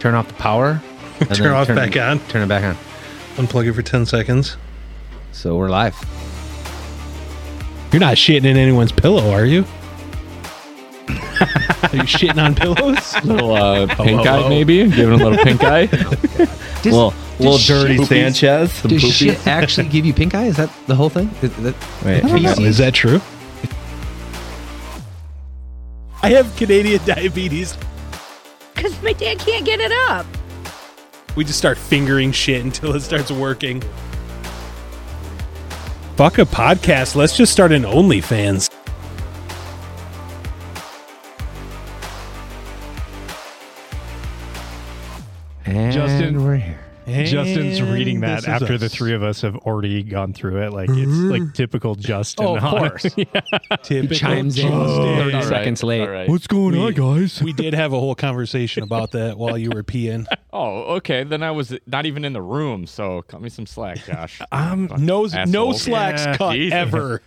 turn off the power. and then Turn off back on. Turn it back on. Unplug it for 10 seconds. So we're live. You're not shitting in anyone's pillow, are you? are you shitting on pillows? little uh, pink hello. eye, maybe. Giving a little pink eye. little little does dirty shit- Sanchez. Some Does poopy. shit actually give you pink eye? Is that the whole thing? Is that, Wait, I don't know. Is that true? I have Canadian diabetes. Because my dad can't get it up. We just start fingering shit until it starts working. Fuck a podcast. Let's just start an OnlyFans. And Justin. we're here. Justin's And reading this that is after the us. Mm-hmm. three of us have already gone through it. Like it's like typical Justin. Oh, of on it. course. Typical chimes in Justin. 30 All right, seconds late. all right. What's going on, guys? We did have a whole conversation about that while you were peeing. Oh, okay. Then I was not even in the room, so cut me some slack, Josh. Um, Fucking No, no asshole. slacks Yeah, cut Jesus. ever.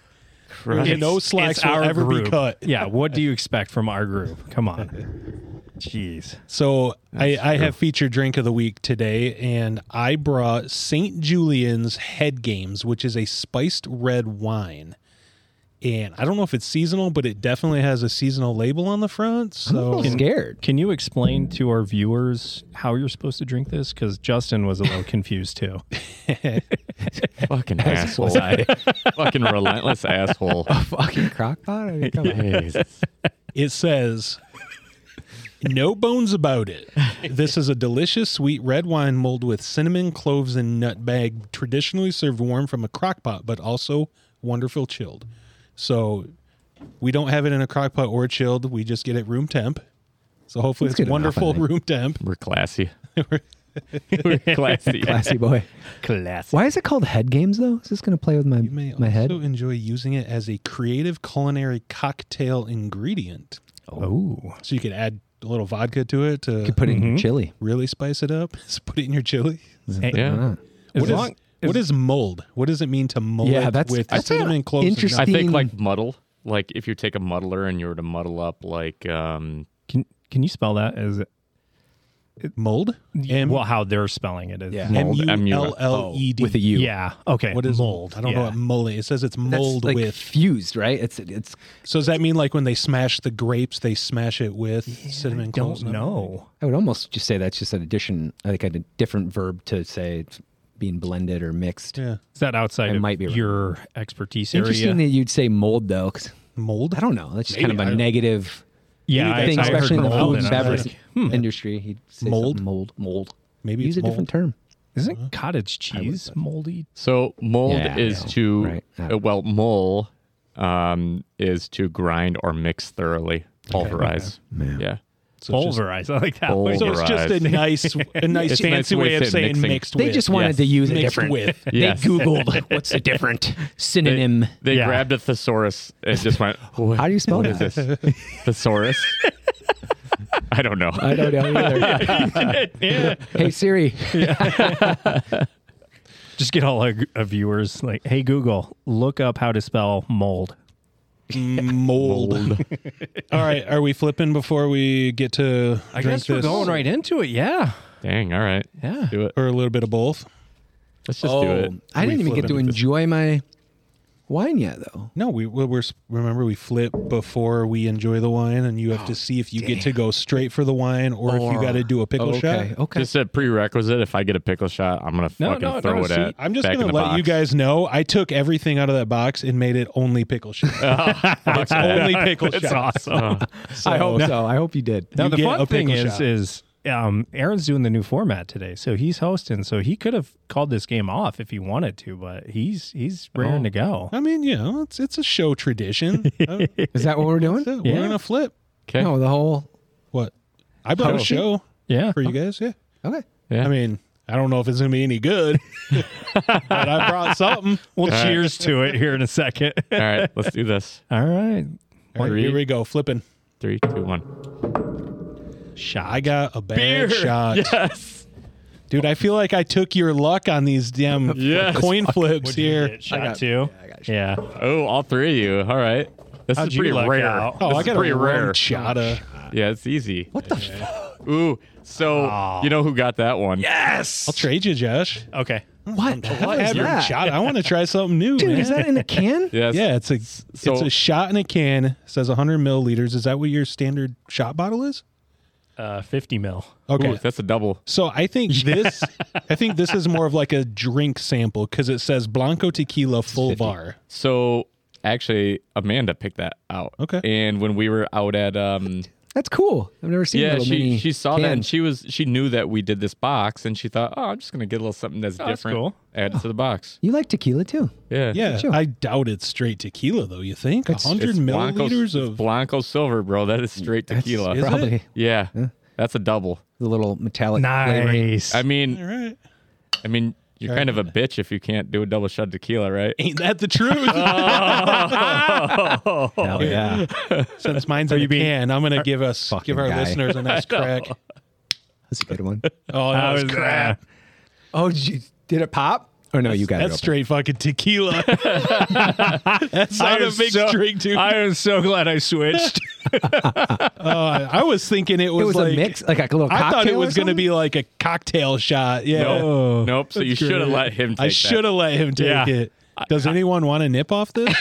Christ. no slacks will ever be group. cut. Yeah. What do you expect from our group? Come on. Jeez. So I, I have featured drink of the week today, and I brought St. Julian's Head Games, which is a spiced red wine. And I don't know if it's seasonal, but it definitely has a seasonal label on the front. So I'm scared. Can you explain to our viewers how you're supposed to drink this? Because Justin was a little confused too. Fucking asshole. Oh, Fucking relentless asshole. Fucking crockpot. I mean, come on. Jesus. it says no bones about it this is a delicious sweet red wine mulled with cinnamon cloves and nutmeg traditionally served warm from a crock pot but also wonderful chilled so we don't have it in a crock pot or chilled we just get it room temp so hopefully That's it's good enough, I wonderful think. room temp We're classy. We're classy. Classy boy. Classic. Why is it called head games though? Is this gonna play with my you may my also head? enjoy using it as a creative culinary cocktail ingredient Oh. so you could add a little vodka to it to Put it in Mm-hmm. your chili. really spice it up Just put it in your chili Why Yeah. not? As What is, long- what is mold? What does it mean to mold Yeah, it that's- with that's an cinnamon cloves? and interesting- I nutmeg? think Being- like muddle. Like if you take a muddler and you were to muddle up like um Can Can you spell that as mold? M- well how they're spelling it is? Yeah. Mold, E M-U-L-L-E-D. With a U. Yeah. Okay. E What is mold? I don't know Yeah. what mold is. It says it's That's mold like with. fused, right? It's it's. So does that mean like when they smash the grapes, they smash it with cinnamon cloves? don't and know. I would almost just say that's just an addition, like a different verb to say it's being blended or mixed. nutmeg? Is that outside I of might be wrong. your expertise Interesting area? that you'd say mold though, 'cause Yeah. Mold? I don't know. That's just Maybe, kind of I a don't- negative yeah, I, thing, I heard especially in the mold food and and I was beverage like, industry. He'd say Mold? something mold, mold. Maybe Use it's a mold. different term. Isn't cottage cheese moldy? So mold Yeah, is yeah, to right. Yeah. uh, well mole um, is to grind or mix thoroughly, pulverize. Yeah, So it's just- Pulverized. I like that. Pulver- So it's just a nice, a nice It's a nice fancy way way to of say saying mixing. mixed They with. just wanted yes. to use a mixed different. with. Yes. They Googled what's the different synonym. They Yeah. grabbed a thesaurus and just went. How do you spell What is that? this? thesaurus? I don't know. I don't know either. hey Siri, Just get all our, our viewers like, hey Google, look up how to spell mold. Mold. All right. Are we flipping before we get to drink this? right into it. Yeah. Dang. All right. Yeah. Do it. Or a little bit of both? Let's Oh, just do it. I didn't even get to enjoy my wine yet, though. No, we well, we're remember we flip before we enjoy the wine, and you have to see if you get to go straight for the wine or, if you Oh, Or- got to do a pickle Oh, okay, shot. okay. Just a prerequisite. If I get a pickle shot, I'm gonna No, fucking no, throw no, it see, at. I'm just back in gonna the let you box. guys know I took everything out of that box and made it only pickle shot. Oh, it's only pickle That's shot. awesome. I hope so. I hope you did. now You the get fun a thing pickle is, shot. is um, Aaron's doing the new format today, so he's hosting. So he could have called this game off if he wanted to, but he's he's raring to go. I mean, you know, it's it's a show tradition. Uh, Is that what we're doing? so We're gonna flip. Okay. No, the whole. What? I Oh. brought a show Yeah. for you guys. Yeah. Okay. Yeah. I mean, I don't know if it's gonna be any good, but I brought something. Well, cheers to it here in a second. All right. Let's do this. All right. All right, Three. here we go, flipping. Three, two, one. I Shot. got a bad shot. Yes. Dude, I feel like I took your luck on these damn Yes. coin flips here. Shot two. Yeah. Oh, all three of you. All right. This How'd is you pretty luck rare. out? Oh, This I is got a pretty rare rare. chata. Yeah, it's easy. What the? fuck? Ooh, so you know who got that one? Yeah. I'll trade you, Josh. Okay. What? I'll have your shot. I want to try something new. Dude, man. is that in a can? Yes. yeah, it's a it's so- a shot in a can. Says 100 milliliters. Is that what your standard shot bottle is? Uh, 50 mil. Okay, Ooh, that's a double. So I think this, I think this is more of like a drink sample because it says Blanco Tequila full bar. So actually, Amanda picked that out. Okay. And when we were out at um, That's cool. I've never seen. a yeah, little she mini she saw that can. and she was she knew that we did this box and she thought, oh, I'm just gonna get a little something that's Oh, that's different. cool. Add it to the box. You like tequila too? Yeah. Yeah, Sure. I doubt it's straight tequila though. You think It's- hundred It's Blanco, milliliters it's of Blanco Silver, bro. That is straight tequila. Is it? Probably yeah. That's a double. the little metallic. flavoring. Nice. I All mean, right. I mean, you're kind of a bitch if you can't do a double shot of tequila, right? Ain't that the truth? Hell Oh, yeah. Since mine's in a can, I'm gonna give us Fucking give our guy. listeners a nice crack. That's a good one. Oh, that was crap. Oh, did, you- did it pop? Or Oh, no, you got it. That's open. straight fucking tequila. That's not a big drink, dude. I, am so glad I switched. Oh, I was thinking it was, It was like a mix, like a little cocktail. I thought it or was going to something? be like a cocktail shot. Yeah. Oh, Nope. nope. So you that's should have great. let him take I that. should have let him take Yeah. it. Does anyone want to nip off this?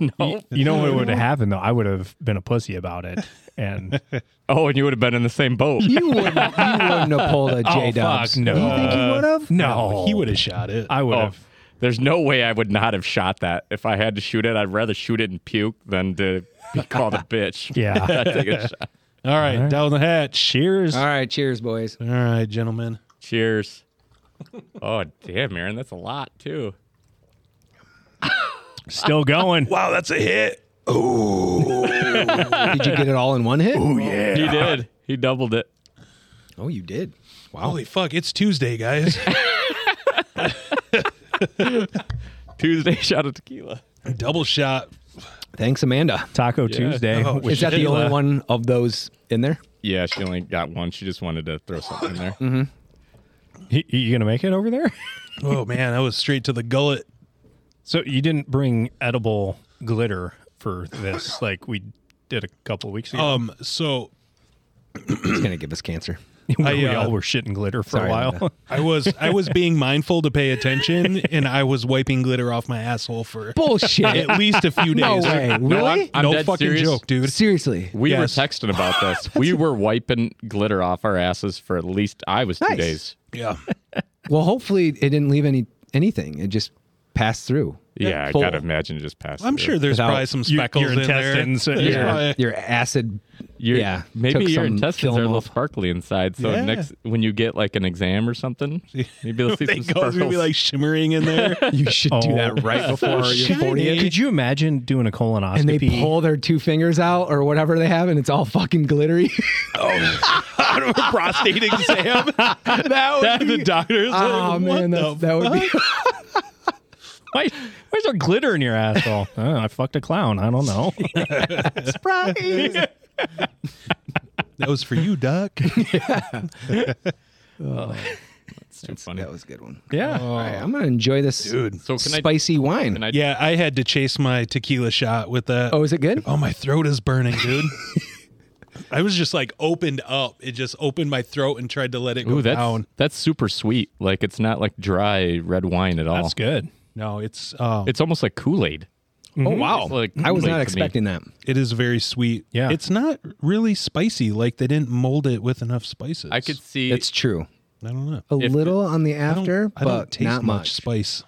you know what would have happened though? I would have been a pussy about it, and Oh, and you would have been in the same boat. You wouldn't, you wouldn't have pulled a J Dubs. no. You think you would have? no, he would have shot it. I would Oh, have. there's no way I would not have shot that. If I had to shoot it, I'd rather shoot it and puke than to be called a bitch. Yeah. I'd take a shot. All right, down the hatch. Cheers. All right, cheers, boys. All right, gentlemen. Cheers. Oh damn, Aaron, that's a lot too. Still going. Wow, that's a hit. Did you get it all in one hit? He did. He doubled it. Oh, you did. Holy fuck, it's Tuesday, guys. Tuesday shot of tequila. Double shot. Thanks, Amanda. Taco Tuesday. Oh, which Is that the only one of those in there? Yeah, she only got one. She just wanted to throw something in there. Mm-hmm. y- you gonna make it over there? Oh man, that was straight to the gullet. So you didn't bring edible glitter for this, like we did a couple weeks ago. Um, so It's gonna give us cancer. we I, uh, all were shitting glitter for sorry, a while. Linda. I was I was being mindful to pay attention, and I was wiping glitter off my asshole for Bullshit. at least a few no days. way. Really? No, I'm- no dead fucking serious. joke, dude. Seriously. We Yes. were texting about this. we were wiping glitter off our asses for at least I was two Nice. days. Yeah. Well, hopefully it didn't leave any anything. It just passed through. Yeah, Full. I gotta imagine it just passed. I'm through. sure there's Without- probably some Your- speckles your in there. intestines, uh, There's yeah. probably- Your acid. Your- yeah. Maybe took your some intestines film are a little off. sparkly inside. So Yeah. next, when you get like an exam or something, maybe you'll see they go, some it's sparkles. gonna be like shimmering in there. You should do Oh. that right before your 40th. Could you imagine doing a colonoscopy? and they pull their two fingers out or whatever they have, and it's all fucking glittery. prostate exam. that would the doctor's oh like, man, that, what the that would be. Why, why is there glitter in your asshole? oh, I fucked a clown. I don't know. f- that was for you, doc. It's too funny. That was a good one. yeah. All right, I'm gonna enjoy this Dude. So can I- spicy wine. can I- yeah, I had to chase my tequila shot with that. oh, Oh, is it good? my throat is burning, dude. I was just like opened up. It just opened my throat and tried to let it go Ooh, that's down. that's super sweet. Like it's not like dry red wine at all. That's good. No, it's um, It's almost like Kool Aid. Mm-hmm. Oh wow, It's like I was Kool-Aid not to me. expecting that. it is very sweet. Yeah. it's not really spicy. Like they didn't mold it with enough spices. I could see. It's true. I don't know. A If- little on the I don't, after, I but don't taste not much much. spice.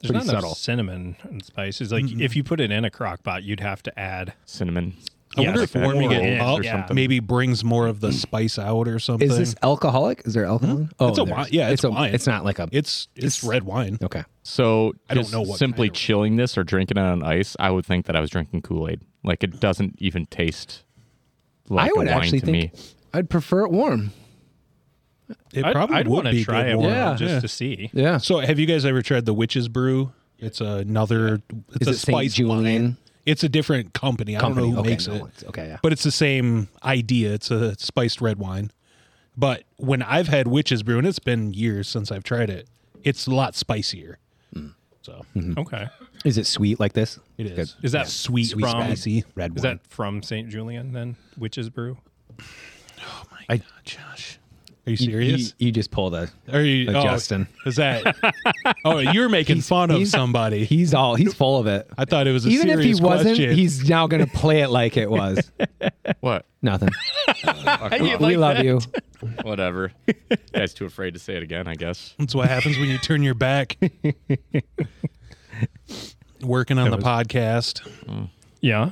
There's Pretty not enough subtle. cinnamon and spices. Like if you put it in a crock pot, you'd have to add. cinnamon. I Yeah, wonder like if that. warming it Yeah, up or something. maybe brings more of the spice out or something. Mm. Is this alcoholic? Is there alcohol? in it? Oh, Hmm? It's a there wine- is. yeah, it's a wine. It's not like a. It's it's, It's- red wine. okay. So I don't just know what simply kind of- chilling this or drinking it on ice, I would think that I was drinking Kool Aid. Like it doesn't even taste like I would a wine actually to think me. I'd prefer it warm. It I'd, probably I'd would want to be try good it warm. one Yeah. just Yeah. to see. Yeah. So, have you guys ever tried the Witch's Brew? It's another. It's Is a it St. spice Julian? wine. It's a different company. I Company. don't know who Okay, makes no, it. it's- okay, yeah. But it's the same idea. It's a spiced red wine. But when I've had Witch's Brew, and it's been years since I've tried it, it's a lot spicier. Hmm. So Okay. Is it sweet like this? it Mm-hmm. Good. is. Is that sweet, Sweet from? spicy red Is wine. that from St. Julian then? Witch's Brew? I- Josh. Are you You- serious? You, you just pulled a. Are you Like oh, Justin. Is that? Oh, you're making fun of he's- somebody. He's all. He's full of it. I thought it was a Even if he serious wasn't, question. he's now going to play it like it was. What? Nothing. we love you. Whatever. You guys too afraid to say it again, I guess. That's what happens when you turn your back. Working on the podcast. Yeah.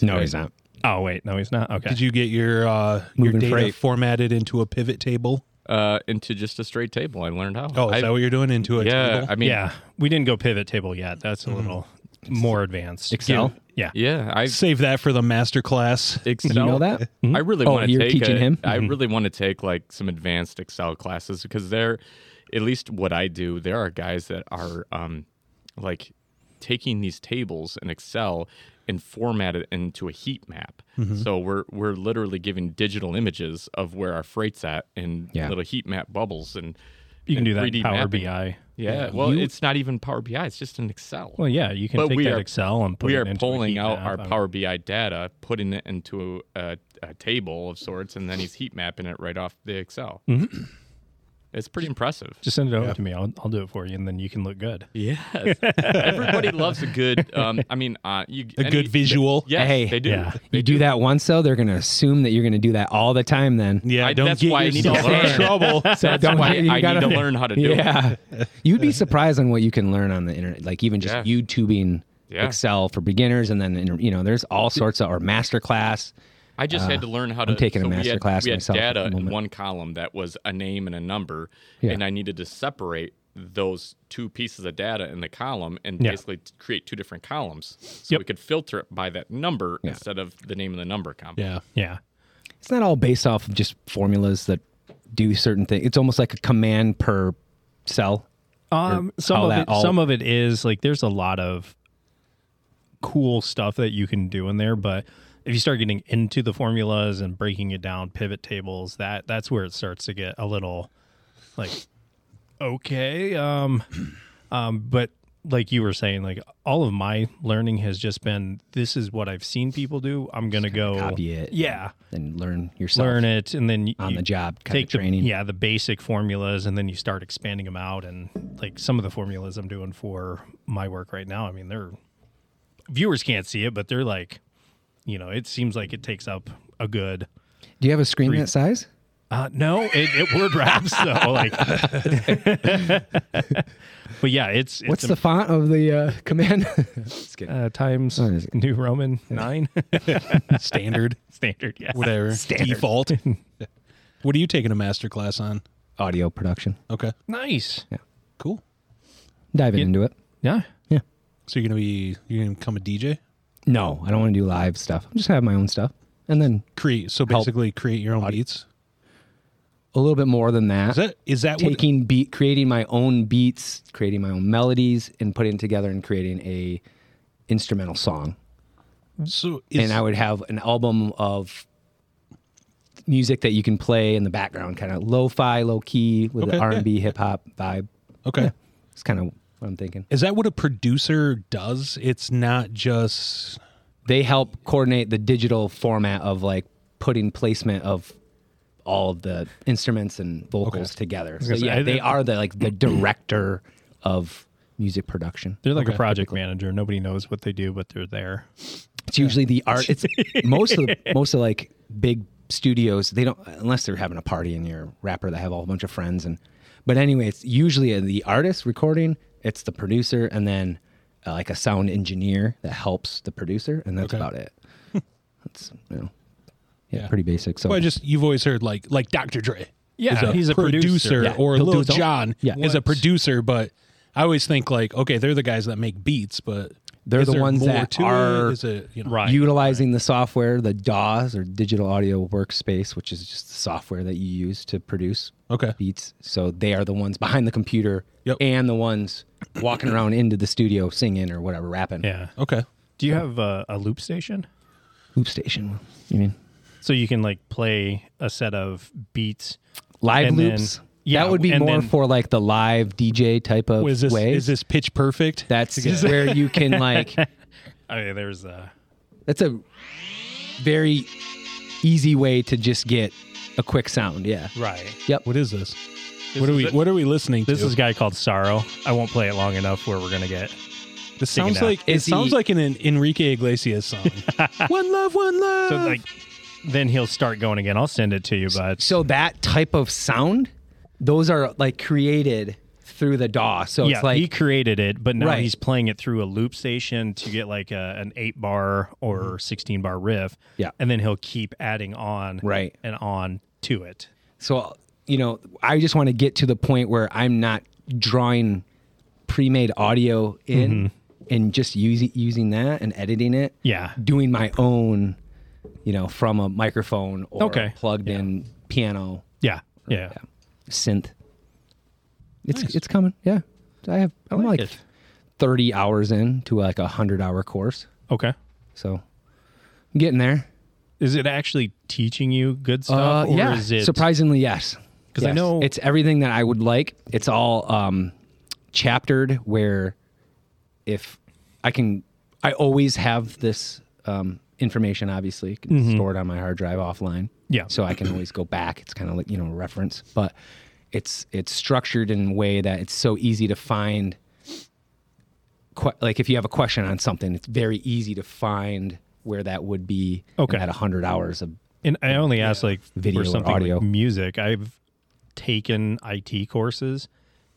No, he's not. Oh wait, no, he's not. Okay. Did you get your uh, your Moving data freight. formatted into a pivot table? Uh, into just a straight table. I learned how. Oh, is I, that what you're doing? Into a yeah. table? I mean, yeah. yeah, we didn't go pivot table yet. That's a little more advanced. Excel? Yeah. I Save that for the master class. Excel. You know that? I really Oh, want to you're take teaching a- him? Mm-hmm. I really want to take like some advanced Excel classes because there, at least what I do, there are guys that are um, like taking these tables in Excel and format it into a heat map. Mm-hmm. So we're we're literally giving digital images of where our freight's at in Yeah. little heat map bubbles and You can and do that in 3D Power mapping. BI. Yeah, well, it's not even Power BI; it's just in Excel. Well, yeah, you can But take we that are- Excel and put we it are into a pulling heat out map. our I mean, Power BI data, putting it into a, a table of sorts, and then he's heat mapping it right off the Excel. It's pretty impressive. Just send it over to me. I'll, I'll do it for you, and then you can look good. Yes, everybody loves a good. Um, I mean, uh, you A good visual. Yes, Hey, they do. yeah. They You do that once, though, they're going to assume that you're going to do that all the time. Then. Yeah, I- don't that's get why I need to yourself in learn. So trouble. That's don't why you I gotta- need to learn how to do it. yeah. You'd be surprised on what you can learn on the internet, like even just Yeah. YouTubing Yeah. Excel for beginners, and then you know, there's all sorts of or masterclass. I just had to learn how to. Uh, taking a so we master had- class We had myself at data the in moment. one column that was a name and a number, Yeah. and I needed to separate those two pieces of data in the column and Yeah. basically t- create two different columns, so we could filter it by that number instead of the name and the number combo. Yeah. Yeah. It's not all based off of just formulas that do certain things. It's almost like a command per cell. Um, some how of that it, all- some of it is like there's a lot of cool stuff that you can do in there, but if you start getting into the formulas and breaking it down, pivot tables, that that's where it starts to get a little like okay, um, um, but like you were saying, like all of my learning has just been this is what I've seen people do. I'm gonna go copy it. Yeah, and learn yourself. learn it, and then on you- the job kind take of training. The, yeah, the basic formulas, and then you start expanding them out. And like some of the formulas I'm doing for my work right now, I mean, they're viewers can't see it, but they're like, you know, it seems like it takes up a good. Do you have a screen that size? Uh, no, it, it word wraps though. Like, but yeah, it's, it's What's the font of the uh, command? Just kidding. uh, times Oh, is it- New Roman nine Standard. standard? Yeah, Whatever. Default. what are you taking a master class on? Audio production. Okay. nice. Cool. Diving into it. Yeah, So you're gonna be you're gonna become a DJ? No, I don't want to do live stuff. I'm just gonna have my own stuff, and then Create so basically create your own beats. a little bit more than that. Is that is that what taking beat creating my own beats creating my own melodies and putting it together and creating a instrumental song so is, and i would have an album of music that you can play in the background kind of lo-fi low-key with Okay, the yeah. r&b hip-hop vibe okay. it's kind of what i'm thinking Is that what a producer does? It's not just they help coordinate the digital format of like putting placement of all of the instruments and vocals together so gonna say, yeah I- they are the like the director of music production they're like a project manager. Nobody knows what they do, but they're there. It's usually the art. It's most of the, most of like big studios. They don't unless they're having a party and you're a rapper. They have a whole bunch of friends and. But anyway, it's usually the artist recording. It's the producer and then uh, like a sound engineer that helps the producer, and that's about it. That's you know, yeah, pretty basic. So well, I just you've always heard like like Dr. Dre. Yeah, is he's a producer. Yeah, or he'll do Lil his own- John Yeah. is a What? producer, but I always think like okay, they're the guys that make beats, but They're is the there ones more that to are- it? Is it, you know, Right. utilizing the software, the DAWs or digital audio workspace, which is just the software that you use to produce Okay. beats. So they are the ones behind the computer Yep. and the ones walking around into the studio singing or whatever, rapping. Yeah. Okay. Oh, Do you have a, a loop station? Loop station. You mean So you can like play a set of beats. live And then- loops? yeah, that would be and more then- for like the live DJ type of Is this way. is this pitch perfect? That's where you can like. Oh, I mean, there's a That's a very easy way to just get a quick sound. Yeah. Right. Yep. What is this? what are we what are we listening This to? is a guy called Sorrow. I won't play it long enough where we're gonna get. this digging sounds out. like it Is he- sounds like an, En- Enrique Iglesias song. one love, one love. Uh, So like, then he'll start going again. I'll send it to you, but So that type of sound, those are like created through the DAW. So yeah, it's like he created it, but now Right. he's playing it through a loop station to get like a, an eight bar or sixteen bar riff. Mm-hmm. Yeah. and then he'll keep adding on, Right. and on to it. So, you know, I just want to get to the point where I'm not drawing pre-made audio in and just using using that and editing it. Mm-hmm. Yeah. Doing my own, you know, from a microphone or Okay. plugged in piano Yeah, yeah. synth. It's it's coming. Yeah. I have I'm like like, it. 30 hours in to like a 100-hour course. Okay, So, I'm getting there. is it actually teaching you good stuff? Uh, yeah. is it Surprisingly, yes. 'Cause I Yes. know- it's everything that I would like. It's all um, chaptered. Where if I can, I always have this um, information, obviously stored on my hard drive offline. Mm-hmm. Yeah. So I can always go back. It's kind of like you know a reference, but it's it's structured in a way that it's so easy to find. Que- like if you have a question on something, it's very easy to find where that would be. in Okay. That hundred hours of And I only asked like Video for or something like audio. music. I've taken IT courses,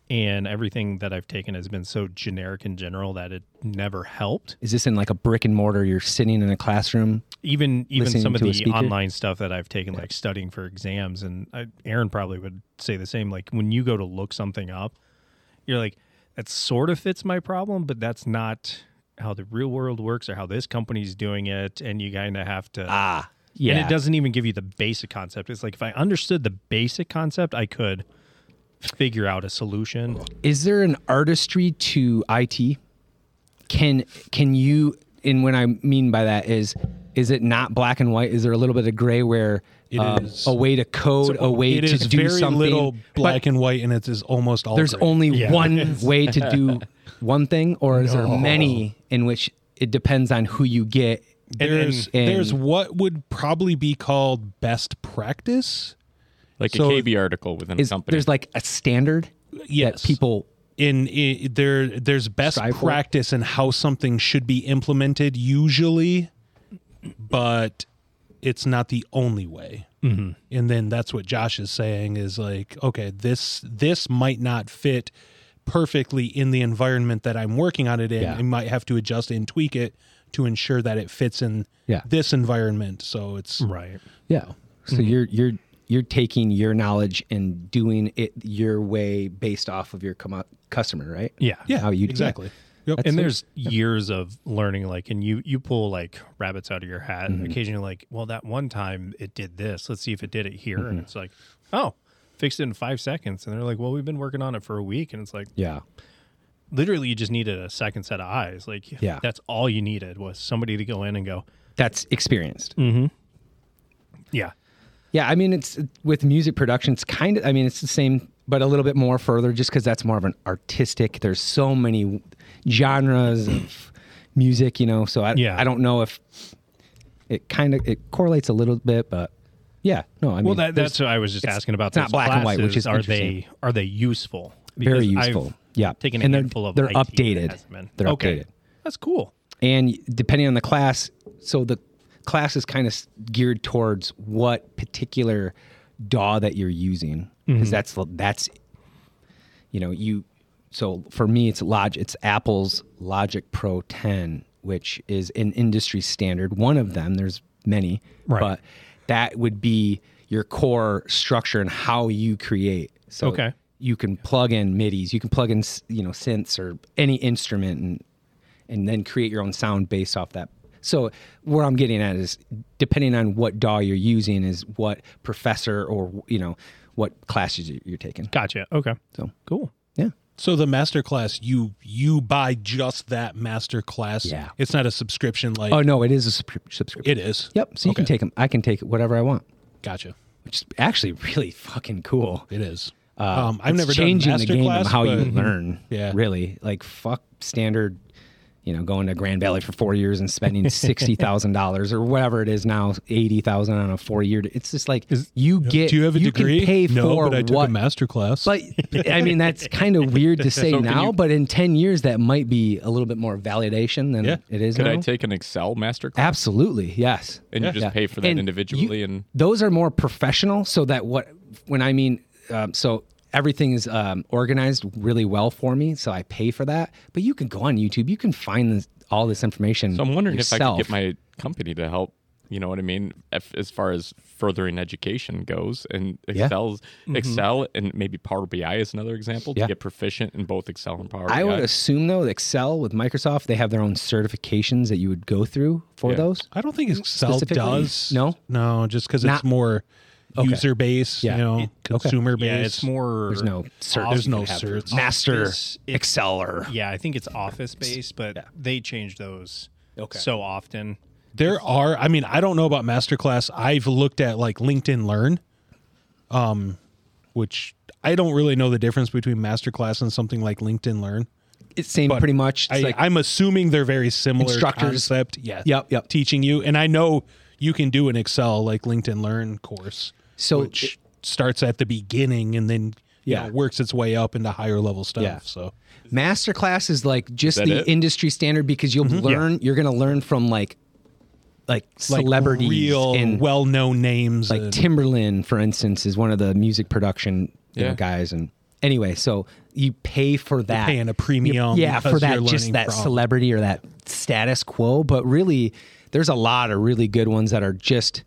and everything that I've taken has been so generic and general that it never helped. Is this in like a brick and mortar? You're sitting in a classroom. Even even Listening some of to a the speaker? online stuff that I've taken, like studying for exams, and I, Aaron probably would say the same. Like when you go to look something up, you're like, that sort of fits my problem, but that's not how the real world works or how this company's doing it, and you kind of have to Ah, yeah. And it doesn't even give you the basic concept. It's like if I understood the basic concept, I could figure out a solution. Is there an artistry to IT? Can can you? And what I mean by that is, is it not black and white? Is there a little bit of gray where um, is. a way to code, a way it to is do very something? little but black and white, and it is almost all. there's gray. only one way to do one thing, or is there many in which it depends on who you get? and- there's and- there's what would probably be called best practice. like So- a KB article within Is a company. there's like a standard Yes. that people in i there there's best Strive for? practice and how something should be implemented usually but it's not the only way mm-hmm. and then that's what josh is saying is like okay this this might not fit perfectly in the environment that i'm working on it in i might have to adjust and tweak it to ensure that it fits in Yeah. this environment so it's Right. Yeah. So you're you're you're taking your knowledge and doing it your way based off of your com- customer, right? Yeah. yeah How you do exactly Yep. And there's years of learning, like, and you you pull like rabbits out of your hat, and occasionally, like, well, that one time it did this. Let's see if it did it here, and it's like, oh, fixed it in five seconds, and they're like, well, we've been working on it for a week, and it's like, Yeah. literally, you just needed a second set of eyes. Like, Yeah. that's all you needed was somebody to go in and go, That's experienced. Mm. yeah, Yeah, I mean it's with music production it's kind of I mean it's the same but a little bit more further just cuz that's more of an artistic. There's so many genres of music, you know. So I Yeah. I don't know if it kind of it correlates a little bit, but yeah. No, I mean Well, that, that's what I was just asking about. it's not those black and white, which classes. is are they are they useful? very Because I've useful. Yeah. taken a and handful they're, of they're IT updated. assessment. They're Okay. updated. That's cool. and depending on the class so the class is kind of geared towards what particular daw that you're using because that's that's you know you so for me it's log it's apple's logic pro 10 which is an industry standard one of them there's many Right. but that would be your core structure and how you create so Okay. you can plug in midis you can plug in s- you know synths or any instrument and and then create your own sound based off that so where i'm getting at is depending on what daw you're using is what professor or you know what classes you- you're taking Gotcha. Okay. So- cool. yeah So the master class, you you buy just that master class. Yeah. It's not a subscription like oh no it is a subscri- subscription it is. Yep. So you can Okay. take them. I can take whatever I want, Gotcha. which is actually really fucking cool. It is. um, I've Uh, It's never changing done mm-hmm. the master game class. of how you but learn. Yeah. Really, like fuck standard. you know, going to Grand Valley for four years and spending sixty thousand dollars or whatever it is now, eighty thousand on a four year. It's just like you get. uh, Do you have a can degree? pay no, for but I took what a master class. but I mean, that's kind of weird to say So can now, you- but in 10 years, that might be a little bit more validation than Yeah. it is Could now. I take an Excel master class Absolutely. Yes. and you just Yeah. pay for that And you- individually? and Those are more professional, so that what, when I mean, um, so everything is um, organized really well for me, so I pay for that. But you can go on YouTube, you can find this, all this information. so I'm wondering if I yourself. could get my company to help. You know what I mean? If, as far as furthering education goes, and Excel's Excel and maybe Power BI is another example to Mm-hmm. Yeah. get proficient in both Excel and Power BI. I would assume though, that Excel with Microsoft, they have their own certifications that you would go through for Yeah. those. I don't think Excel Specifically? does. No? no, just because it's Not- more user based, Yeah. you know, consumer based. Yeah, it's more. There's no certs. There's you no could have. certs. Master Office, it's- Exceller. Yeah, I think it's office based, but they change those Okay. so often. There are. I mean, I don't know about MasterClass. I've looked at like LinkedIn Learn, um, which I don't really know the difference between MasterClass and something like LinkedIn Learn. It's same But pretty much. It's I, like I'm assuming they're very similar Instructors. concept. Yeah. Yep, yep. Teaching you, and I know you can do an Excel like LinkedIn Learn course, So which starts at the beginning and then you Yeah. know, works its way up into higher level stuff. Yeah. So masterclass is like just that the it? industry standard because you'll Mm-hmm. learn. You're gonna learn from like like, like celebrities real and well known names. like and- Timberland, for instance, is one of the music production you know, Yeah. guys. And anyway, so you pay for that, paying a premium You- yeah, because for that you're just learning that from- celebrity or that status quo. But really, there's a lot of really good ones that are just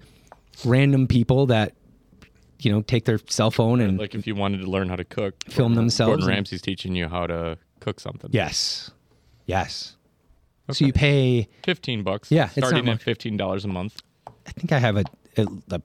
random people that you know take their cell phone and like if you wanted to learn how to cook, film themselves. Gordon and- Ramsay's teaching you how to cook something. Yes. Yes. So you pay. fifteen bucks. Yeah, it's not starting at much. fifteen dollars a month. I think I have a, a, a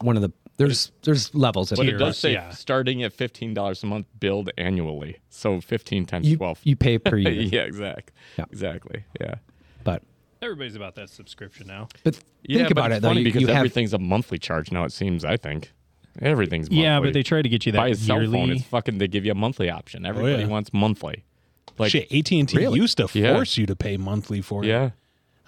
one of the there's there's levels of But it tiers. does say yeah. starting at fifteen dollars a month, billed annually. So fifteen times You twelve. you pay per year, yeah, exact. Yeah. Exactly. Yeah. but Everybody's about that subscription now. but think Yeah, but about it's it though. funny You, because you have everything's a monthly charge now. It seems. I think everything's monthly. Yeah, but they try to get you that buy a cell yearly. phone. It's fucking. They give you a monthly option. Everybody Oh, yeah. wants monthly. Like Shit, AT and T Really? used to Yeah. force you to pay monthly for it. yeah.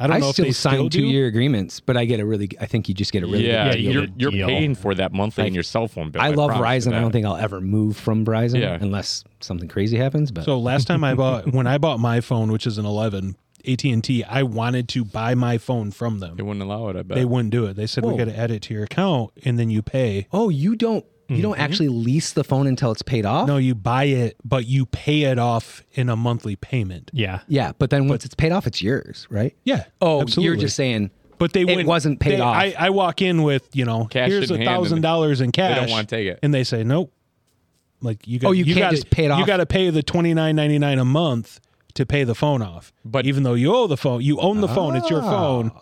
I don't I know if still they still sign do. two year agreements, but I get a really I think you just get a really yeah, good deal. Yeah, you you're get a you're deal. paying for that monthly in your cell phone bill. I love promise you Verizon. I that. don't think I'll ever move from Verizon Yeah. unless something crazy happens. But So last time I bought when I bought my phone, which is an 11 AT and T, I wanted to buy my phone from them. they wouldn't allow it. I bet. They wouldn't do it. They said we Whoa. got to add it to your account and then you pay. oh, you don't you don't actually lease the phone until it's paid off. No, you buy it, but you pay it off in a monthly payment. Yeah. Yeah, but then once it's paid off, it's yours, right? Yeah. Oh, you're absolutely. just saying. But they it wouldn't, wasn't paid they- off. I, I walk in with you know Cash here's in a hand and thousand dollars in cash. don't wanna take it. and they say nope. Like you, got, Oh, you can't gotta- just pay it You off. got to pay the twenty nine ninety nine a month to pay the phone off. But- even though you owe the phone, you own the phone. It's your Ah. phone.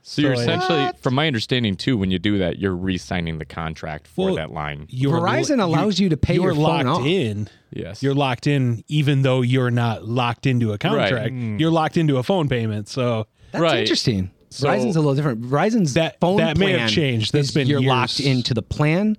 So you're So, essentially, from my understanding too, when you do that, you're re-signing the contract for Well, that line. You're Verizon allows you to pay you're your phone locked off. in. Yes. You're locked in, even though you're not locked into a contract. Mm. You're locked into a phone payment. So That's Right. interesting. So- Verizon's a little different. Verizon's That- phone that may have plan changed. That's is been you're years. locked into the plan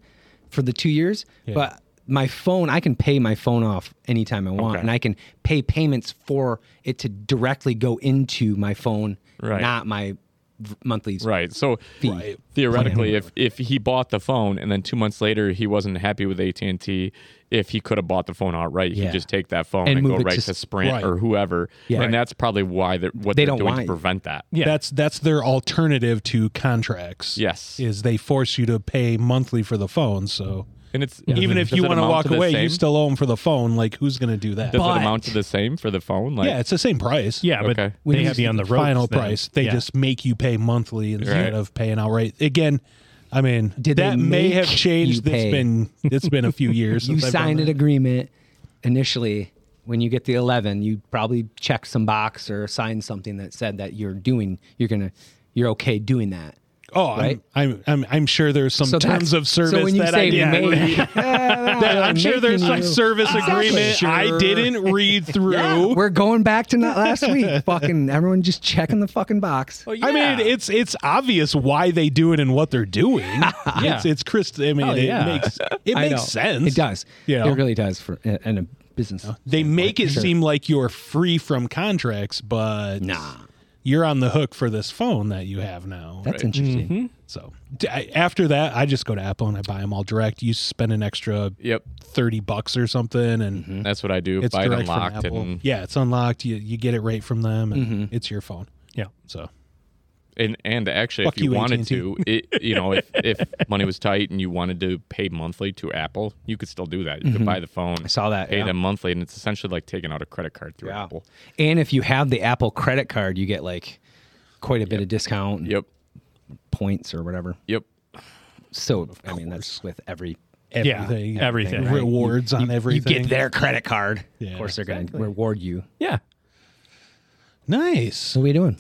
for the two years. But my phone, I can pay my phone off anytime I want, and I can pay payments for it to directly go into my phone, Right. not my v- monthly. Right. So Fee. Right. theoretically, if if he bought the phone and then two months later he wasn't happy with AT and T, if he could have bought the phone outright, he'd Yeah. just take that phone And and, go move it right to to, s- Sprint Right. or whoever. Yeah. And that's probably why they're, what They are don't doing want to it. prevent that. Yeah. that's that's their alternative to contracts. Yes. is they force you to pay monthly for the phone. So And it's even if does you it want to amount walk the away, you same? still owe them for the phone. Like who's going to do that? does But- it amount to the same for the phone? Like, yeah, it's the same price. Yeah, but Okay. We they need have you on the ropes final then. price. They Yeah. just make you pay monthly instead Right. of paying outright. Again, I mean Did they that may make have changed. you It's pay? been it's been a few years. You since I've done signed that. an agreement initially. When you get the eleven, you probably check some box or sign something that said that you're doing. You're gonna. You're okay doing that. Oh, right? I'm, I'm I'm I'm sure there's some terms that's- of service So when you that say uh, I didn't maybe, read. That I'm sure there's some service Exactly. agreement I Sure. didn't read through. We're going back to not last week. fucking everyone just checking the fucking box. Oh, I mean, it's it's obvious why they do it and what they're doing. It's it's Chris. I mean, Hell it yeah. makes it Oh, I know. makes sense. It does. You know? It really does for in in a business. They make it seem like you're free from contracts, but Nah, you're on the hook for this phone that you have now. that's interesting. So d- I- after that, I just go to Apple and I buy them all direct. You spend an extra Yep, thirty bucks or something, and Mm-hmm. that's what I do. it's Buy it direct from unlocked Apple. and yeah, it's unlocked. You you get it right from them, and Mm-hmm. it's your phone. Yeah. So and and actually, Fuck if you, you, wanted AT&T. to, it, you know, if, if money was tight and you wanted to pay monthly to Apple, you could still do that. You could buy the phone. I saw that, Pay yeah. them monthly, and it's essentially like taking out a credit card through Apple. And if you have the Apple credit card, you get like quite a bit of discount, and Yep. points or whatever. Yep. So I mean, that's with every. everything, everything, right. rewards on You everything. get their credit card. Yeah, of course, they're going to reward you. Yeah. Nice. So what are we doing?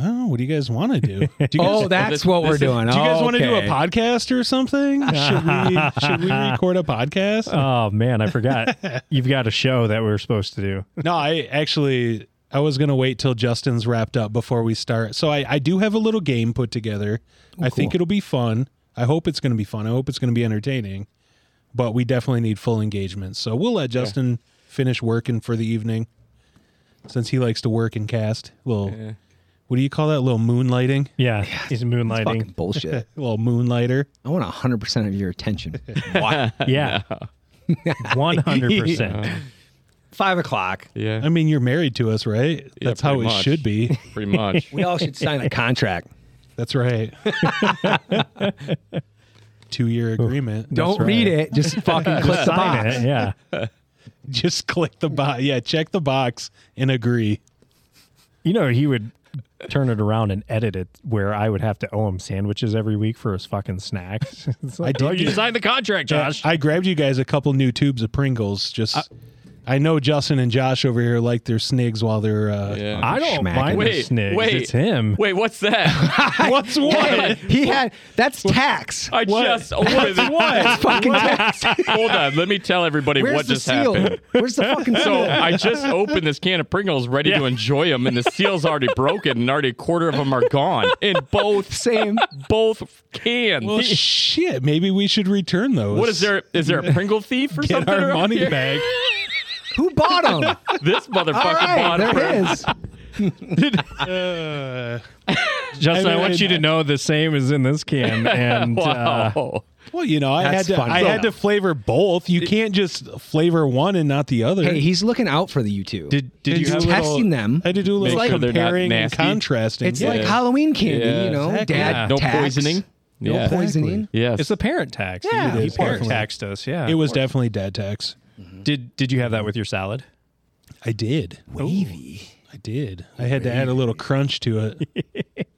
Oh, what do you guys want to do? Do you guys, Oh, that's this- what this we're is- doing. do you guys want to do a Okay. podcast or something? should we should we record a podcast? Oh man, I forgot. You've got a show that we were supposed to do. No, I actually I was gonna wait till Justin's wrapped up before we start. So I, I do have a little game put together. I think it'll be fun. I hope it's gonna be fun. I hope it's gonna be entertaining. But we definitely need full engagement. So we'll let Justin finish working for the evening. Since he likes to work and cast. Little what do you call that? Little moonlighting? Yeah, he's It's moonlighting. fucking bullshit. Little moonlighter. I want 100% of your attention. Why? Yeah, one hundred percent. Five o'clock. Yeah. I mean, you're married to us, right? Yeah, That's how pretty it much. should be. Pretty much. We all should sign a contract. That's right. Two year Oh. agreement. Don't read it. Just fucking click the Sign box. it. Yeah. Just click the box. Yeah, check the box and agree. You know, he would turn it around and edit it where I would have to owe him sandwiches every week for his fucking snacks. It's like, did oh, do you that. signed the contract, Josh. I grabbed you guys a couple new tubes of Pringles. Just, I know Justin and Josh over here like their snigs while they're. Uh, Yeah. I don't Schmack mind him. the snigs. It's him. Wait, what's that? What's what? He had that's tax. I just ordered it. That's fucking tax. Hold on, let me tell everybody Where's what the just seal? happened. Where's the fucking seal? So I just opened this can of Pringles, ready to enjoy them, and the seal's already broken, and already a quarter of them are gone in both Same. both cans. Well, shit. Maybe we should return those. what is there? Is there a Pringle thief or Get something? our around money here? back. Who bought them? This motherfucker All right, bought there it. it is. Uh, Justin, I I, mean, want I- you to know the same is in this can. And uh, Wow. well, you know, I had That's to. funny. I had to flavor both. You can't just flavor one and not the other. Hey, he's looking out for the you two. did, did He's you have a testing little- them. I had to do a little sure they're not comparing and nasty. contrasting. It's Yeah. like Halloween candy, Yeah, you know. exactly. Dad, Yeah. No tax, poisoning. No Yeah. poisoning. Yes. It's the parent tax. Yeah, he of parent course. taxed us. Yeah, it was definitely dad tax. Did did you have that with your salad? I did. Oh. Wavy. I did. I had to add a little crunch to it.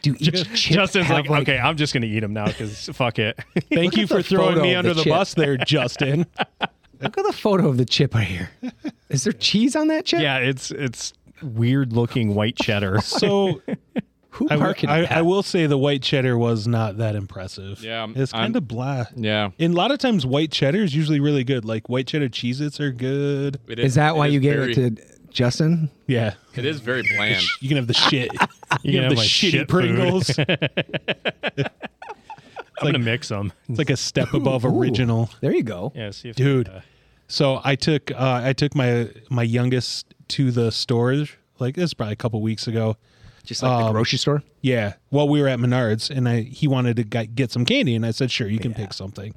Do each chip Justin's have, like, okay, I'm just gonna eat them now because fuck it. Thank you at for the throwing photo me of under the the, chip. bus there, Justin. Look at the photo of the chip right here. Is there cheese on that chip? yeah, it's it's weird looking white cheddar. So Who I, w- marketed I- that? I will say the white cheddar was not that impressive. Yeah, It's I'm- kind of blah. yeah. And a lot of times white cheddar is usually really good. Like white cheddar Cheez Its are good. It Is that it why you gave very, it to Justin? Yeah. It is very bland. You can have the shit. you You can can have the my shitty shit food. Pringles. it's I'm gonna mix them. like a step above Ooh, original. There you go. Yeah, see if uh, dude. So I took uh, I took my my youngest to the store like this is probably a couple weeks ago. Just like Um, the grocery store. Yeah, well we were at Menards and I he wanted to g- get some candy and I said sure you can pick something.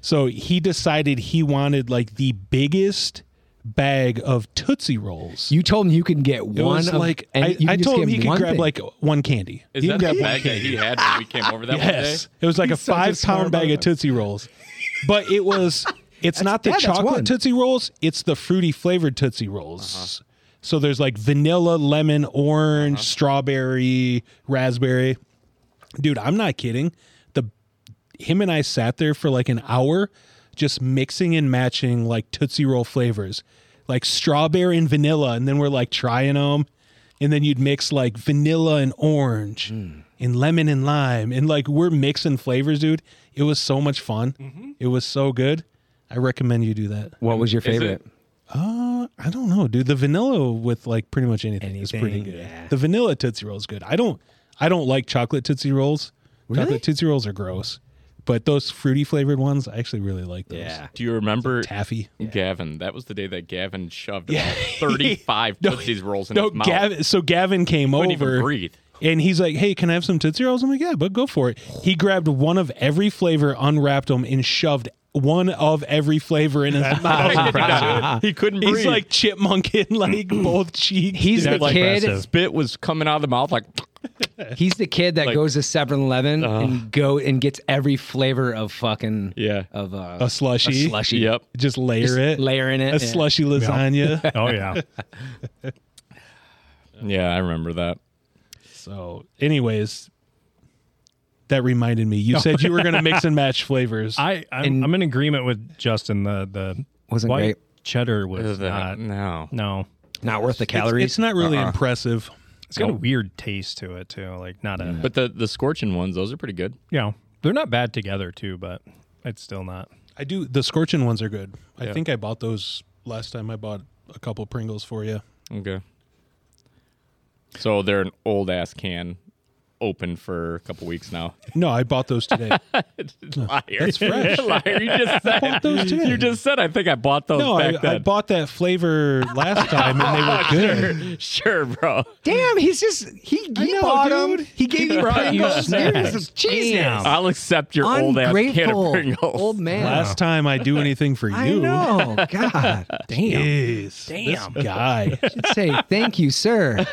So he decided he wanted like the biggest bag of Tootsie Rolls. You told him you can get it one. was of, like and I, you can I just told give him he could one grab thing. like one candy. Is He that can grab the one bag that he had when we came over that Yes, it was like a He's such a five pound smart bag of motherfucker. Tootsie Rolls, but it was it's not the yeah, that's chocolate one. Tootsie Rolls; it's the fruity flavored Tootsie Rolls. Uh-huh. So there's like vanilla, lemon, orange, strawberry, raspberry. Dude, I'm not kidding. The him and I sat there for like an hour, just mixing and matching like Tootsie Roll flavors, like strawberry and vanilla, and then we're like trying them and then you'd mix like vanilla and orange and lemon and lime and like we're mixing flavors dude it was so much fun it was so good i recommend you do that What was your it- favorite? uh i don't know dude the vanilla with like pretty much anything, is pretty Anything, good yeah. the vanilla tootsie roll is good i don't i don't like chocolate tootsie rolls chocolate tootsie rolls are gross But those fruity flavored ones, I actually really like those. Yeah. Do you remember Taffy. Gavin? That was the day that Gavin shoved about 35 Tootsie's rolls in No, his mouth. Gavin. So Gavin came Couldn't over. even breathe. And he's like, "Hey, can I have some Tootsie Rolls?" I'm like, "Yeah, but go for it." He grabbed one of every flavor, unwrapped them, and shoved one of every flavor in his mouth. He couldn't breathe. he's like chipmunking like both cheeks. He's dude. the That's kid. impressive. spit was coming out of the mouth like He's the kid that Like- goes to 7-Eleven and go and gets every flavor of fucking Yeah. of uh, a slushy. a slushy. Yep. Just layer it. layering it. a yeah. slushy lasagna. Oh yeah. Yeah, I remember that. So, anyways, that reminded me. You said you were going to mix and match flavors. I I'm, And- I'm in agreement with Justin. The the Wasn't white great. cheddar was not. That- no. No, Not worth the calories. it's, it's not really Uh-uh. impressive. it's got a weird taste to it too. Like not a. Mm. But the the scorching ones, those are pretty good. you know, they're not bad together too, but it's still not. I do. The scorching ones are good. I Yeah. think I bought those last time. I bought a couple Pringles for you. Okay. So they're an old ass can open for a couple weeks now. No, I bought those today. Liar. It's fresh. Liar. You just said those today. You just said I think I bought those no, back I, then. I bought that flavor last time and they were good. sure, bro. Damn, he's just he, he know, bought 'em. dude. He gave you brought you Pringles. You're snacks. just- Jesus, Damn. I'll accept your old ass can of ungrateful Pringles. old man. Last time I do anything for you. I know. God, damn. Jeez, Damn. This guy. Should say thank you, sir.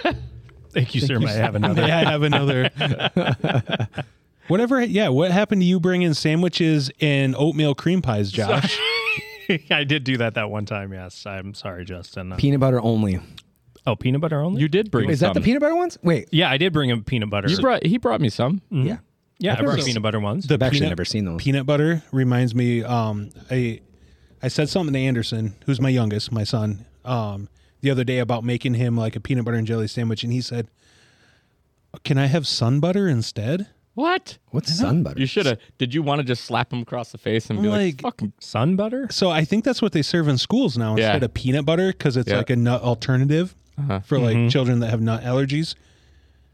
Thank you, sir. May I have another? May I have another? Whatever. Yeah. What happened to you bringing sandwiches and oatmeal cream pies, Josh? I did do that that one time. Yes, I'm sorry, Justin. Uh, Peanut butter only. oh, peanut butter only. You did bring Is that the some. peanut butter ones? Wait, yeah, I did bring him peanut butter. You brought he brought me some. yeah. yeah, I brought so. peanut butter ones. I've actually Mm-hmm. peanut- never seen those. peanut butter reminds me um i i said something to anderson who's my youngest my son um the other day about making him like a peanut butter and jelly sandwich and he said can i have sun butter instead What? What's sun butter? You should have. Did you want to just slap him across the face and be Like- like, "Fucking Sun butter. so i think that's what they serve in schools now Yeah. instead of peanut butter because it's Yeah. like a nut alternative for like children that have nut allergies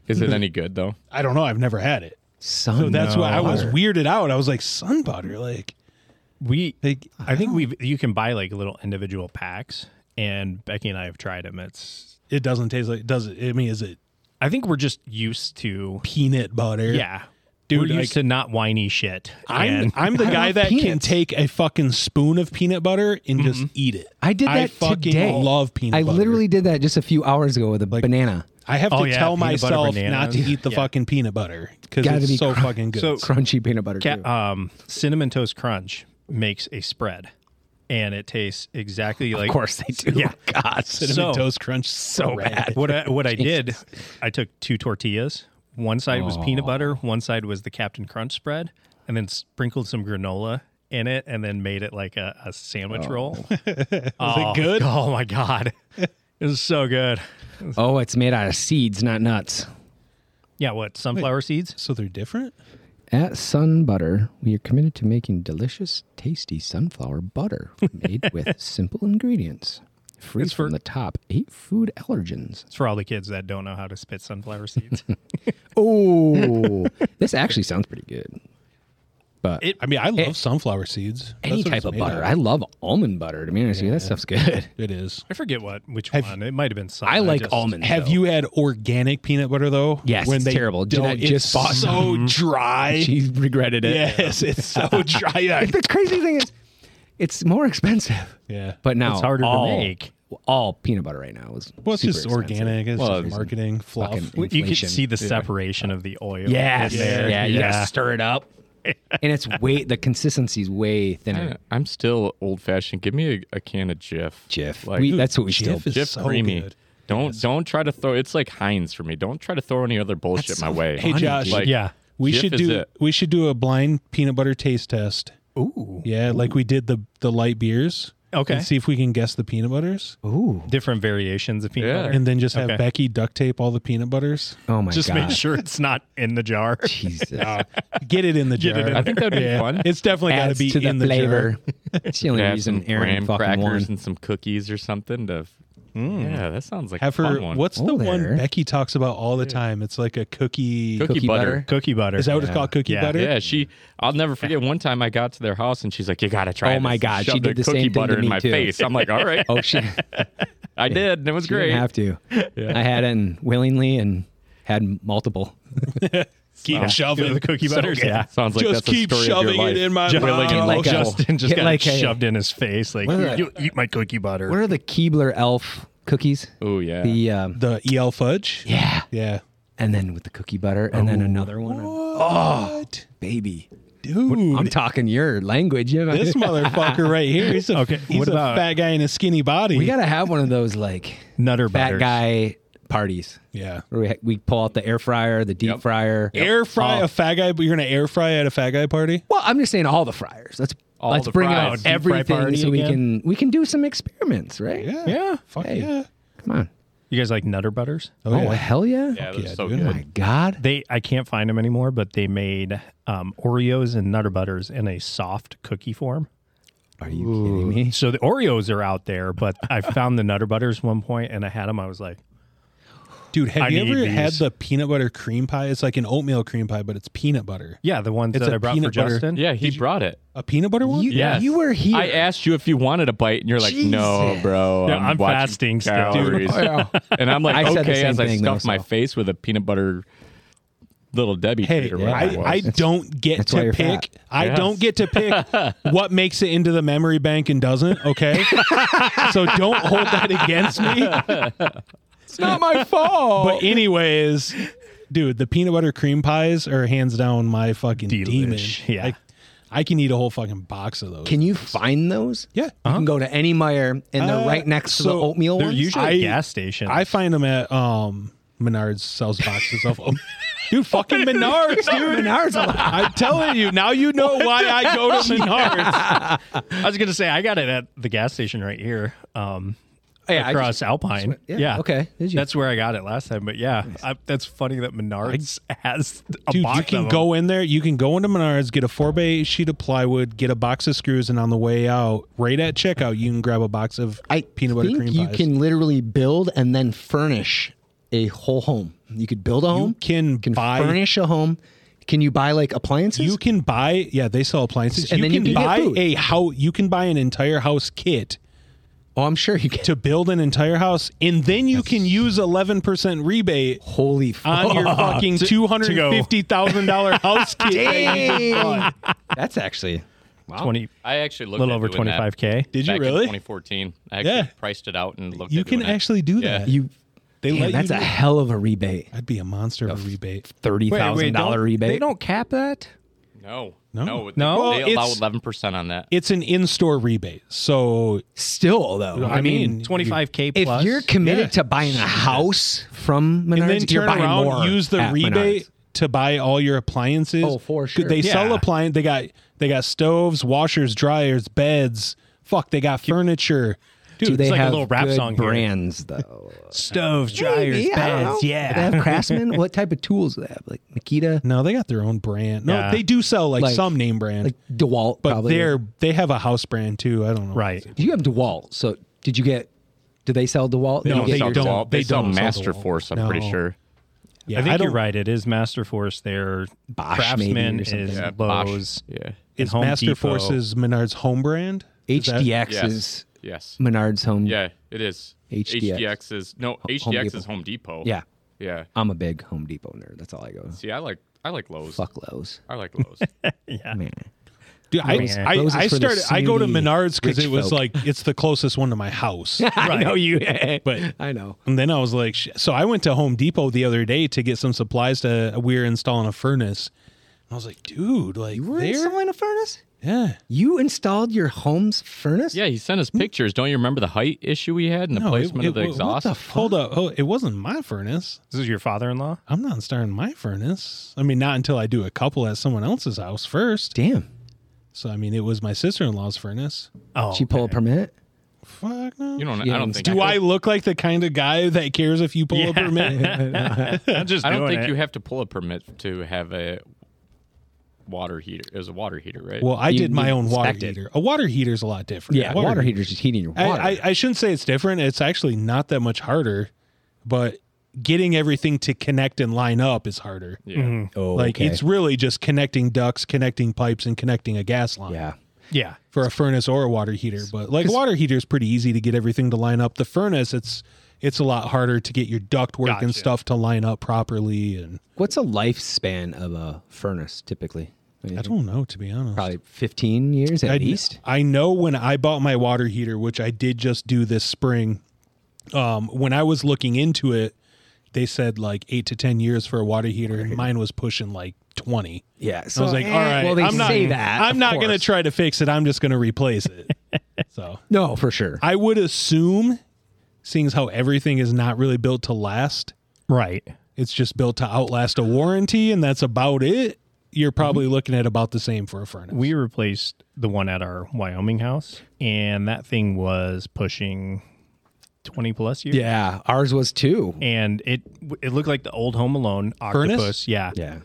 Is it any good though? i don't know i've never had it Sun. so that's why i was butter. weirded out i was like sun butter like We. like I think we've. You can buy like little individual packs, and Becky and I have tried them. It's. it doesn't taste like does it i mean is it I think we're just used to. peanut butter Yeah. Dude, we're used like- to not whiny shit. I'm, and- I'm the I guy love that can peanuts. Mm-hmm. take a fucking spoon of peanut butter and just eat it. I did I that fucking today. love peanut I butter. literally did that just a few hours ago with a banana. I have to Oh, yeah, tell peanut butter myself not to bananas. eat the Yeah. fucking peanut butter because Gotta it's be so cr- fucking good. So- Crunchy peanut butter. Ca- uh, too. um, cinnamon toast crunch makes a spread, and it tastes exactly like. of course they do. Yeah. God, cinnamon so- toast crunch, so bad. What I, what I did, I took two tortillas. One side was peanut butter. One side was the Captain Crunch spread, and then sprinkled some granola in it, and then made it like a, a sandwich roll. was it good? Oh my god, it was so good. Oh, it's made out of seeds, not nuts. Yeah, what sunflower seeds? So they're different. At Sun Butter, we are committed to making delicious, tasty sunflower butter made with simple ingredients, free It's for- from the top eight food allergens. It's for all the kids that don't know how to spit sunflower seeds. Oh, this actually sounds pretty good. But It- I mean, I love sunflower seeds. any That's what type it's of made butter, I love almond butter. To be honest with you, that stuff's good. It is. I forget what which Have- one. It might have been some. I like just- almonds. Have though. you had organic peanut butter though? Yes, it's terrible. Did I don't- it's just bought so dry. She regretted it. Yes, it's so dry. The crazy thing is, it's more expensive. yeah, But now It's harder to all- make. All peanut butter right now is well, it's super just expensive. organic. It's Well, just marketing fluff. fucking- Well, You can inflation. see the separation of the oil. Yes. in Yeah. there. You Yeah. gotta stir it up. and it's way the consistency's way thinner. I'm still old fashioned. Give me a, a can of Jif. Jif. Like oh, we, that's what we Jif still is Jif so creamy. good. Don't don't try to throw. It's like Heinz for me. Don't try to throw any other bullshit my way. Hey, Josh. Like, Yeah. We Jif should is do it. we should do a blind peanut butter taste test. Ooh. Yeah, like we did the the light beers. Okay. And see if we can guess the peanut butters. Different variations of peanut Yeah. butter. And then just have Okay. Becky duct tape all the peanut butters. Oh my just god. make sure it's not in the jar. Jesus. Get it in the jar. it in I think that'd be fun. It's definitely got Adds to be to in the the flavor. it's the only Add some reason Aaron graham fucking crackers won. and some cookies or something to f- Yeah, that sounds like Have a fun her. one. What's the Oh, one there. Becky talks about all the time? It's like a cookie. Cookie butter. Cookie butter. Is that what it's called? Cookie Yeah. butter. Yeah, she. I'll never forget. One time, I got to their house and she's like, "You gotta try." Oh my this," and God, she shoved did a the cookie same thing butter to in me my too. face. I'm like, "All right, Oh, she, she I did, and it was great." didn't have to. I had it and willingly and had multiple. Keep You know, shoving the cookie butter. yeah. Sounds like Just that's keep a story shoving of it your in my life. mouth. Willing and Like Oh, a- Justin just get got like a- shoved in his face. Like, What you, are you eat my cookie butter. What are the Keebler Elf cookies? Oh yeah. The um, The EL fudge. yeah, Yeah. and then with the cookie butter, and then another one. on- What? baby, Dude. I'm talking your language. You know? this motherfucker right here. He's a, Okay, he's what a about- fat guy in a skinny body. we gotta have one of those like Nutter fat butters. guy parties yeah. where we, we pull out the air fryer, the deep fryer. Air fry All- a fat guy, but you're gonna air fry at a fat guy party? well, I'm just saying all the fryers. Let's All let's the bring fries. out Deep fry everything party so we again? can we can do some experiments, right? Yeah. Fuck yeah. Come on. You guys like Nutter Butters? Oh, hell yeah. yeah, Fuck that was yeah, so dude. Oh good. my god. They, I can't find them anymore, but they made um, Oreos and Nutter Butters in a soft cookie form. Are you kidding me? So the Oreos are out there, but I found the Nutter Butters one point and I had them. I was like, Dude, have I you need ever had these. the peanut butter cream pie? It's like an oatmeal cream pie, but it's peanut butter. yeah, the ones It's that a I brought for peanut butter- Justin. Yeah, he brought it. A peanut butter one? You, Yes. you were here. I asked you if you wanted a bite, and you're like, "No, Jesus. bro, Yeah, I'm watching fasting still. calories." and I'm like, I said the "Okay." same As I thing, though, stuffed my so. face with a peanut butter little Debbie Hey, treat or whatever it I, was. I don't get that's why to you're pick. fat. I Yes. don't get to pick what makes it into the memory bank and doesn't. Okay, so don't hold that against me. it's not my fault. But anyways, dude, the peanut butter cream pies are hands down my fucking Delish. demon. Yeah. Like, I can eat a whole fucking box of those. Can you find those? yeah. uh-huh. You can go to any Meyer and they're Uh, right next to the so oatmeal They're ones. usually I- at gas stations. I find them at um Menards sells boxes of them. Dude, fucking Menards, dude. Menards. I I'm telling you, now you know why I go to Menards. I was going to say, I got it at the gas station right here um, Oh, Yeah, I across Alpine. yeah, yeah, okay, did you? That's where I got it last time. But yeah, I, that's funny that Menards has a Dude, box you can of 'em. go in there, you can go into Menards, get a four bay sheet of plywood, get a box of screws, and on the way out, right at checkout, you can grab a box of peanut butter think cream you pies. can literally build and then furnish a whole home. You could build a home. can buy- furnish a home. Can you buy like appliances? You can buy, yeah, they sell appliances. And you then you can can get buy food. a house. You can buy an entire house kit oh, I'm sure you can. to build an entire house, and then you can use eleven percent rebate Holy fuck! on your fucking two hundred fifty thousand dollar house kit. that you just Dang. bought. That's actually wow. 20, I actually looked a little at over doing that 25K. Did you back in really? 2014. I actually Yeah. priced it out and looked. You at can doing that. actually do Yeah. that. You, They damn, let you that's do a it. hell of a rebate. I'd be a monster of a rebate. Thirty thousand dollar rebate. They don't cap that? No, No. no, they, No? They Well, allow it's- 11 percent on that. It's an in-store rebate, so Still though, I, I mean, mean, 25K if plus. you're committed yeah. to buying a house from Menards, and then you're turn buying around, more use the at rebate Menards. to buy all your appliances. Oh, for Could They sure. sell Yeah. appliance. They got they got stoves, washers, dryers, beds. Fuck, they got furniture. Dude, Do they it's like a have little rap good song here. brands though? Stoves, dryers, Maybe, I don't beds. know. Yeah. Do they have Craftsman? what type of tools do they have? Like Makita, no, they got their own brand. No, Yeah. they do sell like, Like- some name brand, like DeWalt, but probably. they're they have a house brand too. I don't know. Right. you have DeWalt. So did you get? Do they sell DeWalt? Did No, you get they your- don't- Well, they, they sell don't sell Master DeWalt. Force. I'm No. pretty sure. Yeah, I think don't- you're right. It is Master Force there. Bosch Craftsman maybe or something. is Yeah, Bosch. Lowe's. Yeah. and Is Home Master Depot. Force's Menards home brand? Is that- HDX Yes. is Yes. Menards Home. Yeah, it is. HDX. HDX is no HDX is Depot. Home Depot. Yeah. Yeah. I'm a big Home Depot nerd. That's all I go. to. See, I like I like Lowe's. Fuck Lowe's. I like Lowe's. Man. Dude, I, Those- I, those is I for the started. I go to snooty Menards because rich it was folk. like it's the closest one to my house. I know you. But- I know. And then I was like, sh- so I went to Home Depot the other day to get some supplies to we were installing a furnace. And I was like, dude, like You were there, installing a furnace? yeah, You installed your home's furnace? yeah, he sent us pictures. Don't you remember the height issue we had and the No, it- placement it- of the what exhaust? the fu- Hold up, oh, it wasn't my furnace. This is your father-in-law? I'm not installing my furnace. I mean, not until I do a couple at someone else's house first. Damn. So I mean, it was my sister-in-law's furnace. Oh. She pull a permit? Fuck no. you don't. Yeah, I don't think. do I I look like the kind of guy that cares if you pull a permit? I'm just I don't doing think it. you have to pull a permit to have a water heater. It was a water heater, right? Well, I You did my need to own water inspect it. heater. A water heater's a lot different. Yeah, water, heater's just heating your I, water. I, I shouldn't say it's different. It's actually not that much harder, but getting everything to connect and line up is harder. yeah. oh, Like okay. it's really just connecting ducts, connecting pipes, and connecting a gas line yeah. Yeah. for a furnace or a water heater. But like water heater is pretty easy to get everything to line up. The furnace, it's it's a lot harder to get your duct work Gotcha. and stuff to line up properly. And What's a lifespan of a furnace typically? What do you I think? don't know, to be honest. Probably 15 years at I, least. I know when I bought my water heater, which I did just do this spring. Um, when I was looking into it, they said like eight to ten years for a water heater, and mine was pushing like twenty. Yeah. I So eh, was like, all right, Well, they I'm not, say that. I'm of not gonna course. try to fix it. I'm just gonna replace it. so No, for sure. I would assume, seeing as how everything is not really built to last, Right. it's just built to outlast a warranty, and that's about it. You're Mm-hmm. probably looking at about the same for a furnace. We replaced the one at our Wyoming house, and that thing was pushing 20 plus years. yeah, ours was too. And it it looked like the old Home Alone Furnace? octopus. Yeah. Yeah.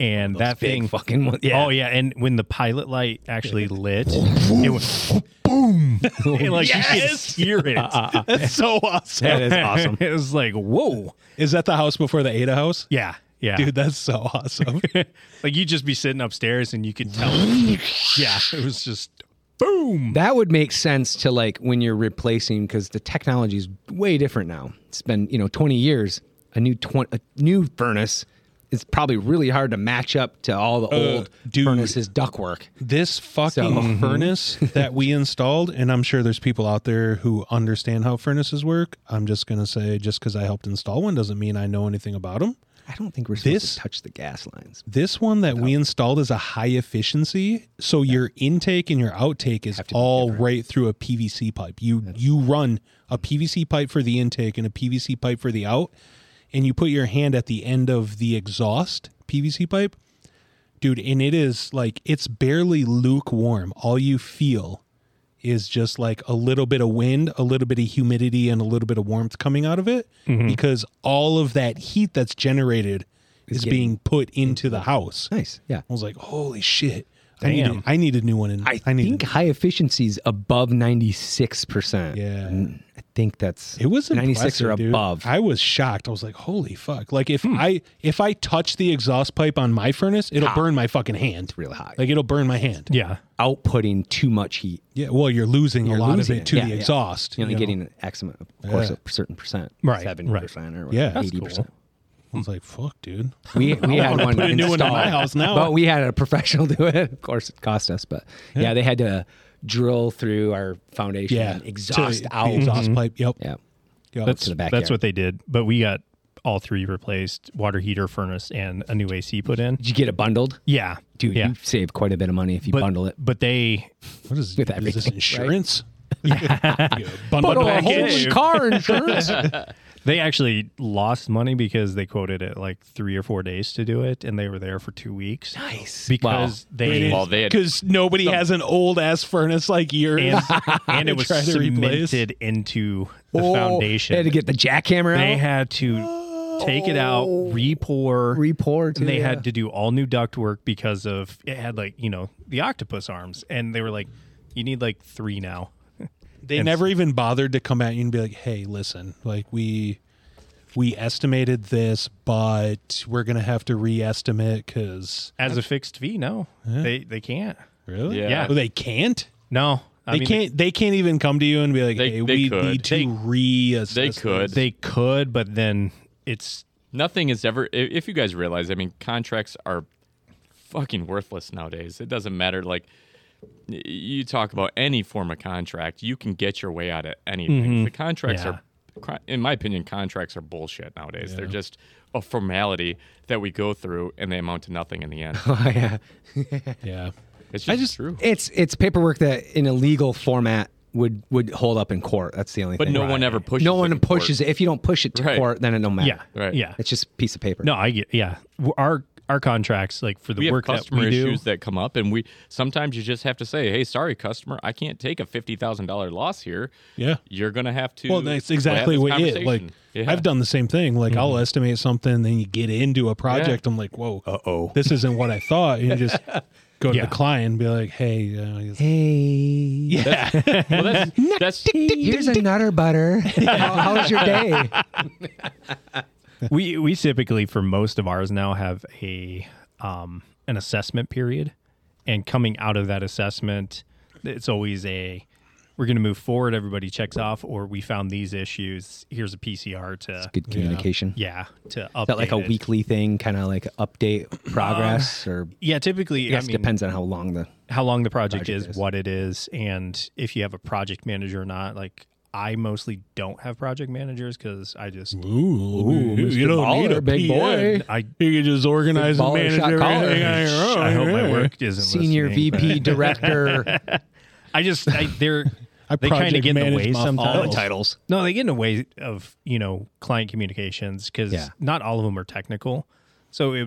And that big thing fucking one- yeah. Oh yeah. And when the pilot light actually lit, it went boom. and like you could hear it. that's so awesome. That is awesome. it was like, whoa. Is that the house before the Ada house? Yeah. Yeah. Dude, that's so awesome. like you'd just be sitting upstairs and you could tell. yeah. It was just boom. That would make sense to like when you're replacing because the technology is way different now. It's been you know 20 years. A new twen- a new furnace is probably really hard to match up to all the old Uh, dude. furnaces ductwork. this fucking So- furnace that we installed, and I'm sure there's people out there who understand how furnaces work. I'm just going to say just because I helped install one doesn't mean I know anything about them. I don't think we're supposed This- to touch the gas lines. This one that we installed is a high efficiency, so your intake and your outtake is all right through a PVC pipe. You you run a PVC pipe for the intake and a PVC pipe for the out, and you put your hand at the end of the exhaust PVC pipe. Dude, and it is like it's barely lukewarm. All you feel is just like a little bit of wind, a little bit of humidity, and a little bit of warmth coming out of it Mm-hmm. because all of that heat that's generated is getting being put into the house. I Nice, yeah. was like, holy shit. I need, Damn. a, I need a new one. And I, I, need a think new- high efficiency is above 96 percent. Yeah. I think that's it was 96 or impressive, dude. above. Hmm. I was shocked. I was like, holy fuck. Like if I if I touch the exhaust pipe on my furnace, it'll burn my fucking hand. really high. Like it'll burn my hand. Yeah. Outputting too much heat. Yeah. Well, you're losing a lot losing of it. it to Yeah, the yeah. exhaust. You're only you know? getting X amount, of course, Yeah. a certain percent, Right, seventy percent or Yeah. That's eighty percent. I was like, fuck, dude. We we had one put a new one in installed, my house now. but we had a professional do it. Of course, it cost us, but yeah, they had to drill through our foundation, Yeah. and exhaust to, out. The exhaust pipe. Yep. Yeah, Yep. to the backyard. That's what they did. But we got all three replaced: water heater, furnace, and a new AC put in. Did you get it bundled, Yeah, dude? Yeah, You save quite a bit of money if you but, bundle it. But they, what is, with is this everything, right? insurance? Yeah. Bundle Bundle a package. holy car insurance. they actually lost money because they quoted it like three or four days to do it, and they were there for two weeks. Nice, because they Well, they had because nobody has an old ass furnace like yours. and, and it was Try to replace. cemented into the Oh, foundation. They had to get the jackhammer They out, Oh. had to take it out, re-pour, re-pour. Too, and they yeah. had to do all new duct work because of it had like you know the octopus arms, and they were like, you need like three now. they never even bothered to come at you and be like, "Hey, listen, like we we estimated this, but we're gonna have to re-estimate because as a fixed fee. No, they they can't. really, Yeah. Oh, they can't. No, I They mean, can't. They can't even come to you and be like, They- "Hey, they we could. need to They- reassess." they this." could. They could, but then it's Nothing is ever. i- If you guys realize, I mean, contracts are fucking worthless nowadays. It doesn't matter. Like y- you talk about any form of contract, you can get your way out of anything. The contracts Yeah. are, cr- in my opinion, contracts are bullshit nowadays. They're just a formality that we go through, and they amount to nothing in the end. Oh, yeah. Yeah. It's just, I just- true. It's it's paperwork that in a legal format would would hold up in court. That's the only But thing. no one ever pushes. no it one in court. pushes it. If you don't push it to Right. court, then it don't matter. yeah, Right. yeah. It's just a piece of paper. No, I get yeah. W- Our our contracts, like for the we have work that customer we do, issues that come up, and we sometimes you just have to say, "Hey, sorry, customer, I can't take a fifty thousand dollar loss here." Yeah. You're gonna have to. Well, that's exactly have this what it like. conversation. Yeah. I've done the same thing. Like I'll Mm-hmm. estimate something, then you get into a project. I'm like, whoa, uh Uh-oh. this isn't what I thought. You just go to Yeah. the client and be like, hey, uh, it's- Hey. Well, that's, that's Here's a nutter butter. How, how was your day? we we typically for most of ours now have a um an assessment period and coming out of that assessment it's always a we're going to move forward everybody checks off or we found these issues here's a pcr to Good communication. yeah to update Is that like a it. weekly thing, kind of like update progress, or yeah typically yes, i mean depends on how long the. how long the project, project is, is. what it is, and if you have a project manager or not. Like I mostly don't have project managers because I just ooh, you- Mr. you don't need Baller, a big PM. boy. I You can just organize and baller, manage shot everything caller. on your own. I hope my yeah. work isn't Senior listening, but- VP director. I just I, they're I they kind project of get in the manage way my sometimes. files. titles. No, they get in the way of you know client communications because Yeah. not all of them are technical. So it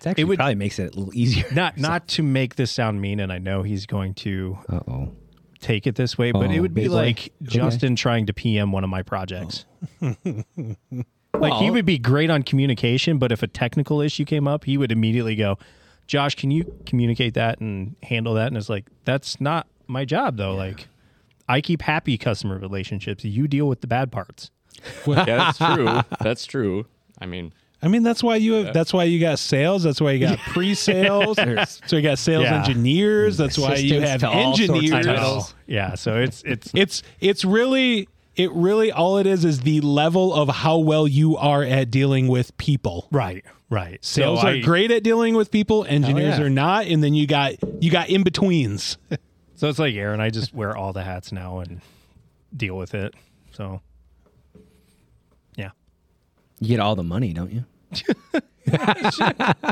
It actually It would- probably makes it a little easier. not not to make this sound mean, and I know he's going to Uh oh. take it this way, but it Oh, would be big boy. like Justin trying to PM one of my projects. like he Well- would be great on communication, but if a technical issue came up, he would immediately go, "Josh, can you communicate that and handle that?" And it's like that's not my job though. Like I keep happy customer relationships. You deal with the bad parts. yeah, that's true. That's true. I mean, I mean, that's why you have. That's why you got sales. That's why you got pre-sales. so you got sales Yeah. engineers. That's why you Assistants have to all sorts of engineers. titles. Yeah, so it's it's It's it's really it really all it is is the level of how well you are at dealing with people. right, right. Sales so are I- great at dealing with people, engineers yeah. are not, and then you got you got in betweens. So it's like Aaron. I just wear all the hats now and deal with it. So yeah. You get all the money, don't you? I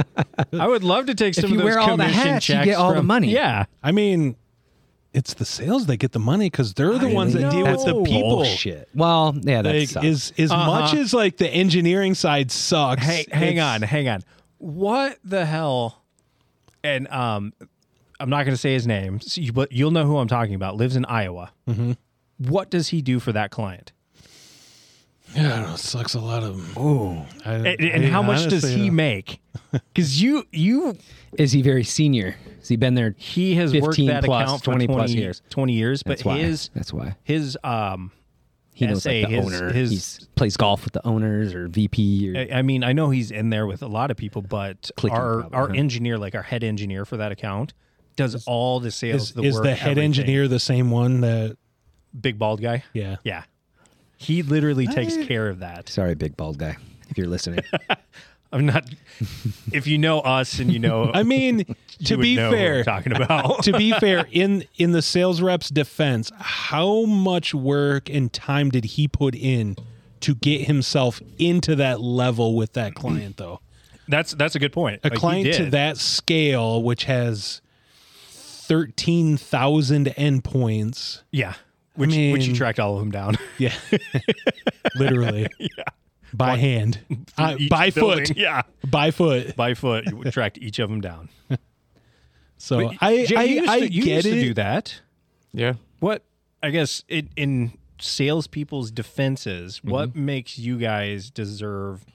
would love to take some you of those wear all the commission hats, you checks. get all the from- money. Yeah, I mean, it's the sales that get the money because they're the ones that deal with the people. Bullshit. Well, yeah, that Like, sucks. is as much as like the engineering side sucks. hang, hang it's- on, hang on. What the hell? And um, I'm not going to say his name, so you- but you'll know who I'm talking about. Lives in Iowa. What does he do for that client? Yeah, I don't know, it sucks a lot of. I- And, and I how much does honestly he don't- make? Because you you Is he very senior? Has he been there? he has worked 15 that plus, account for 20 20 plus years. 20 years, but That's why. his That's why. his um He knows SA, like the his- owner. his- Uh, He's plays golf with the owners or VP or I I mean, I know he's in there with a lot of people, but Clicking our probably, our huh? engineer, like our head engineer for that account, does all the sales. Is the the, is work, the head everything. engineer the same one that? big bald guy? Yeah. Yeah, he literally takes care of that. sorry, big bald guy. If you're listening, I'm not. if you know us and you know, I mean, you to would be know who I'm fair, talking about to be fair, in in the sales rep's defense, how much work and time did he put in to get himself into that level with that client though? that's that's a good point. A Like, he client to did. that scale which has 13,000 endpoints. yeah. Which, which you mean- tracked all of them down Yeah. Literally. Yeah. By hand. Uh, Each by building. foot. yeah, By foot. by foot. You tracked each of them down. So I Jay, I, you used to, I you get used it. to do that. yeah. what I guess it, in salespeople's defenses, what makes you guys deserve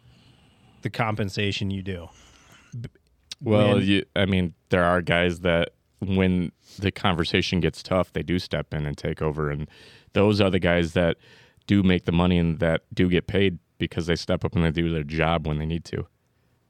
the compensation you do? Well, you, I mean, there are guys that when the conversation gets tough, they do step in and take over, and those are the guys that do make the money and that do get paid because they step up and they do their job when they need to.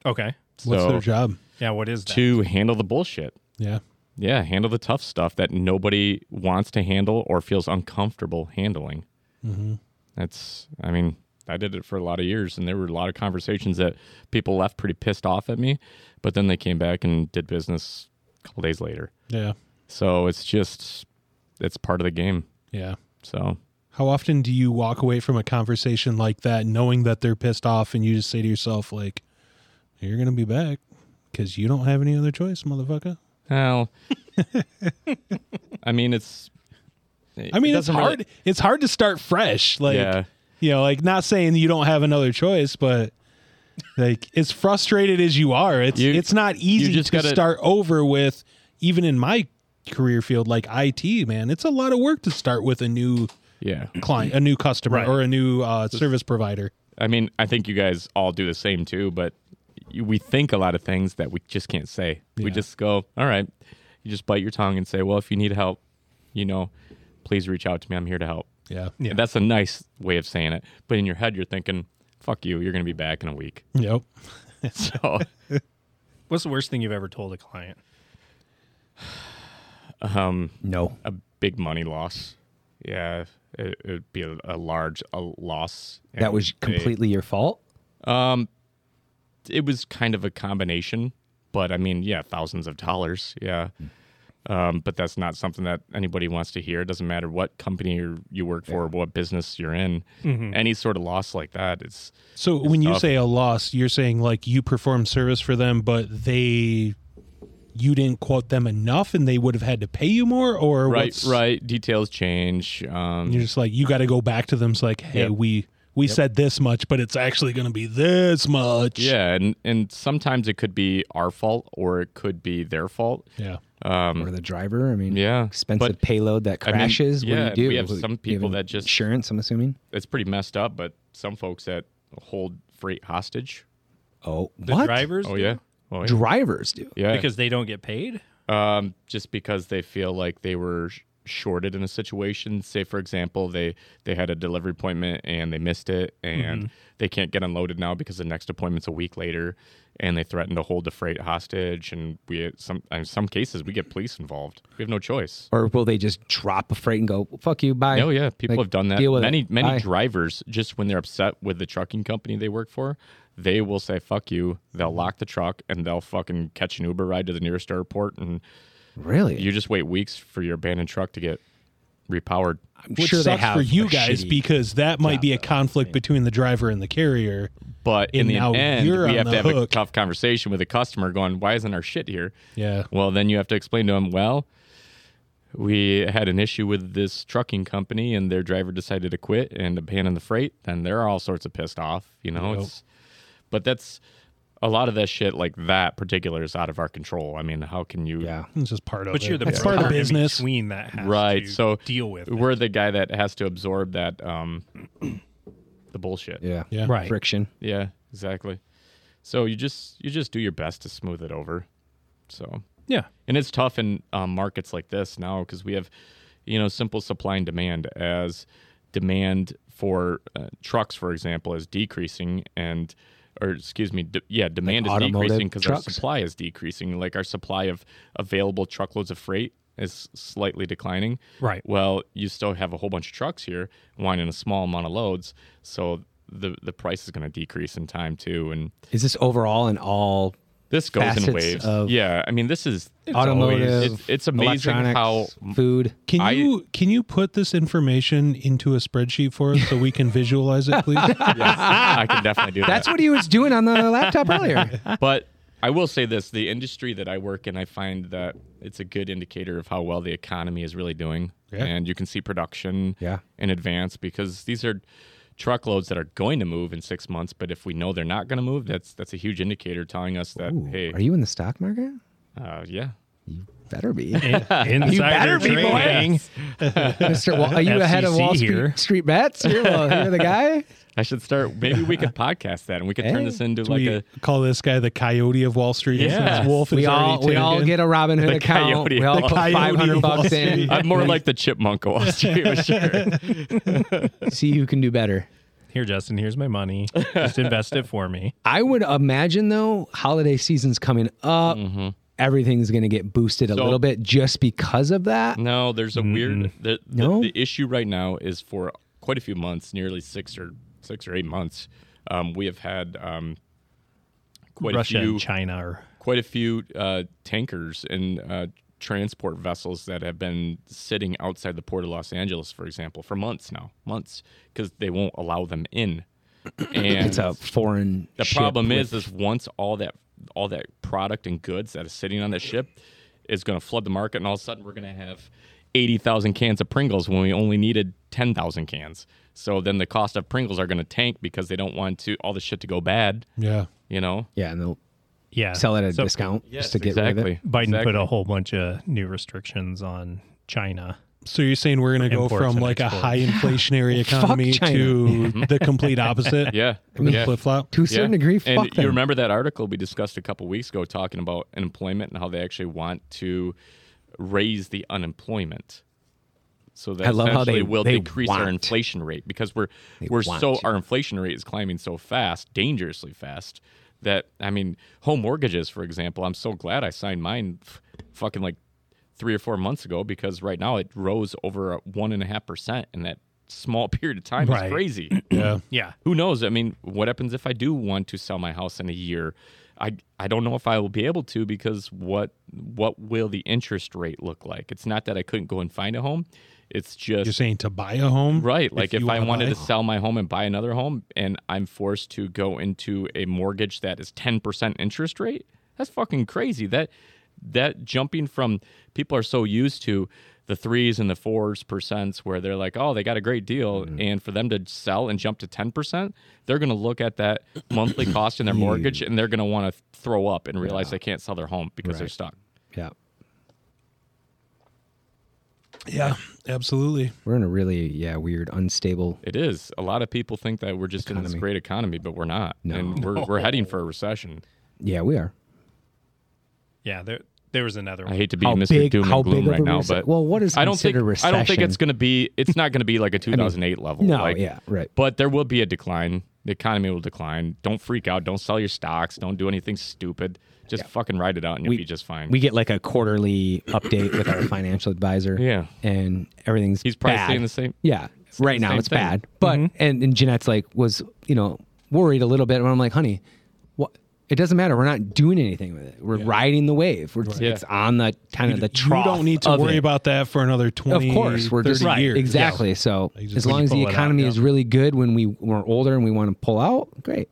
Okay. What's so their job? Yeah. What is that? to handle the bullshit. Yeah. Yeah, handle the tough stuff that nobody wants to handle or feels uncomfortable handling. Mm-hmm. That's, I mean, I did it for a lot of years, and there were a lot of conversations that people left pretty pissed off at me, but then they came back and did business a couple days later. Yeah. So it's just, it's part of the game. Yeah. So How often do you walk away from a conversation like that knowing that they're pissed off and you just say to yourself, like, you're going to be back because you don't have any other choice, motherfucker? well, I mean, it's, I mean, it it's doesn't really- hard. It's hard to start fresh. Like, Yeah. you know, like not saying you don't have another choice, but like as frustrated as you are, it's You- it's not easy just to gotta- start over with. Even in my career field, like IT, man, it's a lot of work to start with a new Yeah. client, a new customer, Right. or a new uh, service provider. I mean, I think you guys all do the same too, but you, we think a lot of things that we just can't say. We just go, all right, you just bite your tongue and say, well, if you need help, you know, please reach out to me. I'm here to help. Yeah. Yeah. That's a nice way of saying it. But in your head, you're thinking, fuck you, you're going to be back in a week. Yep. So, What's the worst thing you've ever told a client? No. Um, a big money loss. Yeah. It, it would be a, a large a loss. That was completely. completely your fault. it was kind of a combination, but I mean, yeah, thousands of dollars, yeah. Um, but that's not something that anybody wants to hear. It doesn't matter what company you're, you work for, what business you're in, any sort of loss like that. It's So when you tough. say a loss, you're saying like you performed service for them, but they you didn't quote them enough, and they would have had to pay you more, or right, what's- right. Details change. Um, You're just like you got to go back to them. It's like, hey, Yep. we we said this much, but it's actually going to be this much. yeah, and and sometimes it could be our fault or it could be their fault. yeah. or the driver. I mean, Um, yeah, expensive but- payload that I mean, crashes. yeah, what do you do? we have some You people an that just- insurance. I'm assuming. It's pretty messed up, but some folks that hold freight hostage. Oh, The what drivers? Oh do? yeah, oh yeah, drivers do? yeah. Because they don't get paid? um, just because they feel like they were sh- shorted in a situation. Say, for example, they they had a delivery appointment and they missed it, and Mm-hmm. they can't get unloaded now because the next appointment's a week later, and they threaten to hold the freight hostage. And we some in some cases we get police involved. We have no choice. Or will they just drop a freight and go fuck you? Bye. Oh yeah, people Like, have done that. Deal with Many it. many Bye. drivers just when they're upset with the trucking company they work for, they will say "fuck you." They'll lock the truck and they'll fucking catch an Uber ride to the nearest airport and really? you just wait weeks for your abandoned truck to get repowered. I'm Which sure they sucks have for you a guys shitty- because that might be a conflict between the driver and the carrier. But in And the now end, you're we on have the to have a hook. tough conversation with a customer going, Why isn't our shit here? Yeah. Well, then you have to explain to them, Well, we had an issue with this trucking company and their driver decided to quit and abandon the freight. Then they're all sorts of pissed off, you know? It's, but that's a lot of that shit like that particular is out of our control. I mean, how can you Yeah. It's just part of But it. you're the it's part of broker in business. between that has right to so deal with. it. we're the guy that has to absorb that um the bullshit Yeah. Yeah. Right. Friction. Yeah, exactly. So you just you just do your best to smooth it over. So Yeah. and it's tough in um, markets like this now because we have, you know, simple supply and demand. As demand for uh, trucks, for example, is decreasing, and or excuse me, d- yeah, demand is automotive decreasing because our trucks? supply is decreasing. Like our supply of available truckloads of freight is slightly declining. Right. Well, you still have a whole bunch of trucks here wanting a small amount of loads, so the the price is going to decrease in time too, and Is this overall in all? this goes in facets waves. of yeah, I mean, this is it's automotive. always- it's, it's amazing how electronics, food. Can I- you can you put this information into a spreadsheet for us so we can visualize it, please? I can definitely do That's that. what he was doing on the laptop earlier. But I will say this: the industry that I work in, I find that it's a good indicator of how well the economy is really doing, and you can see production Yeah. in advance because these are truckloads that are going to move in six months. But if we know they're not going to move, that's that's a huge indicator telling us that Ooh, hey, Are you in the stock market? uh, yeah, Better be, Insider better be, boy. trading. Mister. Wa- are you ahead of FCC Wall here. Street, Street bets? You're, well, you're the guy. I should start. Maybe we could podcast that, and we could turn Hey, this into like we a call this guy the coyote of Wall Street. Yeah. Since Wolf we is all already we all taken. get a Robin Hood The account. coyote. we all The put coyote five hundred of Wall bucks in. Street. I'm uh, more like the chipmunk of Wall Street for sure. See who can do better. Here, Justin, here's my money. Just invest it for me. I would imagine though, holiday season's coming up. Everything's going to get boosted a Mm-hmm. So- Mm. little bit just because of that. No, there's a weird. The, the, No? the issue right now is for quite a few months, nearly six or six or eight months. Um, we have had um, quite Russia a few and China are quite a few uh, tankers and uh, transport vessels that have been sitting outside the port of Los Angeles, for example, for months now, months, because they won't allow them in. And It's a foreign. the ship problem with- is, is once all that all that product and goods that is sitting on the ship is going to flood the market, and all of a sudden we're going to have eighty thousand cans of Pringles when we only needed 10,000 cans. So then the cost of Pringles are going to tank because they don't want to all the shit to go bad, Yeah. you know? Yeah, and they'll Yeah. sell it at a So discount just to get rid of exactly. it. Biden exactly. put a whole bunch of new restrictions on China. So you're saying we're going to go Imports from and like a exports. high inflationary economy China. to the complete opposite? Yeah. yeah. Flip flop. To a certain degree, and fuck you them. remember that article we discussed a couple weeks ago talking about unemployment and how they actually want to raise the unemployment. So that I love how essentially they- will they decrease our want. inflation rate because we're we're want so to. our inflation rate is climbing so fast, dangerously fast that I mean, home mortgages for example, I'm so glad I signed mine f- fucking like three or four months ago because right now it rose over one and a half percent in that small period of time. Right. It's crazy. Yeah. Yeah. who knows? I mean, what happens if I do want to sell my house in a year? I I don't know if I will be able to because what what will the interest rate look like? It's not that I couldn't go and find a home. It's You're just saying to buy a home? right. Like if, you I wanna wanted buy- to sell my home and buy another home and I'm forced to go into a mortgage that is 10% interest rate, that's fucking crazy. That that jumping from people are so used to the threes and the fours percents where they're like, oh, they got a great deal. And for them to sell and jump to 10%, they're going to look at that monthly cost in their mortgage and they're going to want to throw up and realize they can't sell their home because they're Right. stuck. Yeah, Yeah, absolutely. we're in a really yeah weird, unstable. It is. A lot of people think that we're just in this Economy. great economy, but we're not. No. And we're, we're heading for a recession. Yeah, we are. Yeah. There there was another I one. hate to be Mr. Doom and Gloom of right a now, rece- but well, what is I don't think considered recession? I don't think it's going to be. It's not going to be like a 2008 level. No, like, yeah, right. But there will be a decline. The economy will decline. Don't freak out. Don't sell your stocks. Don't do anything stupid. Just fucking ride it out, and you'll We- be just fine. We get like a quarterly update with our financial advisor. Yeah. and everything's He's probably bad. saying the same- Yeah, right now same it's thing. Mm-hmm. bad. But and, and Jeanette's like was you know worried a little bit, and I'm like, honey, what? It doesn't matter. We're not doing anything with it. We're riding the wave. We're, It's on the kind of the You trough. don't need to of worry it. about that for another 20 Of course, we're 30 just years. exactly. So as when long you as the pull it out, economy yeah. is really good when we when we're older and we want to pull out, great.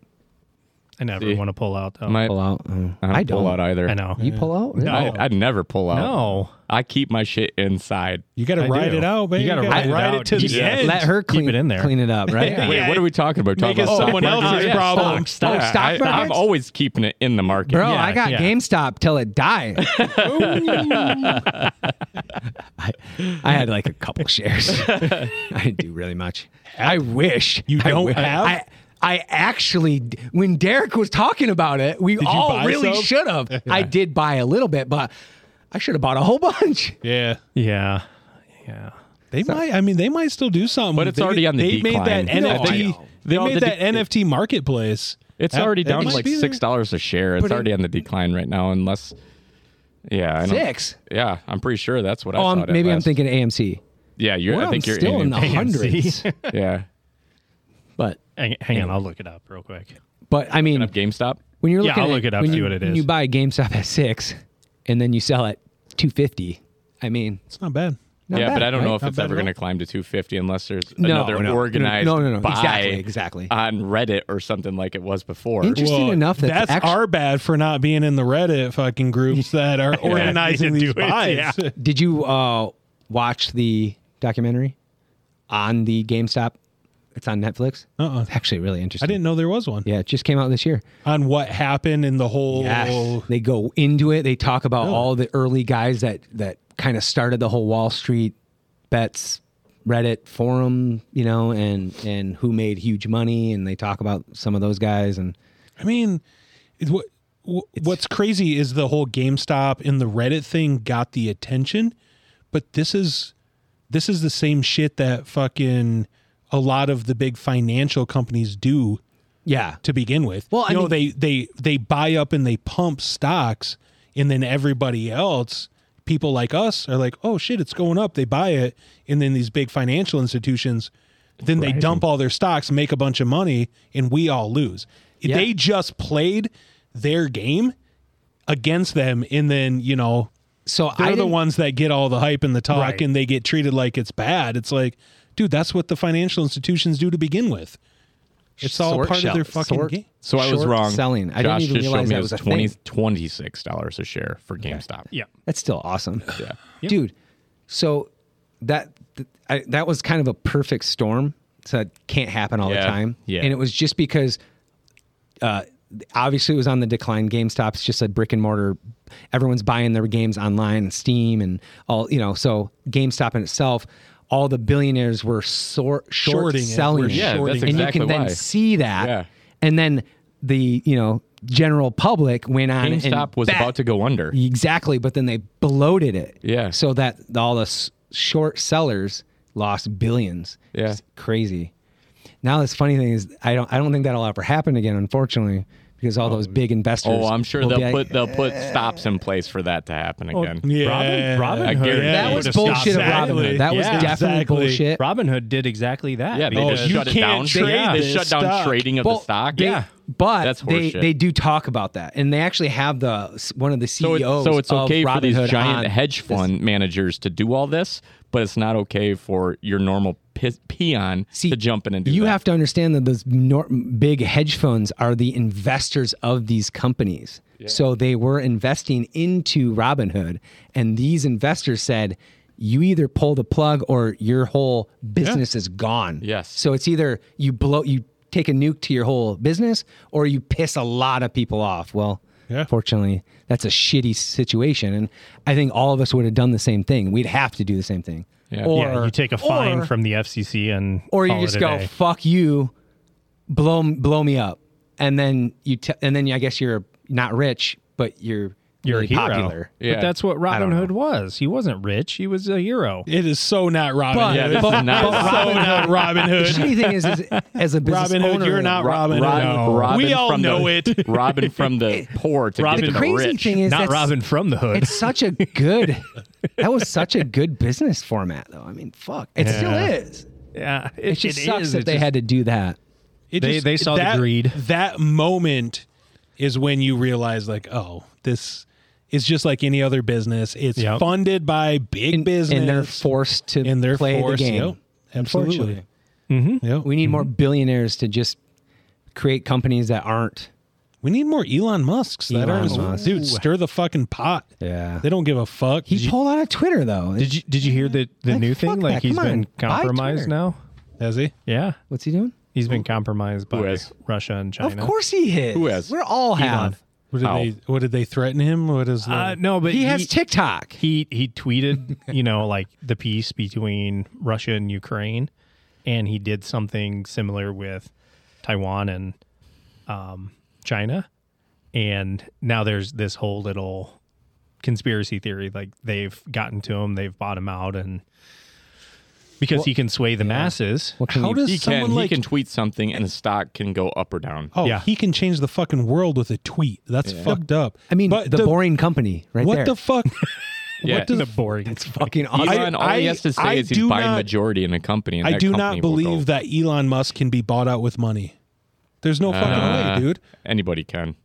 I never See. want to pull out though. My- Pull out. Oh, I don't, I don't. pull out either. I know. You pull out? Really? I, I'd never pull out. No. I keep my shit inside. You got to I ride do. it out, baby. You gotta ride it out. to the Just end. Let her Keep clean it in there. Clean it up, right? Wait, what are we talking about? We're Make talking it about stock someone market. else's Yeah, problem. stocks. Yeah, Oh, stock I, I'm markets? always keeping it in the market. Bro, Yeah, I got yeah. GameStop till it died. I, I had like a couple shares. I didn't do really much. I wish You I don't wi- have? I, I actually, d- when Derek was talking about it, we you all buy really some? should have. I did buy a little bit, but I should have bought a whole bunch. Yeah. Yeah. Yeah. They might. I mean, they might still do something. But it's They- already on the They decline. made that No, I NFT. know. They No, made the that de- NFT marketplace. It's That- already that down to might like be there. six dollars a share. It's But it- already on the decline right now, unless. Yeah, I don't- Six? Yeah, I'm pretty sure that's what I Oh, saw. I'm, it at maybe I'm last. thinking AMC. Yeah, you're. Well, I think I'm you're still in the it. hundreds. Yeah, but Hang, hang on, I'll look it up real quick. but I mean, up GameStop. when you're Yeah, looking I'll at, look it up, when see you, what it when is. You buy GameStop at six, and then you sell at two fifty. I mean, It's not bad. not yeah, bad, but I don't right? know if Not it's bad ever at all. going to climb to 250 unless there's No, another no, organized no, no, no, buy exactly, exactly. on Reddit or something like it was before. Interesting enough that that's actu- our bad for not being in the Reddit fucking groups that are organizing need to these do it, buys. yeah. Did you uh, watch the documentary on the GameStop? It's on Netflix. Uh-uh. It's actually really interesting. I didn't know there was one Yeah, it just came out this year. on what happened in the whole. Yes. They go into it. They talk about all the early guys that that kind of started the whole Wall Street bets Reddit forum, you know, and and who made huge money and they talk about some of those guys and I mean, it, what wh- what's crazy is the whole GameStop and the Reddit thing got the attention, but this is this is the same shit that fucking a lot of the big financial companies do yeah. to begin with. Well, I you know, mean- they they they buy up and they pump stocks, and then everybody else, people like us, are like, oh shit, it's going up. They buy it, and then these big financial institutions, then they dump all their stocks, make a bunch of money, and we all lose. Yeah. They just played their game against them, and then you know So I they're the didn't- ones that get all the hype and the talk Right. and they get treated like it's bad. It's like, dude, that's what the financial institutions do to begin with. It's all Short part of their shell- fucking short- game. so I was short wrong. Selling. I Josh didn't even just showed realize me that it was a thing. $26 a share for GameStop. Yeah. That's still awesome. Yeah. Dude, so that th- I, that was kind of a perfect storm. So it can't happen all Yeah, the time. yeah. And it was just because uh, obviously it was on the decline. GameStop's just a brick and mortar. Everyone's buying their games online and Steam and all, you know, so GameStop in itself, all the billionaires were sor- short Shorting it. selling We're it. Yeah, shorting that's and exactly you can why. then see that. Yeah. And then the, you know, general public went on and GameStop was back- about to go under. Exactly, but then they bloated it. Yeah. So that all the s- short sellers lost billions. Yeah. It's crazy. Now this funny thing is, I don't, I don't think that'll ever happen again, unfortunately, because all those big investors. Oh, I'm sure will be they'll like, put they'll put stops in place for that to happen again. Yeah. Robin, I Robin guarantee Hood. That That was you would've stopped bullshit of that. Robin Hood. That was Yeah, definitely exactly. bullshit. Robin Hood did exactly that. Yeah, they because- just shut it down. can't trade they this shut down stock. trading of Well, the stock. they- But That's they, horseshit. they do talk about that, and they actually have the one of the So, CEOs. it, so it's E of okay for Robin these Hood giant on hedge fund managers to do all this, but it's not okay for your normal pe- peon See, to jump in and do you that. have to understand that those nor- big hedge funds are the investors of these companies so they were investing into robinhood and these investors said you either pull the plug or your whole business is gone Yes. so it's either you blow you take a nuke to your whole business or you piss a lot of people off well Yeah. fortunately that's a shitty situation and i think all of us would have done the same thing we'd have to do the same thing Yeah. or yeah, you take a fine or- from the FCC and or you call it just a go day. fuck you blow blow me up and then you te- and then i guess you're not rich but you're You're really a hero. popular Yeah. But that's what Robin Hood was. He wasn't rich. He was a hero. It is so not Robin But- Hood. this but- is not- but this is so Robin not Robin the Hood. shitty thing is, is as a business Robin Hood, owner, you're not Robin Hood. Robin, No. Robin we all from the- know it. Robin from the poor to Robin- get the to the crazy rich. thing is Not that's- Robin from the Hood. it's such a good that was such a good business format though i mean fuck it still Yeah. is yeah, it, it just it sucks is. that It they just- had to do that It They- they saw the that, greed. That moment is when you realize, like, oh, this is just like any other business. It's Yep. funded by big and, business, and they're forced to and they're play forced- the game yep, absolutely. Unfortunately. Mm-hmm. we need more billionaires to just create companies that aren't We need more Elon Musks that Elon are Musk. dude. Stir the fucking pot. Yeah. they don't give a fuck. he pulled out of twitter though Did you did you hear the the Like, new fuck thing? that. Like he's Come been on. Buy compromised Twitter. now. Has he? Yeah, what's he doing he's been compromised by has? Russia and Of China. course he is. Who is? We're all have. What did How? they? What did they threaten him? What is that? Uh, no, but He has TikTok. he he tweeted, you know, like the peace between Russia and Ukraine, and he did something similar with Taiwan and um, China, and now there's this whole little conspiracy theory like they've gotten to him, they've bought him out, and because he can sway the masses, What can How you- does He someone can, like? he can tweet something and the stock can go up or down. oh, Yeah. he can change the fucking world with a tweet. That's fucked up. I mean, but the, boring company right What there. the fuck? Yeah. What does the boring. It's fucking awesome. Elon, I- all he I- has to say I is he's do buying not- majority in a company. And I that do company not will go- believe that Elon Musk can be bought out with money. There's no Uh, fucking way, dude. Anybody can.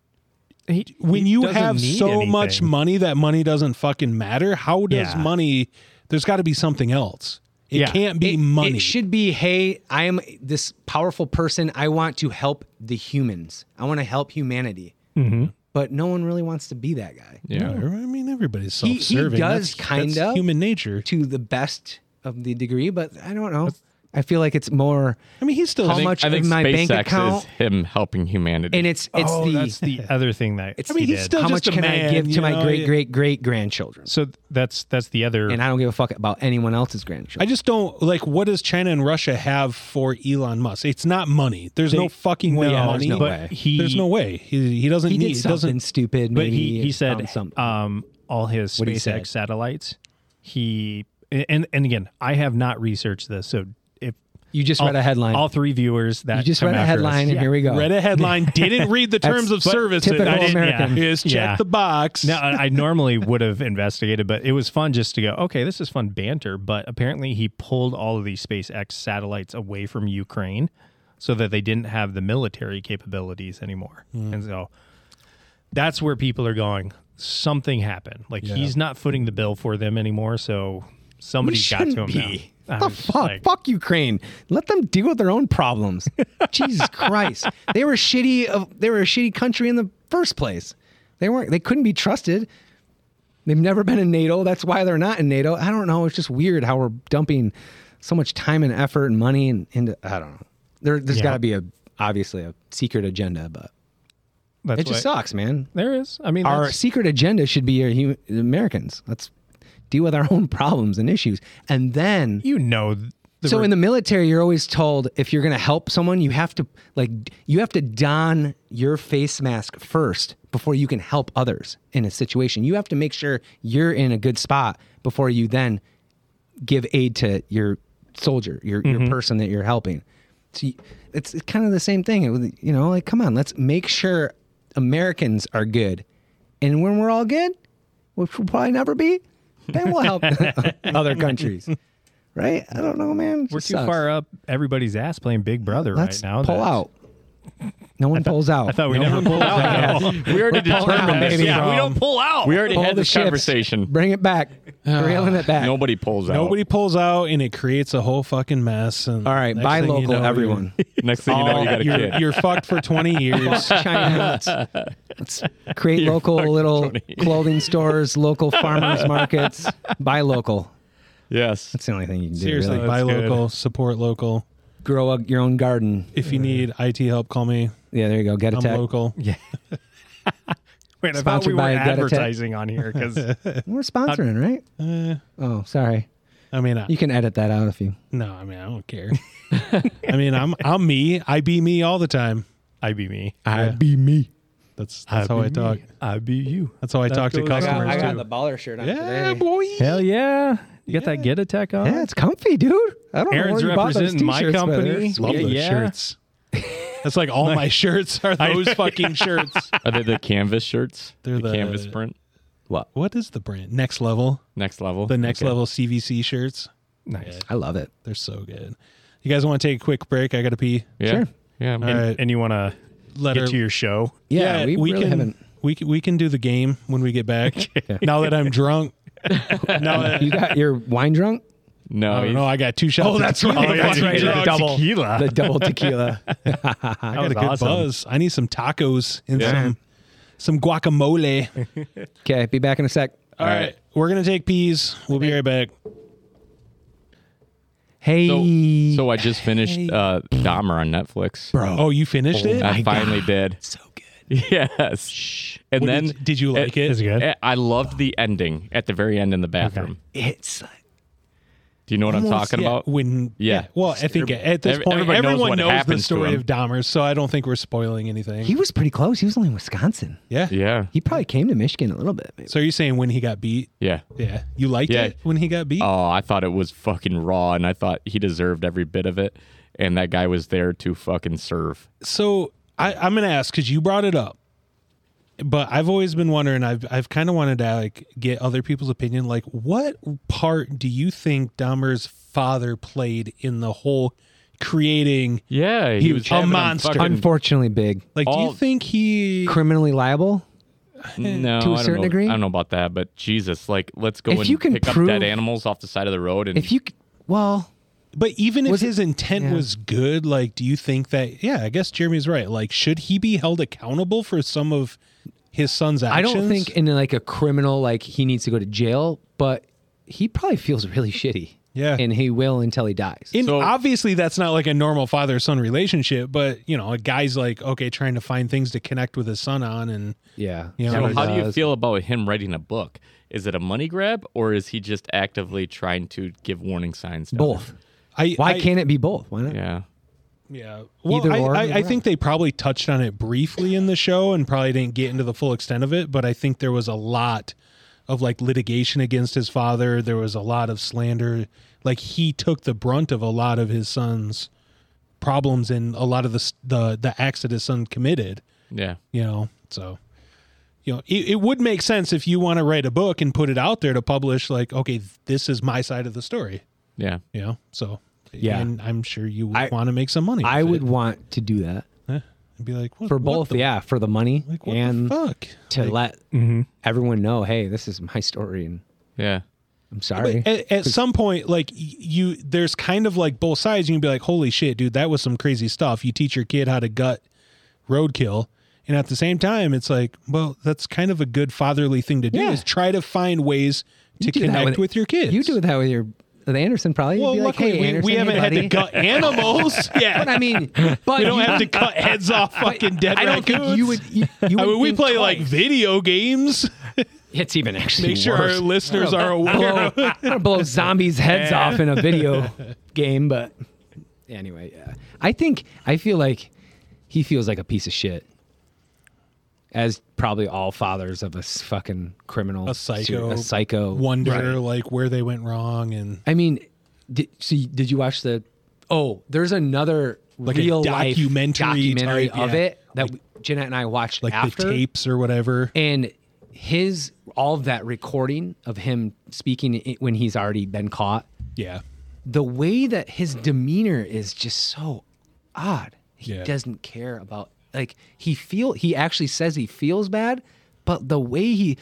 He- When he you doesn't have need so much anything. money that money doesn't fucking matter, how does Yeah. money? There's got to be something else. It Yeah. can't be It- money. It should be, hey, I am this powerful person. I want to help the humans. I want to help humanity. But no one really wants to be that guy. Yeah. I mean, everybody's he self-serving. does That's- kind that's of. human nature. To the best of the degree, but I don't know. I feel like it's more I mean, he's still. How much- I think In my SpaceX bank account- is him helping humanity. and it's it's Oh, the, that's the other thing that it's I mean, the- he's still how much just a can I man, give you to my know, great yeah. great great grandchildren? so that's that's the other And I don't give a fuck about anyone else's I grandchildren. just don't like. What does China and Russia have for Elon Musk? It's not money. There's no fucking way. no, on there's money. no but way. he There's no way. He, he doesn't he need. did he something doesn't. stupid, but maybe he he found said something. um all his What'd he SpaceX say? satellites he and and again I have not researched this so if you just read a headline. all three viewers that you just come read a after us- headline, and yeah. here we go. Read a headline. Didn't read the terms of but service. typical I didn't- American. yeah. Just check Yeah. the box. Now I I normally would have investigated, but it was fun just to go. Okay, this is fun banter. But apparently, he pulled all of these SpaceX satellites away from Ukraine, so that they didn't have the military capabilities anymore. Hmm. And so that's where people are going. Something happened. Like he's not footing the bill for them anymore. So We somebody got shouldn't to him. be. now. I What the was just fuck? like, fuck Ukraine. Let them deal with their own problems. Jesus Christ, they were shitty. Of, they were a shitty country in the first place. They weren't. They couldn't be trusted. They've never been in NATO. That's why they're not in NATO. I don't know. It's just weird how we're dumping so much time and effort and money and into. I don't know. There, there's got to be a obviously a secret agenda, but That's it just why- sucks, man. There is. I mean, Our that's- secret agenda should be our human, Americans. Let's deal with our own problems and issues, and then you know. th- The so re- in the military, you're always told if you're going to help someone, you have to like you have to don your face mask first before you can help others in a situation. You have to make sure you're in a good spot before you then give aid to your soldier, your your person that you're helping. So you, it's kind of the same thing. It was, you know, like come on, let's make sure Americans are good, and when we're all good, which will probably never be, then we'll help other countries. Right? I don't know, man. It we're just too sucks. far up everybody's ass playing Big Brother Let's right now. pull that- out. No one pulls out. I thought we never pulled out. We already out, determined this. baby. Yeah, we don't. pull out. We already Pull had the this ships. conversation. Bring it back. Ah. Reeling it back. Nobody pulls out. Nobody pulls out, and it creates a whole fucking mess. And All right, next buy thing you local, know, you're- Oh, everyone. Next thing you Oh, know, you got a you're, kid. you're fucked for 20 years. China. Let's, let's create local little clothing stores, local farmers markets. Buy local. yes. That's the only thing you can do. Seriously, really. buy good. local, support local. grow a, your own garden. If you need IT help, call me. Yeah, there you go. Get a I'm tech. local. Wait, I thought Sponsored we were by Get Attack. advertising on here because We're sponsoring, right? Uh, oh, sorry. I mean, I, You can edit that out if you. no, I mean, I don't care. I mean, I'm I'm me. I be me all the time. I be me. I be me. That's that's how I talk. I be you. That's how I talk to goes right. customers I got too. baller shirt on yeah, boy. Hell yeah. You got that Get Attack on? Yeah, it's comfy, dude. I don't Aaron's know where you bought those representing my t-shirts, but company. they're sweet. Love Yeah, those yeah. shirts. That's like all my shirts are those fucking shirts. Are they the canvas shirts? They're the- canvas print. What is the brand? Next level. Next level. The next Okay. level CVC shirts. Nice. I love it. They're so good. You guys want to take a quick break? I got to pee. Yeah. Sure. Yeah. All right. And you want to Let get her- to your show? Yeah, we, really can, haven't. We can, we can do the game when we get back. Now that I'm drunk. now that You got your wine drunk? No. I don't he's- know, Oh, I got two shots. Oh, that's right. that's right. Drunk. Double. The double tequila. I got a was good awesome. buzz. I need some tacos and Yeah. some some guacamole. Okay, be back in a sec. All right, we're gonna take peas. We'll be right back. Hey, So, so I just finished uh, Dahmer on Netflix. Bro, oh, you finished it? I finally did. so good. Yes. And What then did, did you like it? Is it good? eh, I loved the ending at the very end in the bathroom. It's like- Do you know what I'm Almost, talking yeah, about? When Yeah. well, I think at this Every- point everybody knows everyone what knows, the happens to story him. of Dahmer, so I don't think we're spoiling anything. he was pretty close. He was only in Wisconsin. yeah. Yeah. He probably came to Michigan a little bit. Maybe. So you're saying when he got beat? Yeah. Yeah. You liked Yeah. it when he got beat? Oh, I thought it was fucking raw, and I thought he deserved every bit of it. And that guy was there to fucking serve. So I, I'm gonna ask because you brought it up, but I've always been wondering. I've I've kind of wanted to like get other people's opinion. Like, what part do you think Dahmer's father played in the whole creating? Yeah, He was having a him monster. fucking- Unfortunately, big Like, do All- you think he? criminally liable. no, to a I don't certain know. degree? I don't know about that, but Jesus, like, let's go If and you can pick prove- up dead animals off the side of the road. And If you, c- well, But even if Was it- his intent yeah. was good, like, do you think that? Yeah, I guess Jeremy's right. Like, should he be held accountable for some of his son's I actions? don't think in like a criminal like he needs to go to jail, but he probably feels really shitty. Yeah. and he will until he dies. And So- obviously, that's not like a normal father son relationship, but you know, a guy's like, okay, trying to find things to connect with his son on. And yeah, You know, So Yeah, how do you feel about him writing a book? Is it a money grab or is he just actively trying to give warning signs? To Both. I, Why I- can't it be both? Why not? others? Yeah. yeah, well, Either I, or, I, I yeah. think they probably touched on it briefly in the show and probably didn't get into the full extent of it, but I think there was a lot of like litigation against his father. There was a lot of slander. Like he took the brunt of a lot of his son's problems and a lot of the s- the the acts that his son committed. Yeah. you know so you know it, it would make sense if you want to write a book and put it out there to publish like okay this is my side of the story Yeah. you know so Yeah. and i'm sure you I- would want to make some money I would with it. want to do that and be like what, for what both. the, yeah, for the money like what and the fuck to let Mm-hmm. everyone know, hey, this is my story, and Yeah. I'm sorry. at, at some point like y- you there's kind of like both sides you can be like holy shit dude that was some crazy stuff you teach your kid how to gut roadkill And at the same time, it's like, well, that's kind of a good fatherly thing to do Yeah. is try to find ways to do that connect with, your kids. You do that with your with Anderson probably. Well, You'd be like, luckily hey, we, Anderson, we hey, haven't had to buddy." gut animals. yeah. But I mean, but we don't you- have to cut heads off fucking dead I don't raccoons. think you would. You, you I would mean, we think play twice. like video games. It's even actually Make sure our worse. listeners are aware. blow, of- I don't blow zombies' heads off in a video game, but anyway, yeah. I think I feel like he feels like a piece of shit, as probably all fathers of a s- fucking criminal, A psycho. a psycho. Wonder like where they went wrong and I mean, did, see, did you watch the? Oh, there's another a real life documentary documentary type, of yeah. it that Jeanette and I watched like after the tapes or whatever. and his all of that recording of him speaking i- when he's already been caught Yeah. the way that his demeanor is just so odd he Yeah. doesn't care about like he feel he actually says he feels bad but the way he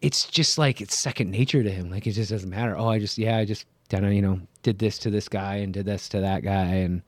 it's just like it's second nature to him like it just doesn't matter oh i just yeah i just kind of you know did this to this guy and did this to that guy and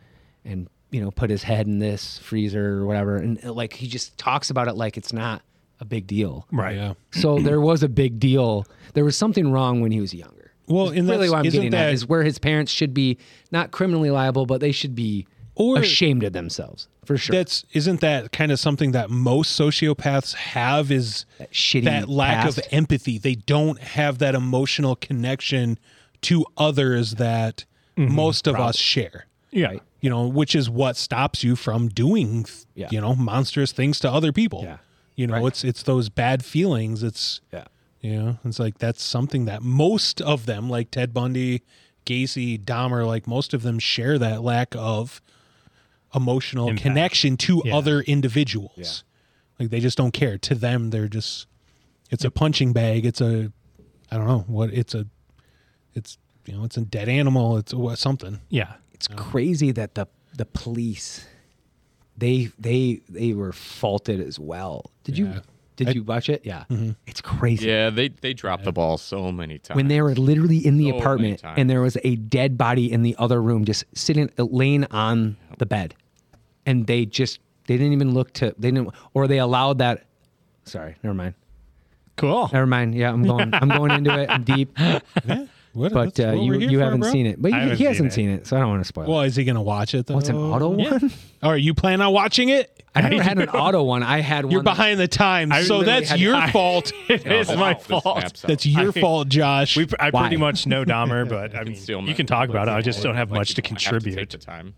and you know put his head in this freezer or whatever and uh, like he just talks about it like it's not a big deal Right. Yeah. so there was a big deal there was something wrong when he was younger Well, and really that's, what I'm isn't getting that at is where his parents should be not criminally liable, but they should be Or- ashamed of themselves for sure. that's isn't that kind of something that most sociopaths have is shitty that lack of past. empathy. They don't have that emotional connection to others that most of us share. Yeah. You know, which is what stops you from doing, th- Yeah. you know, monstrous things to other people. Yeah. You know, it's it's those bad feelings. It's Yeah. You know, it's like that's something that most of them, like Ted Bundy, Gacy, Dahmer, like most of them share that lack of emotional connection to other individuals. Like they just don't care. To them, they're just it's a punching bag. It's a I don't know what it's a it's you know it's a dead animal. It's a, something. Yeah. it's crazy that the the police they they they were faulted as well. Did Yeah. Mm-hmm. you did you watch it? Yeah, it's crazy. Yeah, they they dropped the ball so many times. When they were literally in the So many apartment times. and there was a dead body in the other room, just sitting uh, laying on the bed, and they just they didn't even look to they didn't or they allowed that. Sorry, never mind. Cool. Never mind. Yeah, I'm going. I'm going into it. I'm deep, What, but that's uh, what you we're here you for, haven't bro. seen it. But I you, haven't he seen hasn't it. seen it, so I don't want to spoil Well, uh, it. is he gonna watch it? Though? What's an auto one? Or are you planning on watching it? I never had an auto one. I had one. You're that- behind the time, so literally that's had- your I- fault. it's my This fault. maps out. That's your fault, Josh. We, I Why? pretty much know Dahmer, but I mean, Concealment. you can talk about it. I just don't have Like, much you to don't have to take contribute. the time.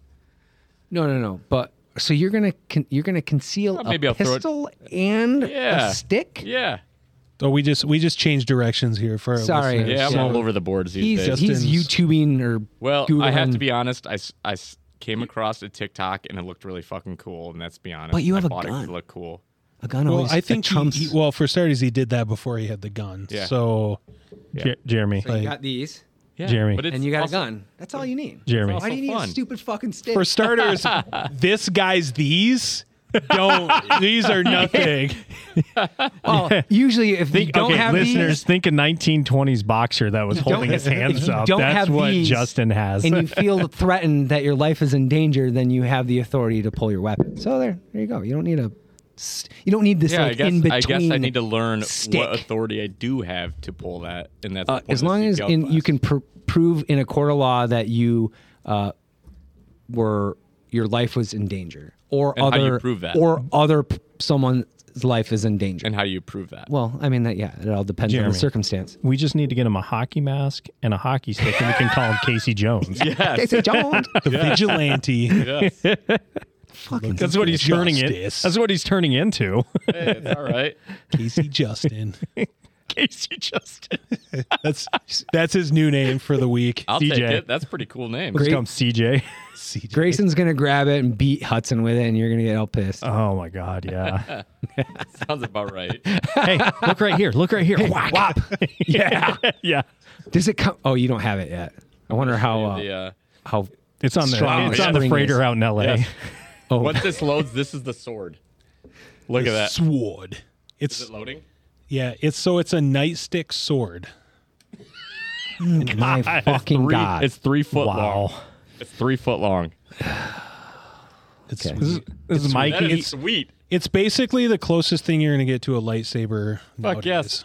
No, no, no. But so you're gonna con- you're gonna conceal Well, a maybe I'll throw it- pistol and Yeah. a stick. Yeah, oh, we just we just changed directions here for our Sorry. listeners. yeah, I'm So- all over the boards these He's days. he's Justin's- YouTubing or Well, I have Googling. to be honest. I, s- I s- came across a TikTok and it looked really fucking cool. And that's be honest. But you I have a bought It gun. 'cause it looked cool. a gun. Well, always I think he- trumps. he- well for starters he did that before he had the gun. Yeah. So Jer- Jeremy, you got these, Yeah, Jeremy. it's and you got also- a gun. That's all you need. Jeremy. why do you need fun. a stupid fucking stick? for starters, this guy's these don't these are nothing. oh, usually if you don't okay, have listeners, these, think a 1920s boxer that was holding don't- his hands if you up. don't That's have what these Justin has. and you feel threatened that your life is in danger, then you have the authority to pull your weapon. So there, there you go. You don't need a, s- you don't need this Yeah, like I guess in between. I guess I need to learn stick. what authority I do have to pull that, and that's the Uh, point as of long the as seatbelt in, you class. can pr- prove in a court of law that you uh, were your life was in danger, or And how other do you prove that? or other p- someone's life is in danger. and how do you prove that? well, I mean that yeah, it all depends on Jeremy. the circumstance. we just need to get him a hockey mask and a hockey stick, and we can call him Casey Jones. They say, "Don't." The vigilante. yes. hey, Fucking That's what he's turning it. Justice. That's what he's turning into. it's all right. Casey Justin. Casey Justin. That's that's his new name for the week. I'll take CJ. it. That's a pretty cool name. Let's call him CJ. CJ. Grayson's gonna grab it and beat Hudson with it, and you're gonna get all pissed. Oh my God, yeah. Sounds about right. hey, look right here. Look right here. Whack. yeah, yeah. Does it come? Oh, you don't have it yet. I wonder how uh, The, uh, how It's on the Strong it's on the spring freighter is- out in LA. yes. Oh. Once this loads, this is the sword. Look at that. Sword. Is It's it loading? yeah, it's so it's a nightstick sword. my fucking Three- god. It's three foot Wow. long. It's three foot long. It's Okay. sweet. This is That Mikey. is sweet. It's basically the closest thing you're going to get to a lightsaber. Fuck nowadays. yes.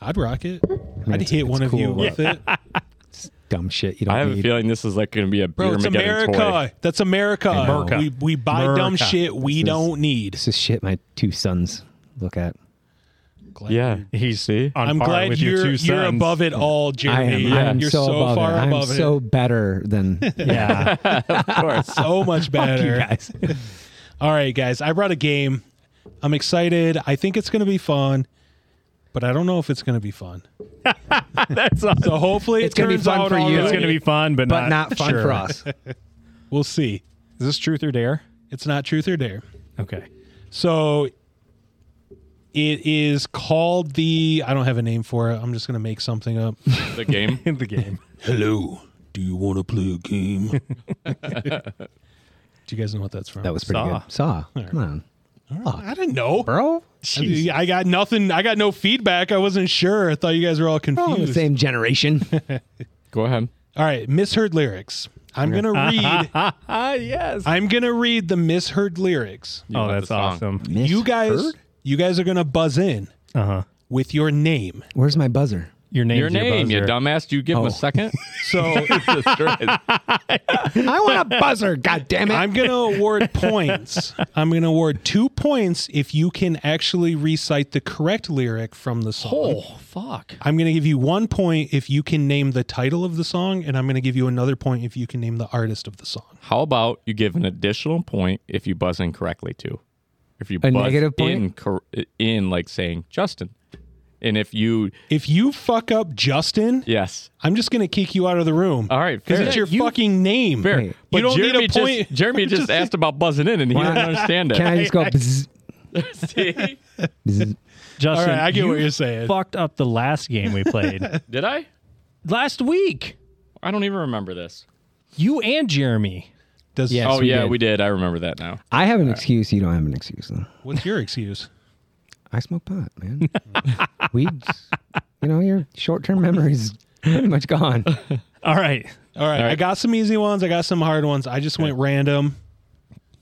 I'd rock it. I'd hit one of you cool, with it. Dumb shit. You don't I have a need. feeling this is like going to be a Bro, beer it's America. That's America. America. We, we buy dumb America. shit we don't need. This is shit my two sons look at. Glad Yeah. He's See? on I'm par glad with you're, your two you're sons. above it I all, am. Jeremy. I am you're so, above far it. I am above it. so better than Yeah, so much you better. guys. All right, guys. I brought a game. I'm excited. I think it's going to be fun, but I don't know if it's going to be fun. that's awesome. So hopefully It's it gonna be turns fun out for all you. right. it's going to be fun, but, but not fun sure. for us. We'll see. Is this truth or dare? It's not truth or dare. Okay. So it is called the. I don't have a name for it. I'm just going to make something up. The game. In the game. Hello. Do you want to play a game? Do you guys know what that's from? Oh, That was pretty Saw. good. Saw. Come on, I didn't know. bro. I, I got nothing. I got no feedback. I wasn't sure. I thought you guys were all We're all in confused. the same generation. Go ahead. All right, misheard lyrics. I'm gonna read. Ah, yes. I'm gonna read the misheard lyrics. You Oh, want the that's song. awesome. You guys, Misheard? you guys are gonna buzz in Uh huh. with your name. Where's my buzzer? Your name's Your name, you buzzer. dumbass. Do you give him a second? So Jesus Christ. I want a buzzer. God damn it! I'm gonna award points. I'm gonna award two points if you can actually recite the correct lyric from the song. Oh fuck. I'm gonna give you one point if you can name the title of the song, and I'm gonna give you another point if you can name the artist of the song. How about you give an additional point if you buzz in correctly too? If you A buzz negative point? in cor- in like saying Justin, and if you If you fuck up Justin, yes, I'm just gonna kick you out of the room. all right, Because fair, it's your fucking name. fair. Hey. But You don't need a Jeremy just- point. Jeremy just, asked about buzzing in, and he didn't understand it. Can I just go? bzz, See? bzz? All Justin, right, I get you what you're saying. fucked up the last game we played Did I? last week. I don't even remember this. You and Jeremy. Does, Yes. oh we yeah, did. we did. I remember that now. I have an excuse. You don't have an excuse though. What's your excuse? I smoke pot, man. Weeds. You know your short-term memory is pretty much gone. All right. All right, I got some easy ones. I got some hard ones. I just went random.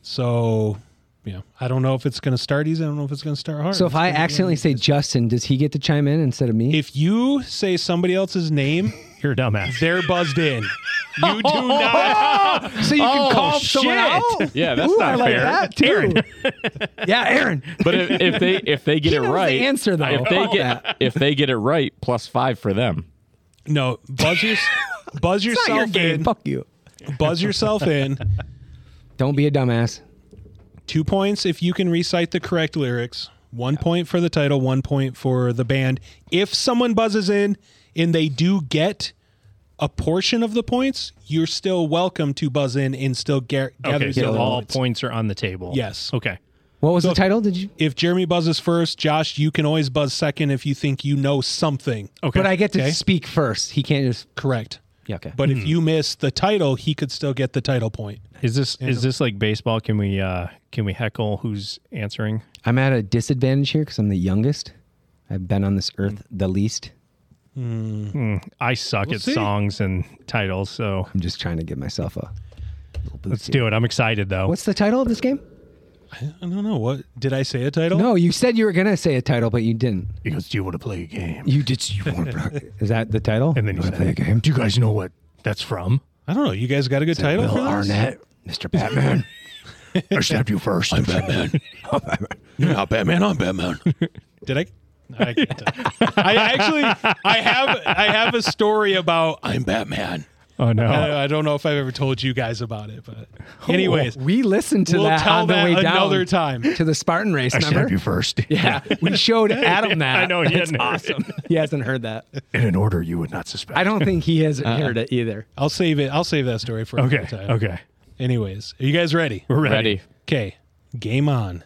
So, yeah, I don't know if it's going to start easy. I don't know if it's going to start hard. So if I accidentally say Justin, does he get to chime in instead of me? if you say somebody else's name, You're a dumbass. they're buzzed in. You do not. so you can call shit. Oh, Yeah, that's not fair. that too. yeah, Aaron. But if, if they if they get He it knows the right, answer, though. If they Fuck get if they get it right, plus five for them. No, buzz, your, buzz It's not your yourself game. in. Fuck you. Buzz yourself in. Don't be a dumbass. Two points if you can recite the correct lyrics. One point for the title, one point for the band. If someone buzzes in and they do get a portion of the points, you're still welcome to buzz in and still get, gather Okay, the so other all points. points are on the table. Yes. Okay. What was the title? Did you? If Jeremy buzzes first, Josh, you can always buzz second if you think you know something. Okay. But I get to Okay. speak first. He can't just. Correct. Yeah, okay. But if Hmm. you miss the title, he could still get the title point. Is this is this like baseball? Can we uh can we heckle who's answering? I'm at a disadvantage here because I'm the youngest. I've been on this earth the least. I suck at see. songs and titles, so I'm just trying to give myself a. let's do it. I'm excited though. What's the title of this game? I don't know. What did I say a title? No, you said you were gonna say a title, but you didn't. He goes, "Do you want to play a game?" You did. You want to? Is that the title? And then he said, "Do you guys know what that's from?" I don't know. You guys got a good title for Will this? Arnett, Mr. Batman. I stabbed you first. I'm Batman. You're not Batman. I'm Batman. Did I? I, can't tell. I actually, I have, I have a story about I'm Batman. Oh no! I, I don't know if I've ever told you guys about it, but anyways, we listened to we'll that tell on the that way down another time. to the Spartan race. remember? first. Yeah, we showed Adam that. I know he It's hadn't heard awesome. He hasn't heard that. In an order you would not suspect. I don't think he hasn't Uh-uh. heard it either. I'll save it. I'll save that story for Okay. another time. Okay. Anyways, are you guys ready? We're ready. Ready? Okay, game on.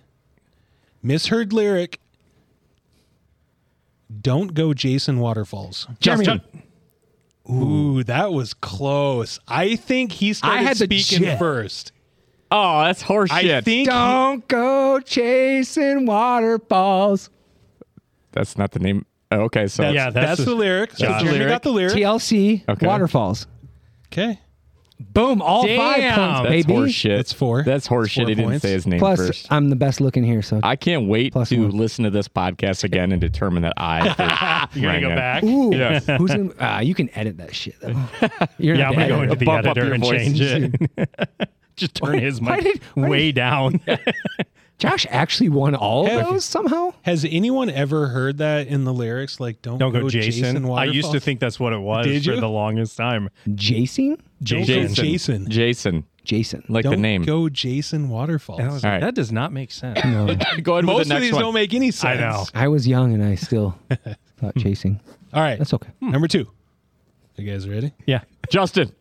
Misheard lyric. Don't go Jason Waterfalls. Jeremy, Justin. Ooh, that was close. I think he started had the speaking jet. first. Oh, that's horseshit. I think he- don't go chasing waterfalls. that's not the name. Oh, okay, so That's, Yeah, that's, that's the the- lyric. So that's the Jeremy lyric. got the lyric. TLC Okay. waterfalls. Okay. Boom, all Damn. five That's points, baby. horseshit. That's four. That's horseshit. Four He didn't points. say his name Plus, first. I'm the best looking here, so I can't wait Plus to one. listen to this podcast again and determine that I. You gotta rang go it. back. Ooh, Yes. who's in, uh, you can edit that shit. Though. You're Yeah, I'm not the editor. gonna go into the Bump up editor your and voice. change it. Just turn his why mic did- why way did- down. Josh actually won all of Heck. those somehow. Has anyone ever heard that in the lyrics? Like, don't, Don't go, Jason. I Waterfall? used to think that's what it was Did for you? the longest time. Jason, Don't go Jason. Jason. Jason, Jason. like don't the name. go Jason Waterfalls. All right. That does not make sense. Go ahead with Most the of next these one. don't make any I sense. know. I was young and I still thought chasing. All right. That's okay. Number two. You guys ready? Yeah. Justin.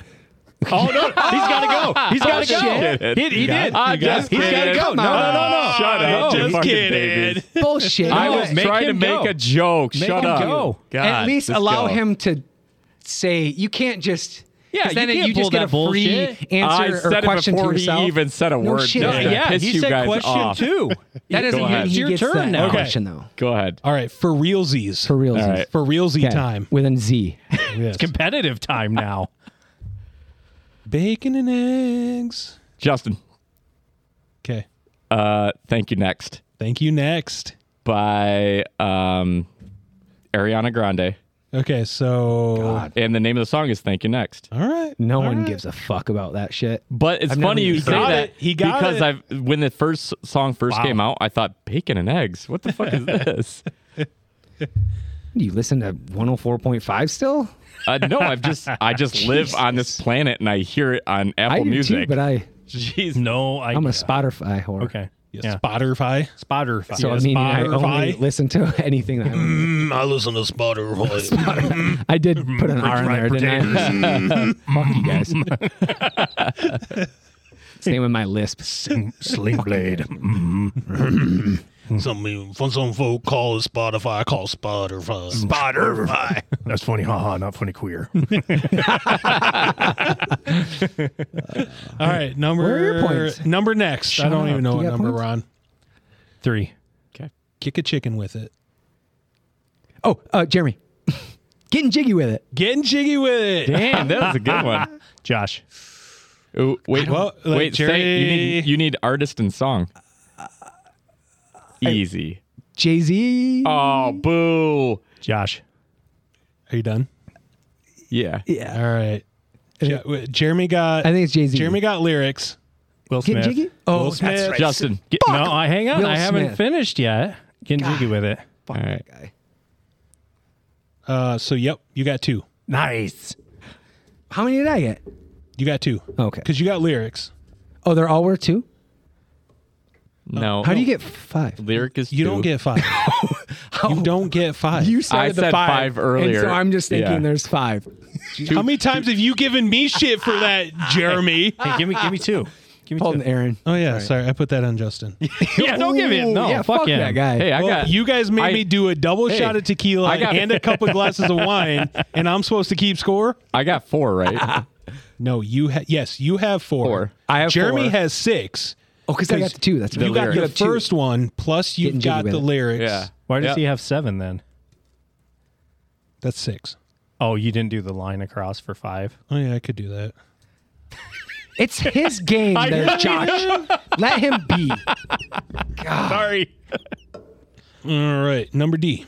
Oh no, he's gotta go. He's gotta go. Oh, shit. He, he did. I just He's gotta kidding. go. No, no, no, no. Shut up. just you fucking kidding. babies. Bullshit. I No was way. make trying to him make go. a joke. Make Shut him up. go. God, At least just allow go. him to say you can't just. Yeah, 'cause then you you, can't pull just get that a free bullshit. I answer or said it question before to yourself. he even said a No word. shit. just to Yeah, piss you guys off. two. That doesn't Go mean ahead. he It's gets your turn that now. Okay. question though. Go ahead. All right. For realsies. For real, All right. For realsy time. with an Z. Yes. Competitive time now. Bacon and eggs. Justin, Okay. uh, thank you next Thank you. Next. by um, Ariana Grande. Okay. So. And the name of the song is Thank You Next. All right. No one gives a fuck about that shit. But it's I've never funny you used say it. Got that it. He got because it. I've when the first song first came out, I thought bacon and eggs. What the fuck is this? Do you listen to 104.5 still? Uh, no, I've just I just live on this planet and I hear it on I Apple do Music. too, but I Jeez. No, I I'm a Spotify whore. Okay. Yes, Yeah. Spotify. Spotter. So I mean, I only Spotify. listen to anything that I, Mm, I listen to Spotify. I did. Put an R in there, didn't I? Fuck you guys. Same with my lisp. Sling blade. Mm-hmm. some, some folk call it Spotify. I call it Spotify. Spotify. That's funny. Haha. Not funny. Queer. All right, number Where are your points? number next. I don't up. even know You what got number points? we're on. Three. Kick a chicken with it. Oh, uh, Jeremy, getting jiggy with it. Getting jiggy with it. Damn, that was a good one. Josh. Ooh, wait, Well, like wait, say, you need you need artist and song. Easy. Jay Z. Oh, boo. Josh. Are you done? Yeah. All right. Je- wait, Jeremy got. I think it's Jay Z. Jeremy got lyrics. Will getting Smith. jiggy. Oh, Will Smith. that's right. Justin. Get, No, I hang on. Will I haven't Smith. finished yet. Getting jiggy with it. all right. Guy. Uh, so yep, you got two. Nice. How many did I get? You got two. Okay. Because you got lyrics. Oh, they're all worth two. No. How do you get five? lyric is You do don't two. get five. you don't get five. Oh. You said I the said five, five And earlier. so I'm just thinking Yeah. there's five. How many times have you given me shit for that, Jeremy? Hey, give me, give me two. Give me Paul and two. Aaron. oh yeah, sorry, I put that on Justin. yeah, don't give it. No, yeah, fuck, fuck him. that guy. Hey, I Well, got you guys made I- me do a double Hey, shot of tequila I got- and a couple glasses of wine, and I'm supposed to keep score? I got four, right? No, you ha- yes, you have four. Four. I have four. Jeremy has six. Oh, because I got the two. That's right. you got lyrics. the have two. first one, plus you Getting jiggy got with the it. lyrics. yeah. Why does Yep. he have seven then? that's six. Oh, you didn't do the line across for five. Oh yeah, I could do that. It's his game, there, Josh. Let him be. Sorry. All right, number D.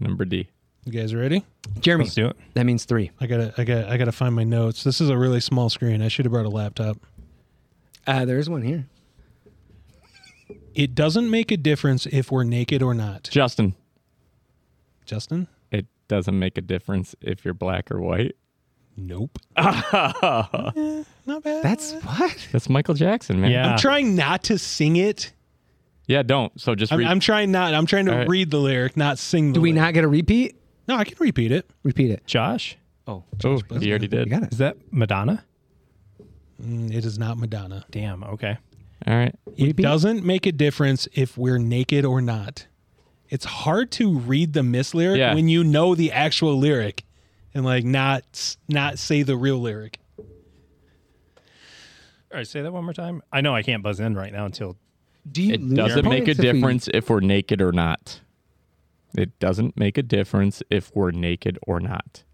Number D. You guys ready? Jeremy, Let's do it. that means three. I gotta, I gotta, I gotta find my notes. This is a really small screen. I should have brought a laptop. Uh, there is one here. It doesn't make a difference if we're naked or not. Justin. Justin? It doesn't make a difference if you're black or white. Nope. Eh, not Ah. bad. That's what? That's Michael Jackson, man. Yeah. I'm trying not to sing it. Yeah, don't. So just I'm, read. I'm trying not. I'm trying to All right. read the lyric, not sing. The Do we lyric. not get a repeat? No, I can repeat it. Repeat it. Josh, Oh, oh, you already you did. got it. is that Madonna? Mm, It is not Madonna. Damn. Okay. All right. It Repeat? doesn't make a difference if we're naked or not. It's hard to read the miss lyric Yeah. when you know the actual lyric, and like not s- not say the real lyric. All right. Say that one more time. I know I can't buzz in right now until. Do you It lose doesn't make a points if we- difference if we're naked or not. It doesn't make a difference if we're naked or not.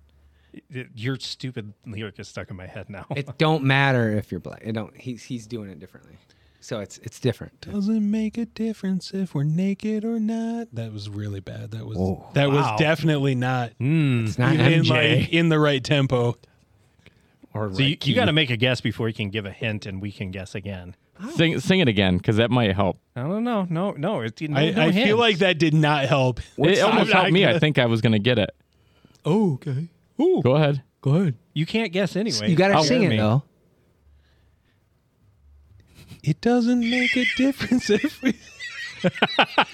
it- your stupid lyric is stuck in my head now. It don't matter if you're black. It don't. He's he's doing it differently. So it's it's different. Doesn't make a difference if we're naked or not. That was really bad. That was Whoa. that Wow. was definitely not Mm. It's not in MJ like in the right tempo. or so you, Reiki. you got to make a guess before you can give a hint, and we can guess again. Oh. Sing, sing it again because that might help. I don't know. No, no. It's, no, I, no I feel hints. like that did not help. it almost I'm not helped me. I gonna- think I was gonna get it. Oh, okay. Go ahead. go ahead. you can't guess anyway. You got to I'll sing hear it me. though. It doesn't make a difference if we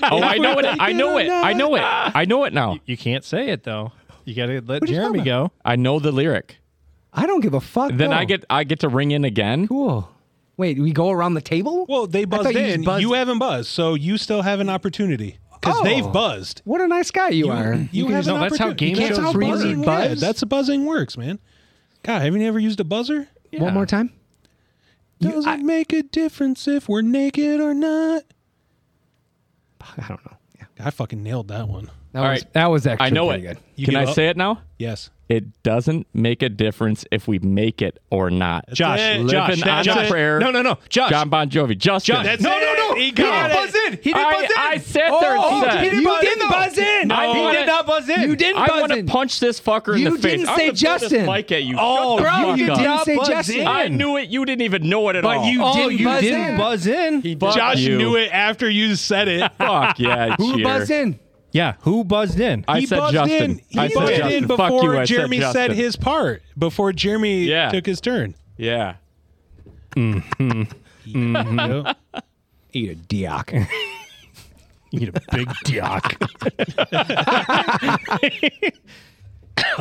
Oh, I know it. I know it. I know it. I know it now. You can't say it though. You got to let Jeremy go. I know the lyric. I don't give a fuck. Then though. I get I get to ring in again. Oh. cool. Wait, we go around the table. Well, they buzzed you just in. You, buzzed- haven't buzzed, so you still have an opportunity because Oh. they've buzzed. what a nice guy you, are. You, have no, an that's how opportunity. game That's shows how work. Really buzzing- yeah, buzz? that's how buzzing works, man. God, haven't you ever used a buzzer? One more time. Doesn't make a difference if we're naked or not. I don't know. Yeah. I fucking nailed that one. That All was right. that was actually I know it. pretty good. You Can give I up? say it now? Yes. It doesn't make a difference if we make it or not. Josh, it. Josh, Living that- on Josh. a prayer. No, no, no, Josh. John Bon Jovi. Justin. Josh, No, no, no. He got got it. it. Buzz in. He didn't I, buzz in. I sat there Oh, and said, he didn't You buzz didn't in. buzz in. No. I he wanna- did not buzz in. You didn't I buzz want to in. punch this fucker You in the face. didn't I'm say gonna throw Justin. This mic at you. Oh, Shut the bro, fuck you up. didn't say buzz Justin. in. I knew it. You didn't even know it at all. Oh, you didn't buzz in. Fuck Josh you. knew it after you said it. Fuck yeah. Who cheer. buzzed in? yeah, who buzzed in? I he said buzzed Justin. in. He I buzzed said Justin. in Fuck you, before I said Jeremy said, Justin. his part. Before Jeremy Yeah. took his turn. Yeah. Yep. Eat a dioc. you need a big dioc.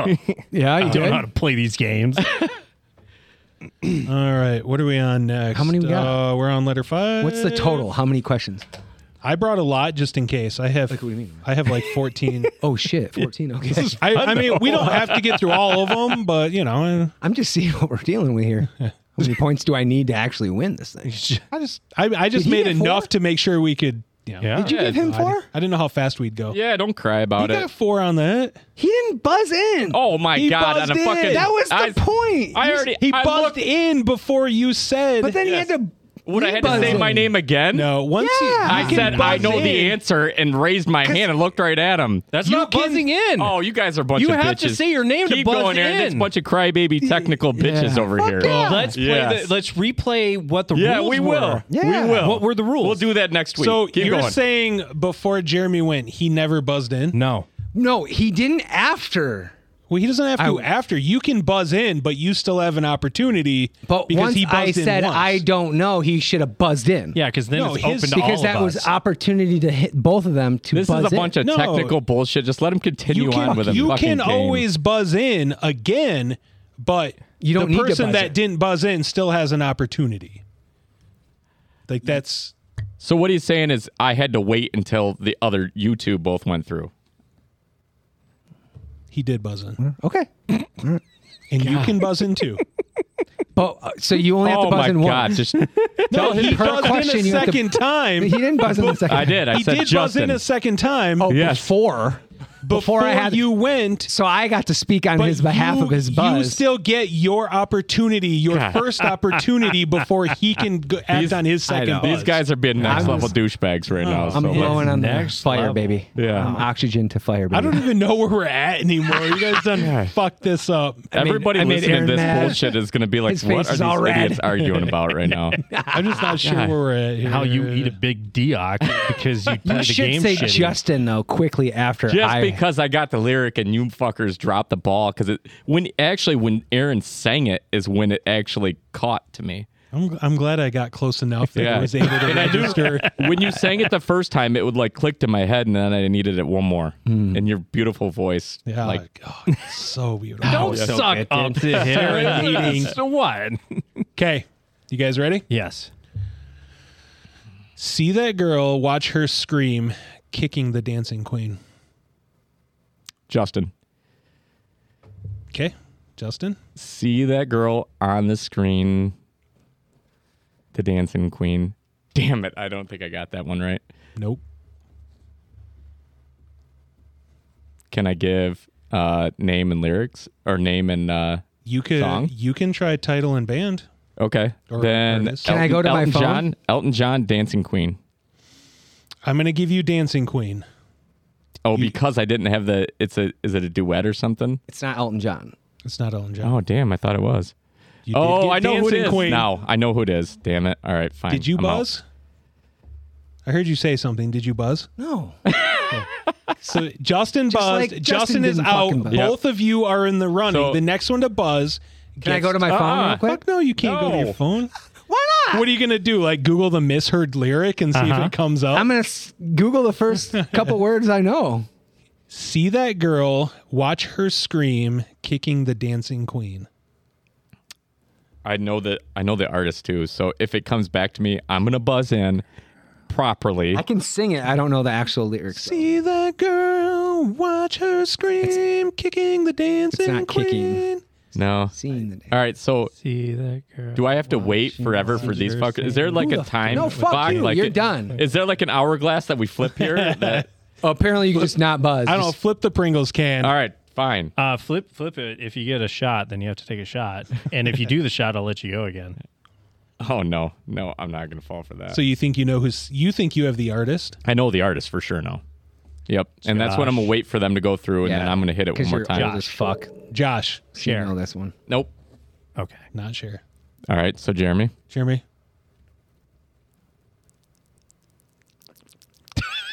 yeah, you I don't know how to play these games. All right. What are we on next? How many we got? Uh, we're on letter five. What's the total? How many questions? I brought a lot just in case. I have. what do you mean? I have like fourteen. Oh shit, fourteen. Okay, I, I mean, we don't have to get through all of them, but you know, I'm just seeing what we're dealing with here. How many points do I need to actually win this thing? I just I, I just Did he made get four? enough to make sure we could. You know, Yeah. Did you Yeah, give him I, four? I didn't know how fast we'd go. Yeah, don't cry you about got it. four on that. He didn't buzz in. Oh my He god, buzzed on a in. fucking that was the I, point. I You- already He I buzzed looked, in before you said. but then he had to. Would I he had to buzzed say in. my name again? no, once Yeah. he, I You can said I buzz know the in. answer and raised my hand and looked right at him. That's You not can- buzzing in. Oh, you guys are a bunch You of have bitches. to say your name to Keep buzz going, Aaron. It's a in. bunch of crybaby technical bitches over Fuck here. yeah. Let's play. Yes. The, let's replay what the Yeah, rules we were. will. Yeah. We will. What were the rules? We'll do that next week. so Keep you're going. saying before Jeremy went, he never buzzed in. No. No, he didn't after. Well, he doesn't have to I- after. You can buzz in, but you still have an opportunity. But because once he buzzed I in said once. I don't know, he should have buzzed in. Yeah, because then No, it's his- open to because all because of that was us. opportunity to hit both of them to this buzz is a bunch in. No. of technical bullshit. Just let him continue you can, on with a you can fucking game. always buzz in again, but You don't the need to person buzz that in. didn't buzz in still has an opportunity. Like that's So what he's saying is I had to wait until the other you two both went through. he did buzz in, okay. and you can buzz in too. But uh, so you only have oh to buzz my in god, once. just no, he per buzzed question, in a you have to- second time. He didn't buzz in the second. I did. I He said did buzz Justin. in a second time Oh, Yes. before, before, I had you went. So I got to speak on but his behalf you- of his You buzz. still get your opportunity, your first opportunity before he can go, act These- on his I know. second buzz. These guys are being next I'm level just- Oh, douchebags right now. I'm so let's- blowing on the next fire, level. baby. Yeah. I'm oxygen to fire, baby. I don't even know where we're at anymore. You guys done fucked this up. Everybody I made listening Aaron to this mad. bullshit is going to be like, His "What face are is all these red." idiots arguing about right now?" I'm just not sure where we're at. Here. How you eat a big dioc because you play You the should game say shitty. Justin though quickly after. Just I, because I got the lyric and you fuckers dropped the ball, because it when actually when Aaron sang it is when it actually caught to me. I'm, I'm glad I got close enough that Yeah. I was able to And I do- register. When you sang it the first time, it would like click to my head, and then I needed it one more. Hmm. And your beautiful voice, Yeah, like like, oh, it's so beautiful. Don't so suck good, up to Aaron eating. So what? Okay, you guys ready? Yes. See that girl? Watch her scream, kicking the dancing queen. Justin, Okay, Justin. see that girl on the screen, the dancing queen. Damn it! I don't think I got that one right. Nope. Can I give uh, name and lyrics or name and uh, You could Song? you can try title and band. okay. Or then artist. Can I go to my Elton phone? John, Elton John, Dancing Queen. I'm gonna give you Dancing Queen. Oh, because I didn't have the. It's a. Is it a duet or something? It's not Elton John. It's not Ellen John. Oh, damn! I thought it was. You did Oh, get I know who it Dancing is Queen. now. I know who it is. Damn it! All right, fine. Did you I'm out. buzz? I heard you say something. Did you buzz? No. So Justin buzzed. like Justin, Justin is didn't out. fucking buzz. Both of you are in the running. So- the next one to buzz. Can I gets- go to my phone Uh-uh. real quick? Fuck no, you can't go to No. your phone. Why not? What are you gonna do? Like Google the misheard lyric and see if it comes up. Uh-huh. I'm gonna s- Google the first couple words I know. see that girl. Watch her scream, kicking the dancing queen. I know the. I know the artist too. So if it comes back to me, I'm gonna buzz in properly. I can sing it. I don't know the actual lyrics. though. See that girl. Watch her scream, kicking the dancing not queen. kicking. No. Seeing the All right. So See that girl. Do I have to wait forever for these fuckers? Is there like Who a the fuck- time? No, fuck clock? you. Like You're it- done. Is there like an hourglass that we flip here? That- Oh, apparently you can just not buzz. I don't know. Just- Flip the Pringles can. all right, fine. Uh, flip, flip it. If you get a shot, then you have to take a shot. And if you do the shot, I'll let you go again. Oh no, no, I'm not gonna fall for that. So you think you know who's? You think you have the artist? I know the artist for sure. No. Yep. And that's what I'm gonna wait for them to go through, and then Yeah. I'm gonna hit it 'Cause one more you're time. Old as fuck. Josh. Share. know this one. Nope. Okay. Not sure. All right. So Jeremy, Jeremy.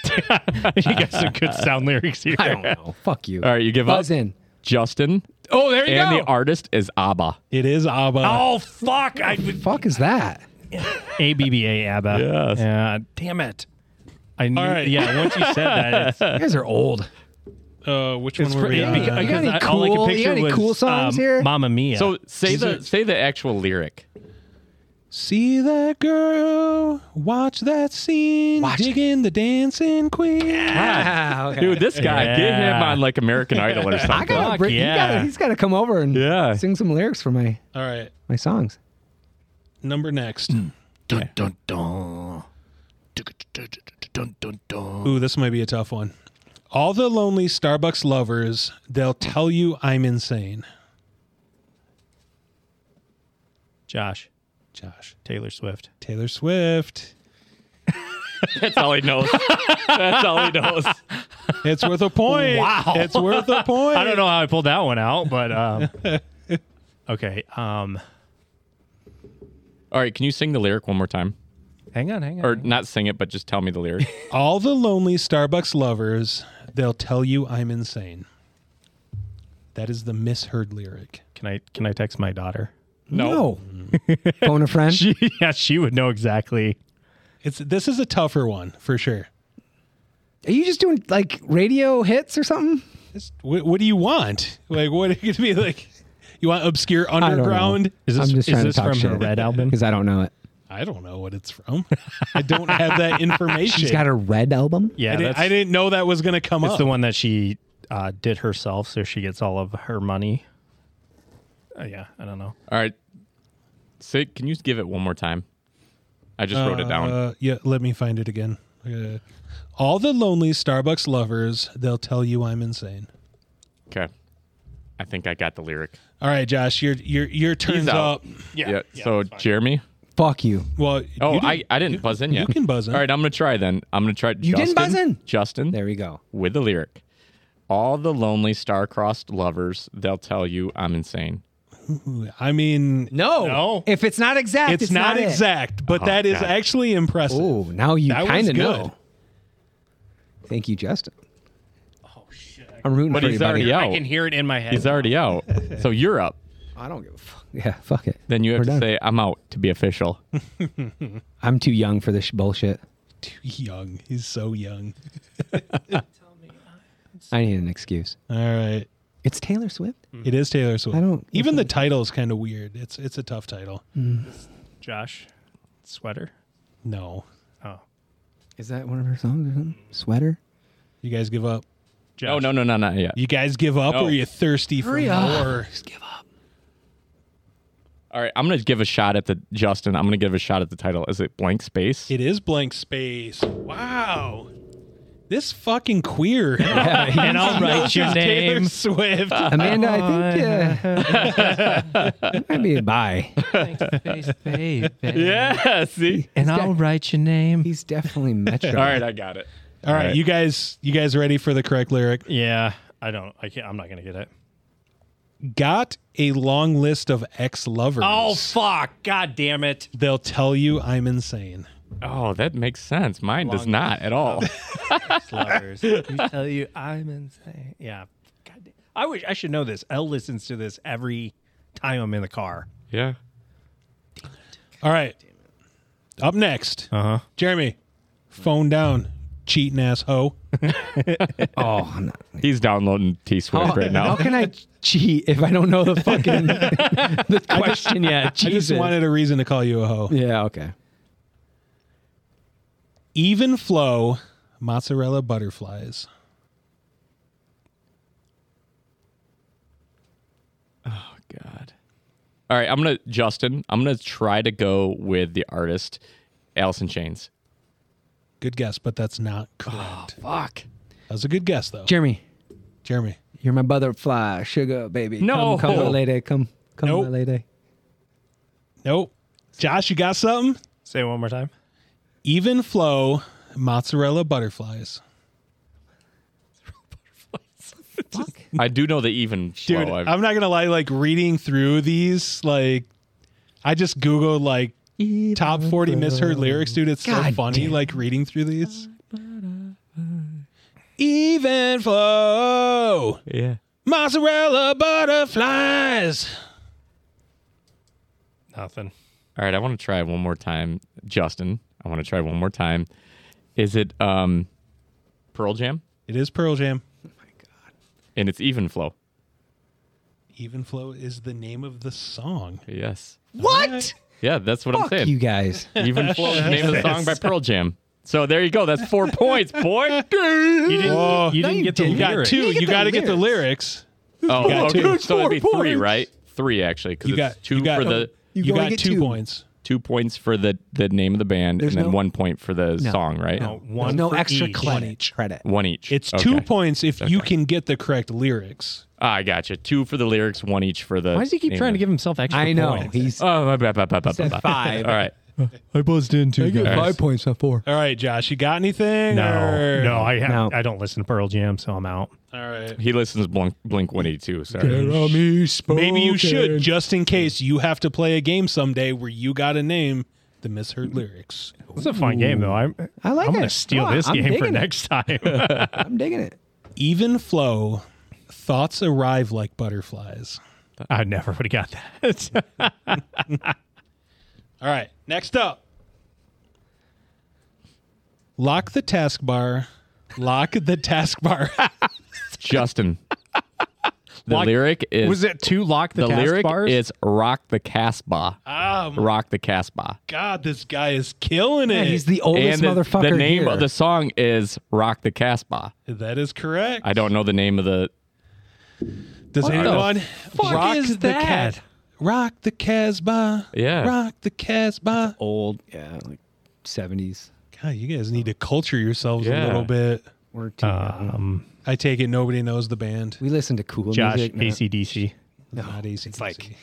you got some good sound lyrics here. I don't know. fuck you. All right, you give up? Buzz in. Justin, Oh, there you and the artist is Abba. It is Abba. Oh fuck! I fuck is that? A B B A ABBA. Yes. Yeah. Damn it. I knew. All right. Yeah. Once you said that, it's, You guys are old. Uh, which one were for- we it- on? because- You got any I- all I could cool- you picture got any was, cool songs um, here? Mamma Mia. So say the say the actual lyric. See that girl, watch that scene, Watch it. digging the dancing queen. Ah, okay. Dude, this guy, get him Yeah. on like American Idol or something. I gotta fuck bring, yeah. he has gotta come over and Yeah. sing some lyrics for my All right, my songs. number next. Dun dun dun. Dun dun dun. Ooh, this might be a tough one. All the lonely Starbucks lovers, they'll tell you I'm insane. Josh Josh, Taylor Swift. Taylor Swift. That's all he knows. That's all he knows. It's worth a point. Wow. it's worth a point. I don't know how I pulled that one out, but um, okay. Um, All right, can you sing the lyric one more time? hang on, hang on. Or not sing it, but just tell me the lyric. All the lonely Starbucks lovers, they'll tell you I'm insane. That is the misheard lyric. Can I can I text my daughter? No. Phone a friend. She, yeah, she would know exactly. It's this is a tougher one for sure. Are you just doing like radio hits or something? It's- What, what do you want? Like, what are you gonna be like? You want obscure don't know. underground? Is this I'm just is trying this to talk from shit her Red album? because I don't know it. I don't know what it's from. I don't have that information. She's got a red album. Yeah, I, didn't, that's I didn't Oh. know that was gonna come it's up. the one that she uh, did herself, so she gets all of her money. Uh, yeah, I don't know. All right. Sig, can you give it one more time? I just wrote it down. Uh, yeah, let me find it again. Uh, all the lonely Starbucks lovers, they'll tell you I'm insane. Okay. I think I got the lyric. All right, Josh, your your your turns out. up. Yeah. so Jeremy. Fuck you. Well, Oh, you did- I, I didn't buzz in yet. can buzz in. All right, I'm gonna try then. I'm gonna try. You didn't buzz in? Justin There we go. with the lyric. All the lonely star-crossed lovers, they'll tell you I'm insane. I mean, No. No. If it's not exact, it's, it's, not, it. exact, Uh-huh, but that is God. actually impressive. Oh, now you That kind was of good. know. Thank you, Justin. Oh shit! I'm rooting But for he's you, buddy. already out. I can hear it in my head. He's already out. So you're up. I don't give a fuck. Yeah, fuck it. Then you have We're to done. say I'm out to be official. I'm too young for this sh- bullshit. Young. He's so young. I need an excuse. All right. It's Taylor Swift. It is Taylor Swift. I Mm. don't- Even the title is kind of weird. It's it's a tough title. Josh sweater. No. Oh, Is that one of her songs or something? Sweater. You guys give up. Josh. Oh no no no not yet. You guys give up No. or you thirsty for Hurry up. more? All right, I'm gonna give a shot at the Justin. I'm gonna give a shot at the title. Is it blank space? It is blank space. Wow. This fucking queer. Yeah. and I'll write your name. Swift. Amanda, I think uh, might be a bye. Yeah, see? And I'll write your name. He's definitely Metro. All right, I got it. All right, you guys, you guys ready for the correct lyric? Yeah, I don't. I can't. I'm not gonna get it. Got a long list of ex-lovers. Oh fuck! God damn it! They'll tell you I'm insane. Oh, that makes sense. Mine does not at all. Lovers, you tell you I'm insane. Yeah. God damn. I wish I should know this. Elle listens to this every time I'm in the car. Yeah. All right. Up next, Uh huh. Jeremy, phone down, cheating ass hoe. Oh, I'm not- He's downloading T Swift how right now. can I cheat if I don't know the fucking the question yet? I just Jesus. wanted a reason to call you a hoe. Yeah. Okay. Even flow, mozzarella butterflies. God. All right, I'm gonna Justin. I'm gonna try to go with the artist, Allison Chains. Good guess, but that's not correct. fuck. That was a good guess though, Jeremy, Jeremy. you're my butterfly, sugar baby. No. Come, come, my lady. Come, come, Nope. my lady. Nope. Josh, you got something? Say it one more time. Even flow, mozzarella butterflies. I do know the even Dude, flow. I've- I'm not gonna lie. Like reading through these, like I just googled like top 40 misheard lyrics, dude. It's so God funny, damn. like reading through these. Even flow, yeah. mozzarella butterflies. Nothing. All right, I want to try one more time, Justin. I want to try one more time. Is it um, Pearl Jam? It is Pearl Jam. And it's even flow. Even flow is the name of the song. Yes. What? Yeah, that's what I'm Fuck saying. you guys. Even flow is the name of the song by Pearl Jam. So there you go. That's four points, boy. You didn't. Whoa. you No, didn't you get the didn't. Oh, You got lyric. two. You the got to get the lyrics. Oh, got okay. two. So it'd be Four three, points. right? Three actually, because You it's got two you got, for the you, You only got get two two. points. two points for the the name of the band, There's and then no- one point for the song, right? No, one. There's no for extra each. credit. Credit. One each. It's Okay. two points if you can get the correct lyrics. Ah, I gotcha. Two for the lyrics, one each for the. Why does he keep name trying to of- give himself extra? I know. points? He's Oh, my bad, bad, bad, bad, said bad, bad. five. All right. I buzzed in too. guys. points, not four. All right, Josh, you got anything? No, or- no, I ha- No. I don't listen to Pearl Jam, so I'm out. All right. He listens Blink, Blink 182. Sorry. Maybe you should, just in case you have to play a game someday where you got to name the misheard lyrics. It's a fun game though. I'm I like I'm gonna it. steal No, this I'm game for digging it. next time. I'm digging it. Even flow, thoughts arrive like butterflies. I never would have got that. All right, next up. Lock the taskbar. Lock the taskbar. Justin. The Lock- lyric is. Was it to lock the, the task lyric bars? is Rock the Casbah. oh my Rock the Casbah. god, this guy is killing Yeah, it. he's the oldest and the, motherfucker the name here. of the song is Rock the Casbah. that is correct. I don't know the name of the. Does the anyone fuck rock is the that? Cas- rock the Casbah. Yeah. Rock the Casbah. Old, yeah, like seventies. God, you guys need to culture yourselves a Yeah. little bit. We're too young. um, I take it nobody knows the band. We listen to cool Josh music. not- ACDC. It's not easy. It's like-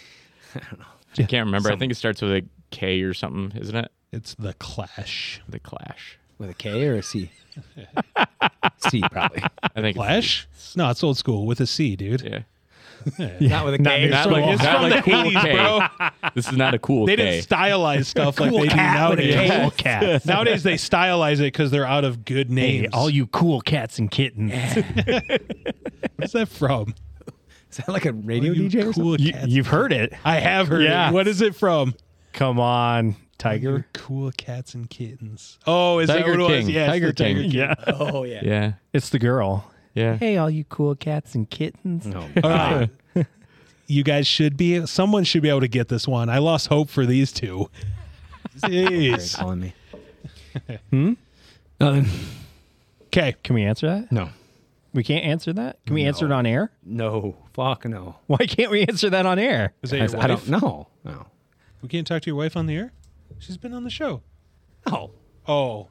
I can't remember. I think it starts with a K or something, isn't it? it's the Clash. The Clash. with a K or a C. C probably. I think. it's- Clash? No, it's old school with a C, dude. Yeah. Not with a K. Not So- like, it's not from like the cool 80s, K. bro. This is not a cool They K. didn't stylize stuff like they do with a nowadays. K. Cool cat. nowadays they stylize it because they're out of good names. Hey, all you cool cats and kittens. What's that from? Is that like a radio You DJ? Or something? cool you, cats. you've heard it. I have heard. Yeah. It. What is it from? Come on, Tiger. Cool cats and kittens. Oh, is Tiger that what it King. was? Yeah, Tiger it's the Tiger King. King. Yeah, Oh yeah. Yeah. it's the girl. Yeah. Hey, all you cool cats and kittens. Oh, All right. you guys should be. Someone should be able to get this one. I lost hope for these two. It's Jeez. calling me. hmm. Nothing. Okay. Can we answer that? No. We can't answer that. Can we answer it on air? No. Fuck no. Why can't we answer that on air? Is that I, your I wife? don't know. No. We can't talk to your wife on the air. She's been on the show. No. Oh,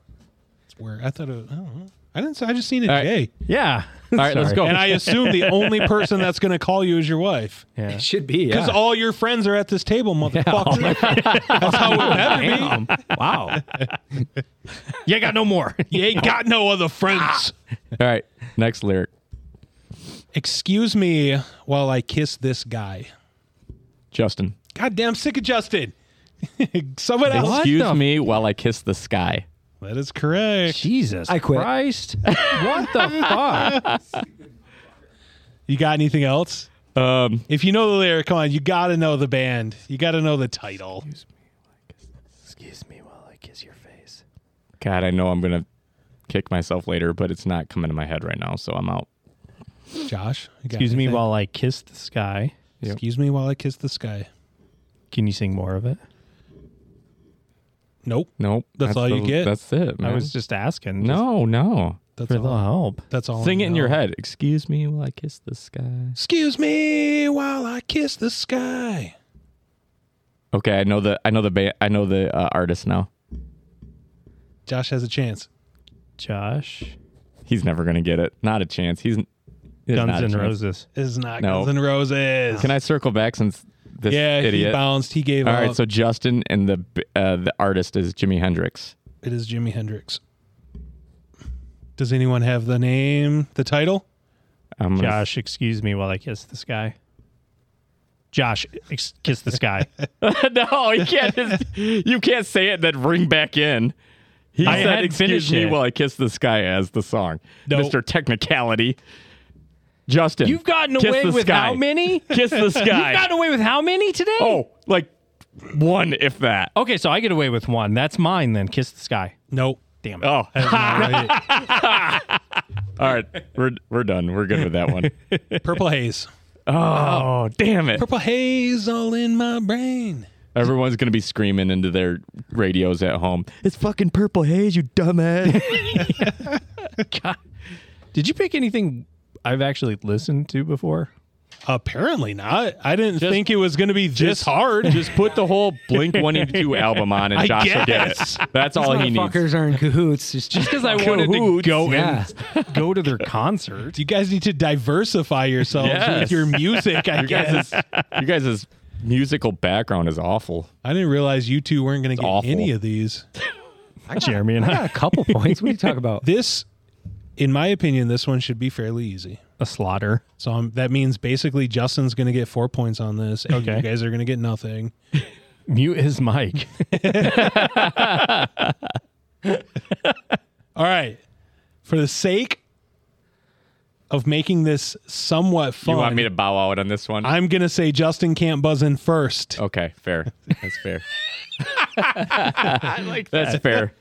it's where I thought. It, I don't know. I didn't. say- I just seen it right. gay, Yeah. All right, let's Sorry. go. and I assume the only person that's going to call you is your wife. Yeah. Should be. Because Yeah. all your friends are at this table, motherfucker. That's how it better be. wow. You ain't got no more. You ain't got no other friends. All right, next lyric. Excuse me while I kiss this guy. Justin. Goddamn sick of Justin. Someone else. Excuse me while I kiss the sky. That is correct. Jesus I quit. Christ. what the fuck? You got anything else? Um, if you know the lyric, come on. You got to know the band. You got to know the title. Excuse me while I kiss your face. God, I know I'm gonna kick myself later, but it's not coming to my head right now, so I'm out. Josh. you got Excuse me anything? while I kiss the sky. Excuse me while I kiss the sky. Can you sing more of it? Nope. Nope. That's all you the- get? That's it. I Man. was just asking. just no, no. That's for all. the help. That's all. Sing I it in your know. head. Excuse me while I kiss the sky. Excuse me while I kiss the sky. Okay, I know the I know the ba- I know the uh, artist now. Josh has a chance. Josh. He's never gonna get it. Not a chance. He's n- there's not Guns a and chance. Roses. This is not No. Guns N' Roses. Can I circle back since this yeah, he idiot? bounced. He gave All up. right, so Justin and the b- uh, the artist is Jimi Hendrix. it is Jimi Hendrix. Does anyone have the name, the title? I'm gonna- Josh, excuse me while I kiss the sky. Josh, ex- kiss the sky. no, you can't. Just, you can't say it and then ring back in. He I said, had "Excuse finished me it." while I kiss the sky" as the song. No. Mr. Technicality. Justin, kiss the sky. many? Kiss the sky. away with how many today? oh, like one, if that. Okay, so I get away with one. That's mine then. Kiss the sky. Nope. Damn it. Oh, all Right. right. We're we're done. We're good with that one. Purple Haze. Oh, damn it! Purple Haze all in my brain. Everyone's gonna be screaming into their radios at home. It's fucking purple haze, you dumbass. God. Did you pick anything I've actually listened to before? Apparently not. I didn't think it was going to be this hard. Just put the whole Blink 182 album on, and I Josh will get guess. it. That's all he needs. Fuckers are in cahoots. It's just Because I wanted to go Yeah. and go to their concert. You guys need to diversify yourselves Yes. with your music, I You guys' guess. you guys' musical background is awful. I didn't realize you two weren't going to get awful. any of these. Jeremy and I. a couple points. What are you talking about? This, in my opinion, this one should be fairly easy. A slaughter. So um, that means basically Justin's going to get four points on this. And Okay. You guys are going to get nothing. Mute his mic. All right. For the sake of making this somewhat fun, You want me to bow out on this one? I'm going to say Justin can't buzz in first. okay, fair. That's fair. I like that. That's fair.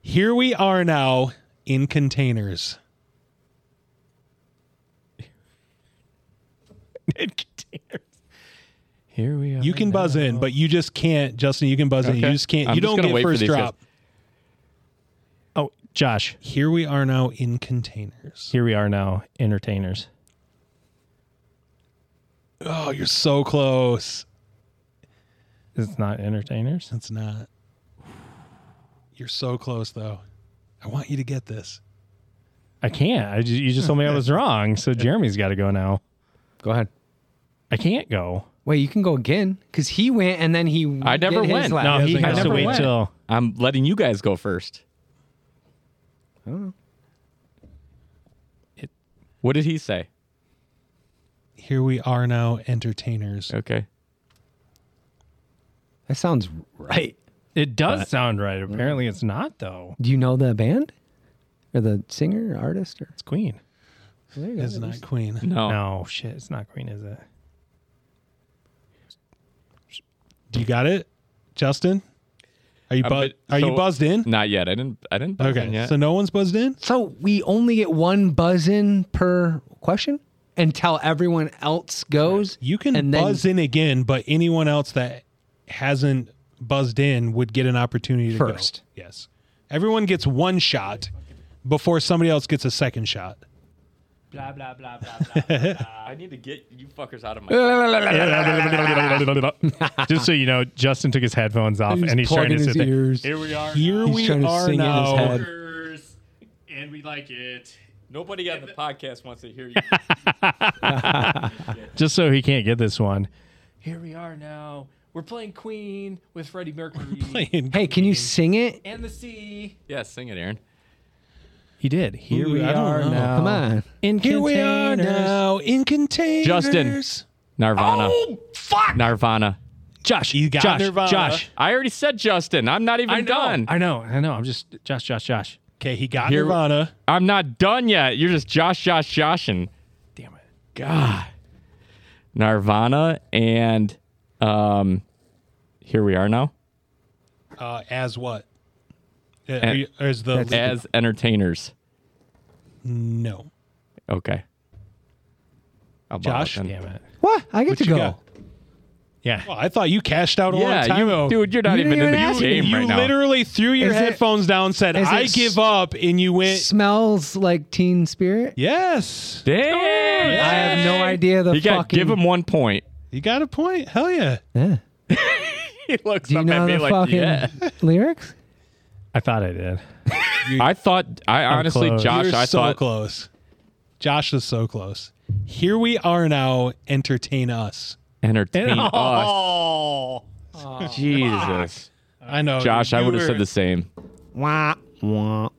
Here we are now in containers. Here we are. You can buzz in, but you just can't, Justin. You can buzz in. You Okay. just can't. I'm you just don't gonna get wait for first these guys. drop. Oh, Josh. Here we are now in containers. Here we are now, entertainers. Oh, you're so close. It's not entertainers. That's not. You're so close, though. I want you to get this. I can't. I ju- you just told me I was wrong. So Jeremy's got to go now. Go ahead. I can't go. Wait, you can go again because he went and then he. I never did his went. lap. No, he hasn't has to gone. wait Never till I'm letting you guys go first. What did he say? Here we are now, entertainers. Okay. That sounds right. it does sound right. Apparently, it's not though. Do you know the band or the singer, or artist, or It's Queen. there you go. Is not Queen. No. No shit, it's not Queen, is it? Do you got it, Justin? Are you I'm bu- bit- Are so- you buzzed in? Not yet. I didn't. I didn't. Okay, Yeah. so no one's buzzed in. So we only get one buzz in per question until everyone else goes. You can and then- buzz in again, but anyone else that hasn't buzzed in would get an opportunity to go. First. Yes, everyone gets one shot before somebody else gets a second shot. Blah blah blah blah. I need to get you fuckers out of my. blah. Just so you know, Justin took his headphones off and he's trying plugging to sit his there. ears. Here we are. Here He's we trying to are sing in his now. head. and we like it. Nobody on the podcast wants to hear you. Just so he can't get this one. Here we are now. We're playing Queen with Freddie Mercury Playing Hey, can you sing it? and the sea. Yeah, sing it, Aaron. He did. Here Ooh, we I don't are know. now. Come on. In Here we are containers. now in containers. Justin. Nirvana. fuck! Nirvana. Josh, You got Josh, Nirvana. Josh. I already said Justin. I'm not even done. uh, I know. I know. I'm just Josh, Josh, Josh. Okay, he got Here- Nirvana. I'm not done yet. You're just Josh, Josh, Joshin. Damn it. God. Nirvana and um, here we are now Uh, as what? Uh, And- are you- as the lead- as entertainers. no. Okay. I'll borrow Josh? it then. Damn it. What? I get to you go. got? Yeah. Well, I thought you cashed out a long Yeah, time you, ago. dude, you're not You even didn't in the even ask me. game you right now. literally threw your Is it- headphones down, said is it "I s- give up," and you went. Smells like Teen Spirit. Yes, Oh, Damn. I have no idea the You got fucking. give him one point. you got a point. Hell yeah! Yeah. He looks Do you up know at me the like, fucking yeah. lyrics? I thought I did. I thought, I honestly, close. Josh, You're I so thought, close. Josh is so close. Here we are now. Entertain us. entertain us. Oh. Jesus. I know, Josh, dude, I you would have were- said the same. Wah, wah.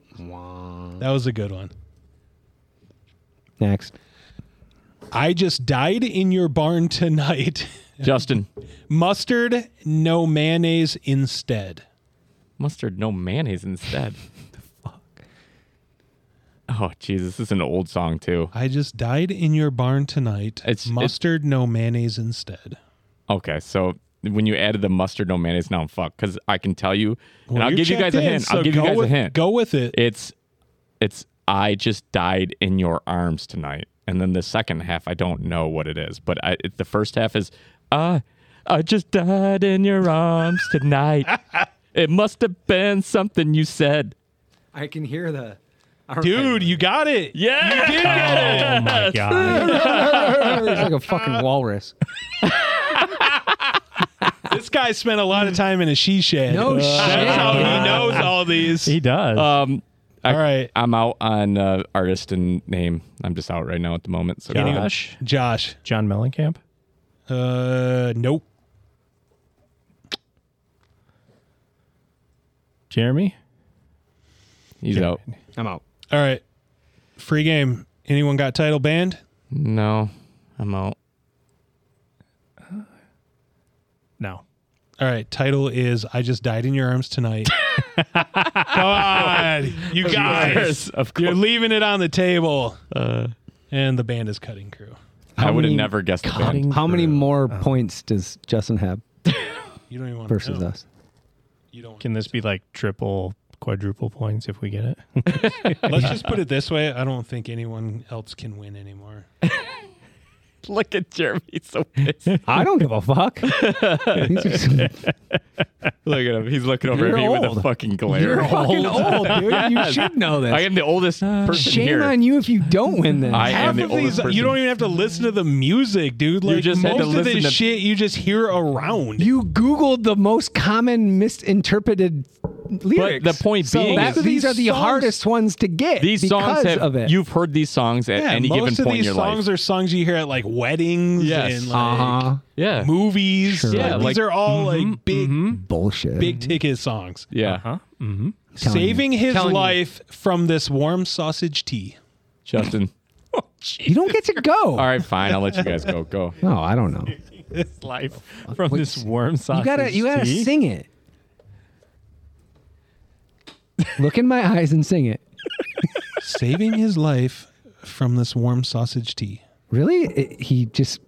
That was a good one. Next. I just died in your barn tonight. Justin, Mustard, no mayonnaise instead. mustard, no mayonnaise instead. Oh, Jesus. This is an old song, too. I just died in your barn tonight. It's- mustard, no mayonnaise instead. Okay, so when you added the mustard, no mayonnaise, now I'm fucked. Because I can tell you, and Well, I'll you give you checked guys a in, hint. so I'll give you go guys with- a hint. Go with it. It's, it's, I just died in your arms tonight. And then the second half, I don't know what it is. But I, it, the first half is, I, I just died in your arms tonight. it must have been something you said. I can hear the. Dude, you got it. Yeah. Oh my god. It's like a fucking walrus. This guy spent a lot of time in a she shed. No shit. That's how he knows all these. He does. Um, I, All right. I'm out on uh, artist and name. I'm just out right now at the moment. So Josh. Josh. John Mellencamp. Uh, nope. Jeremy. he's out. I'm out. All right. Free game. Anyone got title banned? No, I'm out. No. All right. Title is I Just Died in Your Arms Tonight. Come on. You guys. Of course. You're leaving it on the table. Uh, and the band is cutting crew. I would have many never guessed the cutting- band. How many more points does Justin have You don't even want versus to know. us? You don't Can this be like triple, quadruple points if we get it? Let's just put it this way. I don't think anyone else can win anymore. Look at Jeremy. He's so pissed. Look I don't give a fuck. These are some- at him. He's looking over You're at me with a old. fucking glare. you're fucking old, dude. You should know I this. am the oldest person Uh, Shame here. on you if you don't win this. I Half am the of these, oldest person. you don't even have to listen to the music, dude. Like just had most to of listen this to- shit, you just hear around. you Googled the most common misinterpreted lyrics. the point so being that- is- these are the These songs- hardest ones to get. These because songs have of it. you've heard these songs at yeah, any most given of point these in your songs life. are songs you hear at like weddings Yes. and like uh huh. yeah, movies. Yeah, Like, like- mm-hmm, these are all like big, Bullshit. big ticket songs. yeah. Uh-huh. Telling you. Saving his Telling you. life from this warm sausage tea. Justin. You don't get to go. All right, fine. I'll let you guys go. Go. No, I don't know. Life from this worm sausage. You gotta, you gotta tea? sing it. Look in my eyes and sing it. Saving his life from this warm sausage tea. Really? It- he just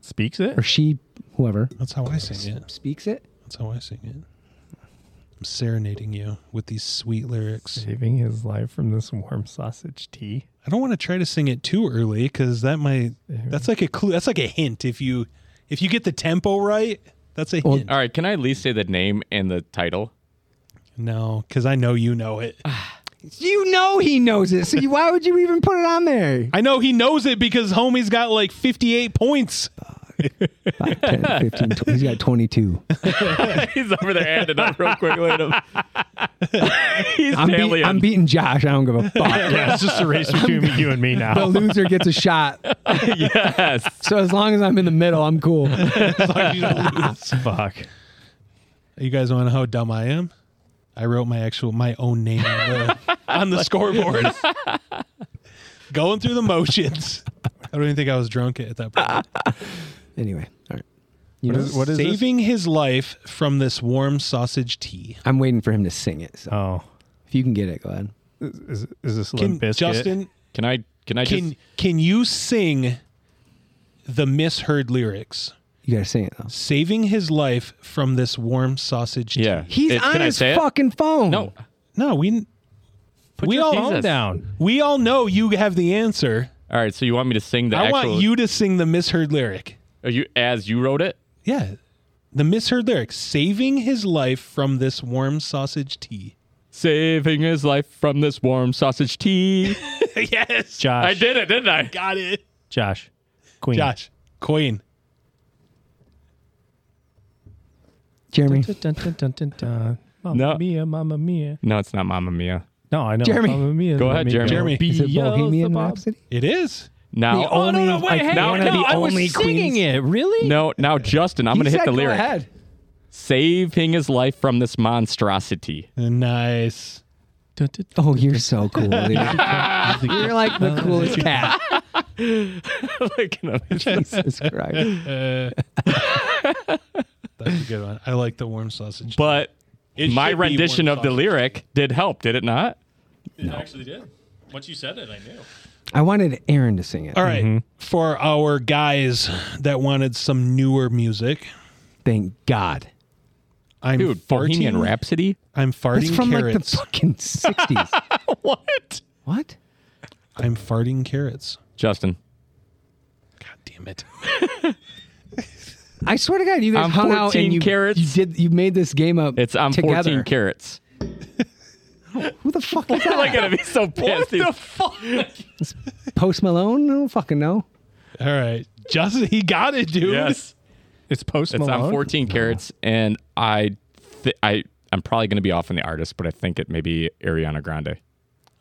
Speaks it. or she, whoever That's how I sing it. speaks it. That's how I sing it. I'm serenading you with these sweet lyrics. Saving his life from this warm sausage tea. I don't want to try to sing it too early because that might. That's like a clue. That's like a hint. If you if you get the tempo right, that's a hint. All right. Can I at least say the name and the title? No, because I know you know it. You know he knows it. So you, why would you even put it on there? I know he knows it because homie's got like 58 points. Five, 10, 15, 20. He's got 22. He's over there adding up real quick. Look at him. He's I'm, beat- alien. I'm beating Josh. I don't give a fuck. yeah, it's just a race between you and me The now. loser gets a shot. yes. So as long as I'm in the middle, I'm cool. Fuck. You guys want to know how dumb I am? I wrote my actual my own name on the, on the scoreboard. Going through the motions. I don't even think I was drunk at that Ah. point. Anyway, all right. You know, what is this? Saving his life from this warm sausage tea. I'm waiting for him to sing it. So Oh, if you can get it, go ahead. is, is this Can, Limp Bizkit? Justin, Can I? Can I can just? can you sing the misheard lyrics? You gotta sing it though. Saving his life from this warm sausage tea. Yeah. He's It- on eh, can I his say it? fucking phone. No. No, we we your all phone know Jesus. down. we all know you have the answer. All right. So you want me to sing the I actual? want you to sing the misheard lyric. Are you as you wrote it? Yeah. The misheard lyric, saving his life from this warm sausage tea. Saving his life from this warm sausage tea. yes. Josh. I did it, didn't I? Got it. Josh. Queen. Josh, Queen. Jeremy. Dun, dun, dun, dun, dun. Mamma No. mia, mamma mia. No, it's not Mamma Mia. No, I know. Jeremy. Mamma mia, Go mamma ahead, mia. Jeremy. Jeremy. Is it Bohemian Beelzebub. Rhapsody? It is. Now, Oh, The only- like, now, one of now, the I was only singing- queens. Singing it, really? No, now Justin, I'm He going to hit said the go lyric. ahead. Saving his life from this monstrosity. Nice. Dun, dun, dun. Oh, you're so cool. Dude. you're like the coolest cat. Like, you know, it's just- Jesus Christ. That's a good one. I like the warm sausage. but It should my be warm rendition of the sausage. lyric did help, did it not? It actually did. Once you said it, I knew. I wanted Aaron to sing it. All right. For our guys that wanted some newer music, Thank God. I'm Dude, farting. Bohemian Rhapsody? I'm farting It's from like carrots. the fucking 60s. What? what? I'm farting carrots. Justin. God damn it. I swear to God, you guys I'm hung out 14 and you, carrots. you did you made this game up. It's I'm together. 14 carats. Who the fuck is I'm that? going to be so pissed. What the fuck? Post Malone? I don't fucking know. All right. Justin, he got it, dude. Yes. It's Post It's Malone. I'm 14 carats and I th- I I'm probably going to be off on the artist, but I think it may be Ariana Grande.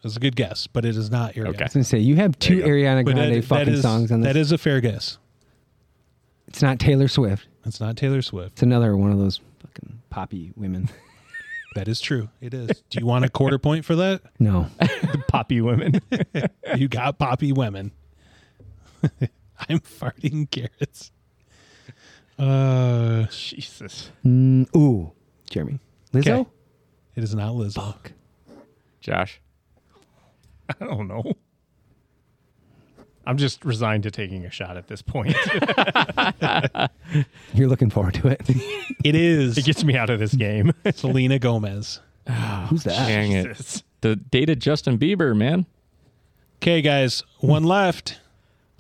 That's a good guess, but it is not Ariana. Okay. I was gonna say you have two you go. Ariana But Grande that, that fucking is, songs on this. that is a fair guess. it's not Taylor Swift. It's not Taylor Swift. It's another one of those fucking poppy women. That is true. It is. Do you want a quarter point for that? No, Poppy women. You got Poppy Women. I'm farting carrots. Uh, Jesus. Mm, ooh, Jeremy Lizzo. Okay. it is not Lizzo. Josh. I don't know. I'm just resigned to taking a shot at this point. You're looking forward to it. It it is gets me out of this game. Selena Gomez. Who's that? Dang it. Jesus. The dated Justin Bieber, man. Okay, guys, one left.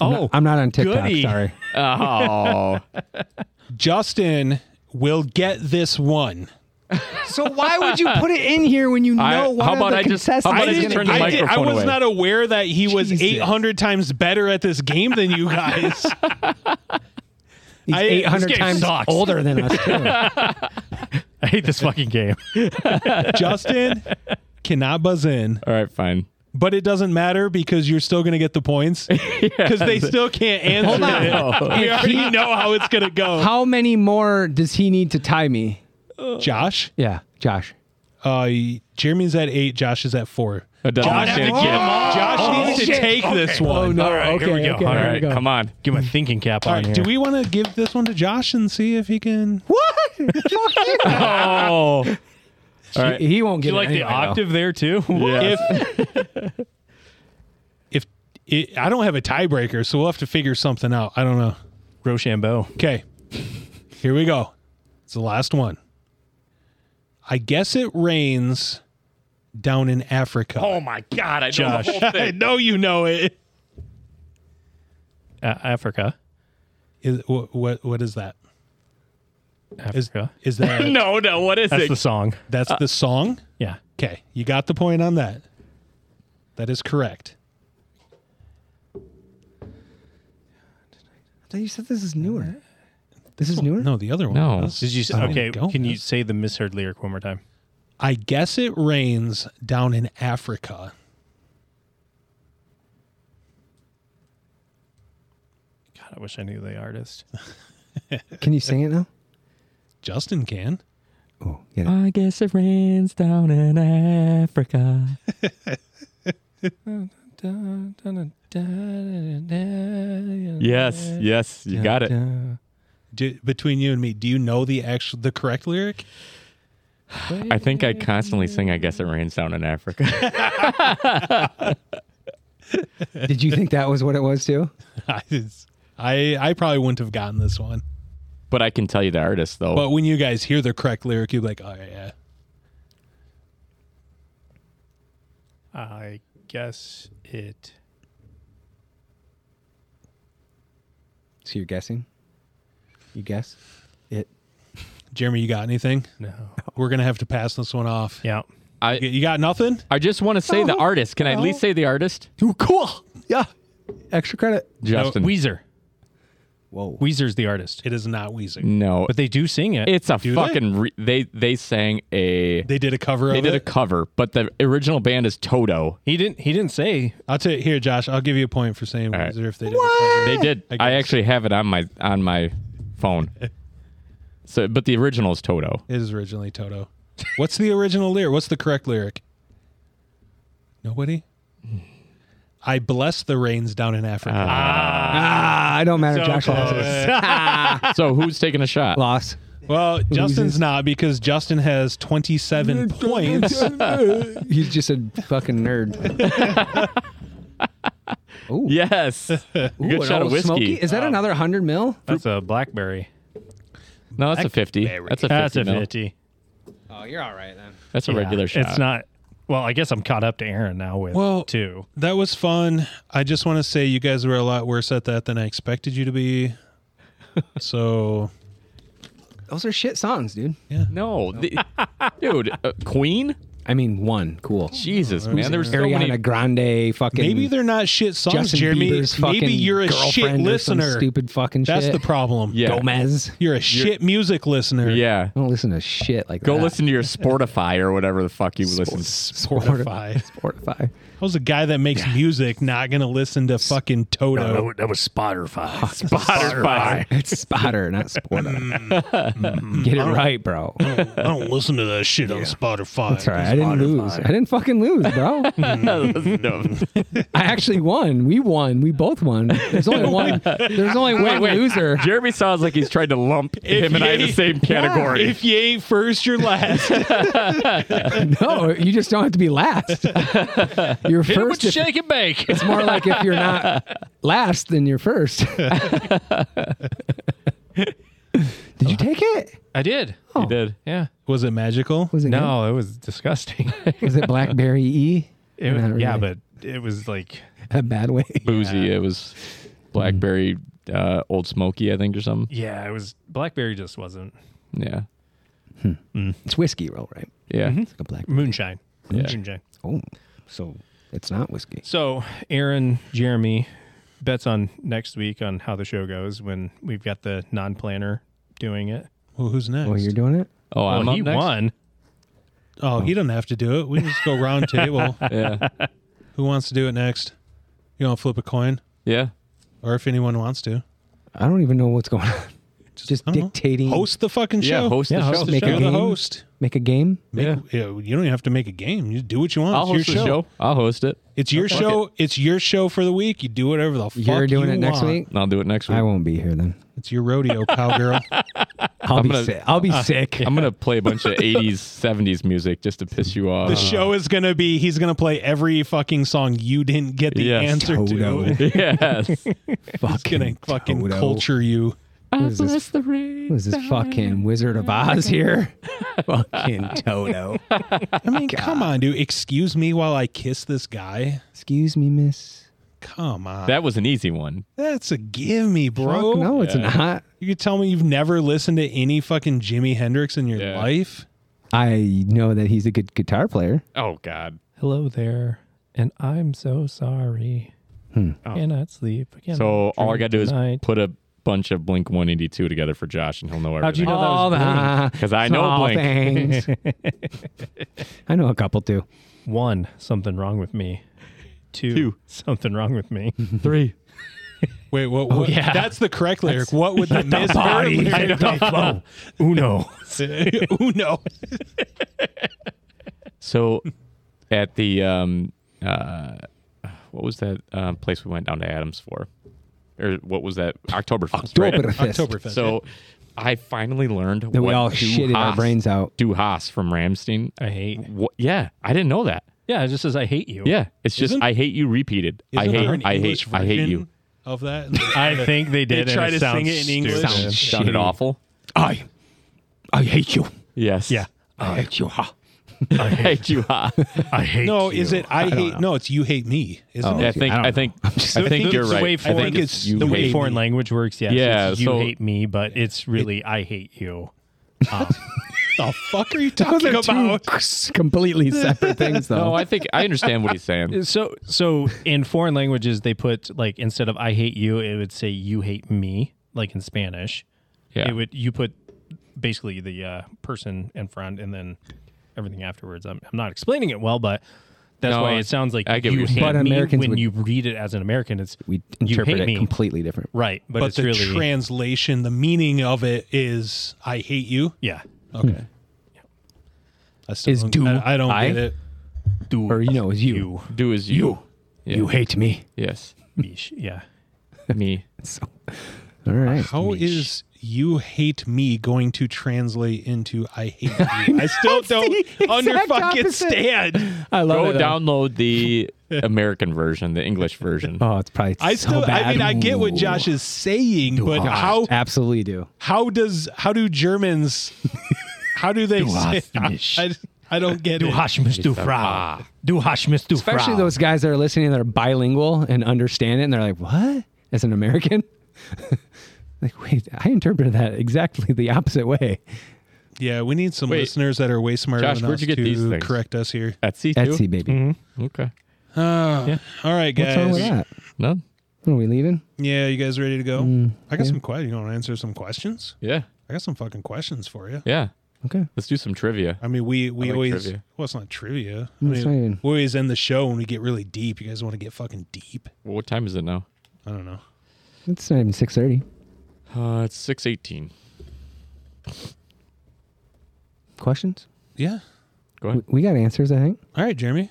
I'm not- Oh, I'm not on TikTok. goody. Sorry. Oh. Justin will get this one. So why would you put it in here when you know I- one how of about the I just- how contestants? about I just is turn gonna the get mic- it? I microphone was away. not aware that he was Jesus. 800 times better at this game than you guys. He's I- eight this hundred game times sucks. older than us. Too. I hate this fucking game. Justin cannot buzz in, All right, fine. but it doesn't matter because you're still going to get the points because they still can't answer Oh. it. We already know how it's going to go. How many more does he need to tie me? Josh, Yeah, Josh. uh, Jeremy's at eight. Josh is at four. It doesn't Josh, matter. Josh needs to take this one. no! okay, here we okay, go. All here All we right, go. come on. Get my thinking cap All on right, here. do we want to give this one to Josh and see if he can? What? Fuck you. Oh. All right. He he won't get you it like the anyway, though. octave there too? if if it, I don't have a tiebreaker, so we'll have to figure something out. I don't know. Rochambeau. Okay, here we go. It's the last one. I guess it rains down in Africa. Oh my God! I know Josh. the whole I thing. know you know it. A- Africa. Is, what, what what is that? Is, Africa. is that No, no. What is That's it? the song. that's the song? Yeah. Okay, you got the point on that. That is correct. I thought you said this is newer. This is newer. No, the other one. No. That's- Did you s- I don't okay? go. Can you say the misheard lyric one more time? I guess it rains down in Africa. God, I wish I knew the artist. Can you sing it now? Justin can. Oh, yeah. I guess it rains down in Africa. yes, yes, you got it. Do, between you and me, do you know the actual the correct lyric? I think I constantly sing I guess it rains down in Africa. Did you think that was what it was too? I just- I I probably wouldn't have gotten this one. but I can tell you the artist though. But when you guys hear the correct lyric, you're like, oh yeah. I guess it. So you're guessing? You guess? It. Jeremy, you got anything? No. We're gonna have to pass this one off. You Yeah. I you got nothing? I just want to say the artist. Can I at least say the artist? Cool. Yeah. Extra credit. Justin. Weezer. Whoa. Weezer's the artist, It is not Weezer. no. but they do sing it. It's a Do they? fucking re- they they sang a They did a cover they of did a it. cover, but the original band is Toto. he didn't. He didn't say. i I'll tell you here, Josh. I'll give you a point for saying right. Weezer if they did. What? They did. Eh. I guess. I, actually have it on my on my phone. So, but the original is Toto. It is originally Toto. What's the original lyric? What's the correct lyric? Nobody. I bless the rains down in Africa. Ah, I don't matter. Josh lost. So who's taking a shot? Lost. well, Justin's not because Justin has 27 points. He's just a fucking nerd. Yes. Good an shot of old Smoky? whiskey. Is that another hundred mil? That's a blackberry. No, that's a fifty. That's a fifty. That's a mil. fifty. Oh, you're all right then. That's a regular shot. It's not. Well, I guess I'm caught up to Aaron now with Well- two. that was fun. I just want to say you guys were a lot worse at that than I expected you to be. So Those are shit songs, dude. No, the- dude. Uh, Queen. I mean, one cool. Jesus, man. There were so Ariana many. Grande, fucking. maybe they're not shit songs, Justin Jeremy. Bieber's fucking maybe you're a girlfriend shit or some listener. Stupid fucking That's shit. the problem. Yeah. Gomez. You're a shit music listener. Yeah. I don't listen to shit like Go that. listen to your Sportify or whatever the fuck you listen. to. Sportify. Sportify. I was a guy that makes music, not gonna listen to fucking Toto. That wa- that was Spotify. Spotify. It's spotter, not sporter. Get it right, bro. That's I don't listen to that shit on Spotify. all right. I didn't lose. I didn't fucking lose, bro. I actually won. We won. We both won. There's only one. There's only one loser. Jeremy sounds like he's trying to lump him and I in the you- same category. If you ain't first, you're last. No, you just don't have to be last. You're first. if- Shake and bake. it's more like if you're not last, then you're first. Did you take it? I did. he did. Yeah. Was it magical? Was it good? No, it was disgusting. Was it BlackBerry E? It was- Not yeah, really. but it was like A bad way. boozy. It was blackberry, uh, old smoky, I think, or something. yeah, it was blackberry just wasn't Yeah, It's whiskey, roll, right? yeah. It's like a black. moonshine. Yeah. Moonshine. Oh, so it's not whiskey. So Aaron, Jeremy, bets on next week on how the show goes when we've got the non-planner doing it. Well, who's next? Oh, you're doing it. Oh, I'm well, up he next? won. oh, he doesn't have to do it. We can just go round table. Yeah, Who wants to do it next? You want to flip a coin, yeah. or if anyone wants to, I don't even know what's going on. Just I don't know. dictating. host the fucking show. Yeah, host Yeah, the host show. the Make a You're the game. host. Make a game. Make, yeah. you don't even have to make a game. You do what you want. I'll it's host your the show. I'll host it. It's your show. It's your show for the week. You do whatever the fuck You're doing you it next want. week. I'll do it next week. I won't be here then. It's your rodeo, cowgirl. I'll be gonna- sick. I'll be sick. I'm gonna play a bunch of '80s, '70s music just to piss you off. The show is gonna be he's gonna play every fucking song you didn't get the Yes. answer Toto. to. Yes. It's gonna fucking Toto. culture you. What is this? What is this fucking Wizard of Oz here? fucking Toto. I mean, come on, dude. Excuse me while I kiss this guy. Excuse me, miss. Come on. that was an easy one. That's a give me, bro. Fuck, no, it's not. You could tell me you've never listened to any fucking Jimi Hendrix in your Yeah. life. I know that he's a good guitar player. Oh God. Hello there, and I'm so sorry. Cannot sleep. So all I gotta do is put a bunch of Blink 182 together for Josh, and he'll know everything. How'd you know that All was Blink? the Because I know small Blink. things. I know a couple too. One, something wrong with me. Two, Two. something wrong with me. Three. Wait, what? Oh, what yeah. That's the correct lyric. what would the Miz Flow. Uno. Uno? So at the um uh what was that um, place we went down to Adams for? Or what was that? Oktoberfest. right? Oktoberfest. Oktoberfest. So I finally learned That what we all Du shitted our Hast- brains out. Du Hast from Ramstein. I hate. What, yeah, I didn't know that. Yeah, it just says I hate you. Yeah, it's just Isn't- I hate you repeated. I Isn't hate there an I English hate I hate you. version Of that, I think they did. and try it to sounds sing it in stupid. English. Sound- sounded shitty. awful. I, I hate you. Yes. Yeah. I hate you. Ha. I hate you. Ha. I hate no, you. is it? I, hate. No, it's you hate me. Isn't I it? think I don't I think I So think the- you're the Way right. I foreign, think it's it's you the the way hate for- foreign me. language works. Yes, Yeah, it's you so- hate me, but it's really I hate you. the fuck are you talking about? Completely separate things though. No, I think I understand what he's saying. So, so in foreign languages, they put like instead of I hate you, it would say you hate me, like in Spanish. Yeah. It would you put basically the uh, person in front and then everything afterwards. I'm, I'm not explaining it well, but that's No, why it sounds like I get what you you're hate saying. But me Americans when would- you read it as an American. It's we you interpret hate it me, completely different. right? But, But it's the really translation, the meaning of it is I hate you. yeah. Okay. I still Is don't- do I, I don't I? get it. Do Or you know, it's you. you, Do as you. Yeah. You hate me. Yes. Mish. yeah. Me. So, all right. How is you hate me going to translate into I hate you? I still don't the under exact fucking opposite. stand. I love Go it. though. download the American version, the English version. Oh, it's probably I so still bad. I mean I get what Josh is saying, but how Absolutely do. how does how do Germans how do they say hast I, mich. I, I don't get Du it. hast mich, du Frau. Du hast mich, du Frau. Especially those guys that are listening that are bilingual and understand it, and they're like, "What?" As an American, like, wait, I interpreted that exactly the opposite way. Yeah, we need some Wait. listeners that are way smarter Josh, than where'd us you get to these things? correct us here. Etsy too. Etsy, baby. Okay. Ah, All right, guys. What's wrong with that? None. Are we leaving? Yeah, you guys ready to go? I got some questions. You want to answer some questions? Yeah. I got some fucking questions for you. Yeah. Okay. Let's do some trivia. I mean, we we like always trivia. well, it's not trivia. I Mm, it's mean, not even- we always end the show when we get really deep. You guys want to get fucking deep? Well, what time is it now? I don't know. It's not even six thirty. Uh, it's six eighteen. Questions? Yeah. Go We, ahead. we got answers, I think. All right, Jeremy.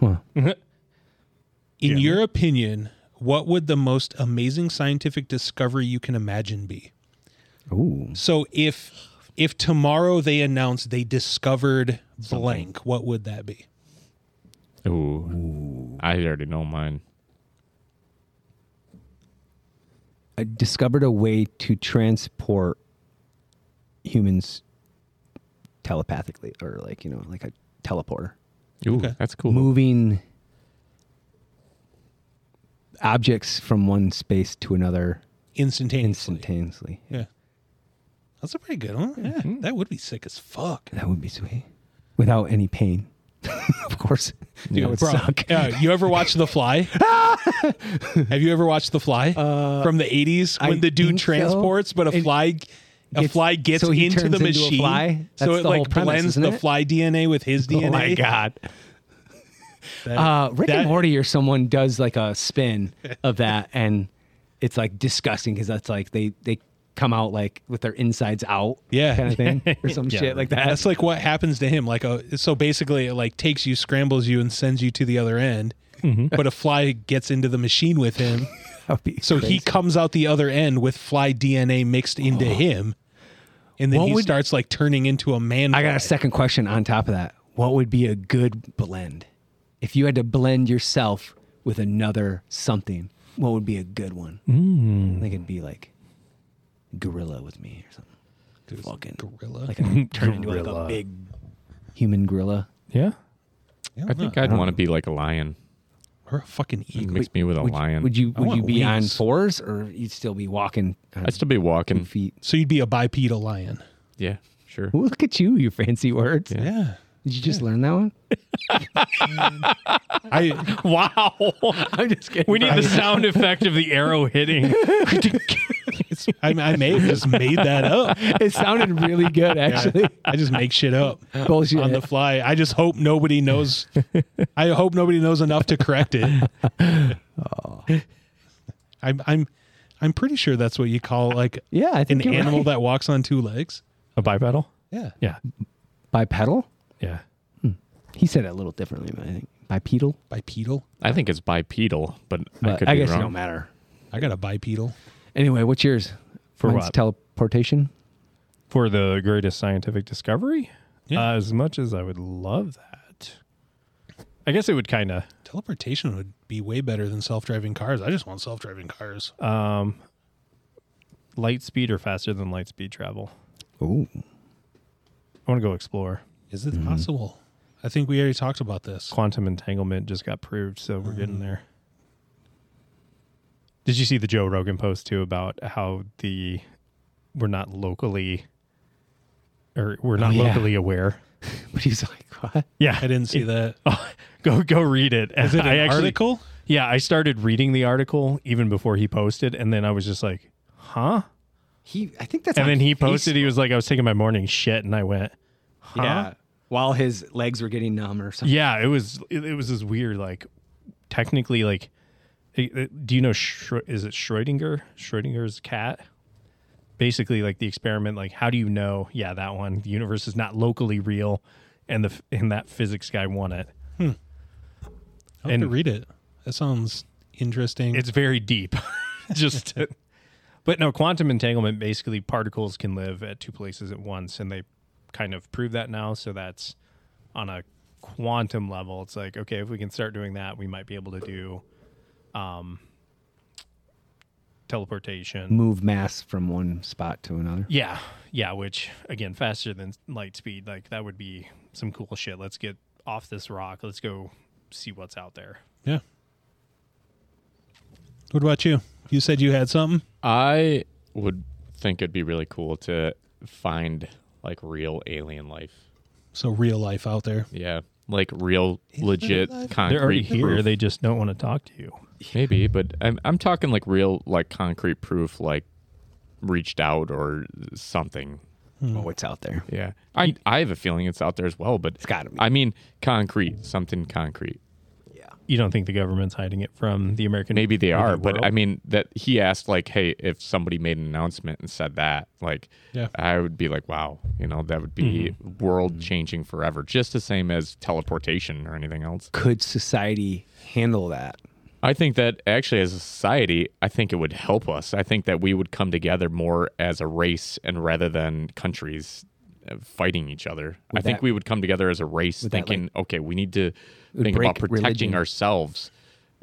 Huh. In your opinion, what would the most amazing scientific discovery you can imagine be? Ooh. So if if tomorrow they announced they discovered blank, what would that be? Ooh. I already know mine. I discovered a way to transport humans telepathically, or like you know, like a teleporter. Ooh, that's cool. moving objects from one space to another Instantaneously. instantaneously. Yeah. That's a pretty good one. Yeah. That would be sick as fuck. That would be sweet. Without any pain. of course. Yeah. that would Bro, suck. uh, you ever watch The Fly? Have you ever watched The Fly from the eighties when Uh, I the dude think so. transports, but a It fly a gets- fly gets so he into turns the into a machine, fly? so That's it the whole like premise, blends isn't the it? fly DNA with his DNA. Oh my god. That- Uh, Rick that- and Morty or someone does like a spin of that and it's like disgusting because that's like they they come out like with their insides out Yeah. kind of thing or some Yeah. shit like that. That's like what happens to him. Like a, so basically, it like takes you, scrambles you, and sends you to the other end. Mm-hmm. But a fly gets into the machine with him, That would be so he crazy. Oh. comes out the other end with fly DNA mixed into him, and then What he would- starts like turning into a man. I got fly. a second question on top of that. What would be a good blend? If you had to blend yourself with another something, what would be a good one? I think it'd be like gorilla with me or something. Fucking gorilla. Like a, turn into like a Gorilla. big human gorilla. Yeah. Uh-huh. I think I'd want to be like a lion. Or a fucking eagle. Mix me with a Would, lion. would you I would want you be on wings. fours or you'd still be walking on I'd still be two walking. feet? So you'd be a bipedal lion. Yeah. Sure. Look at you, you fancy words. Yeah. Yeah. Did you just learn that one? I Wow. I'm just kidding. We need the sound effect of the arrow hitting. It's, I, I may have just made that up. It sounded really good, actually. I just make shit up Bullshit. on the fly. I just hope nobody knows. I hope nobody knows enough to correct it. I'm I'm I'm pretty sure that's what you call like yeah, I an think you're animal right. that walks on two legs. A bipedal? Yeah. Yeah. bipedal. Yeah. He said it a little differently, but I think bipedal. Bipedal. I think it's bipedal, but, I But could I, be guess wrong. it don't matter. I got a bipedal. Anyway, what's yours? For Mine's what? teleportation. For the greatest scientific discovery? Yeah. Uh, as much as I would love that. I guess it would kind of Teleportation would be way better than self-driving cars. I just want self-driving cars. light speed or faster than light speed travel. Ooh, I want to go explore. Is it possible? I think we already talked about this. Quantum entanglement just got proved, so we're Mm-hmm. getting there. Did you see the Joe Rogan post too about how the we're not locally or we're not yeah. locally aware? but he's like, what? Yeah. Oh, I didn't see that. Oh, go go read it. Is it an I actually- article? Yeah, I started reading the article even before he posted, and then I was just like, "Huh?" He, I think that's. And on then he posted. Facebook. He was like, "I was taking my morning shit," and I went, "Huh?" Yeah, while his legs were getting numb or something. Yeah, it was it, it was this weird like technically like it- it- do you know Schro- is it Schrodinger? Schrodinger's cat? Basically like the experiment like how do you know yeah that one the universe is not locally real and the f- and that physics guy won it. I have to read it. That sounds interesting. It's very deep. Just to- But no, quantum entanglement basically particles can live at two places at once and they kind of prove that now so that's on a quantum level it's like okay if we can start doing that we might be able to do um teleportation Move mass from one spot to another. yeah, yeah, which again, faster than light speed. Like that would be some cool shit. Let's get off this rock. Let's go see what's out there. yeah. What about you? You said you had something. I would think it'd be really cool to find like real alien life. So real life out there. Yeah, like real, legit concrete. They're already here. proof. They just don't want to talk to you. Maybe, but I'm I'm talking like real, like concrete proof, like reached out or something. Oh, it's out there. Yeah, I I have a feeling it's out there as well, but it's gotta be. I mean, concrete, something concrete. You don't think the government's hiding it from the American? Maybe they or the are, but world? I mean that he asked like, hey, if somebody made an announcement and said that, like, Yeah. I would be like, wow, you know, that would be Mm-hmm. world changing forever, just the same as teleportation or anything else. Could society handle that? I think that actually, as a society, I think it would help us. I think that we would come together more as a race and rather than countries uh, fighting each other. I think that- we would come together as a race that, like- thinking, okay, we need to think about break protecting religion. ourselves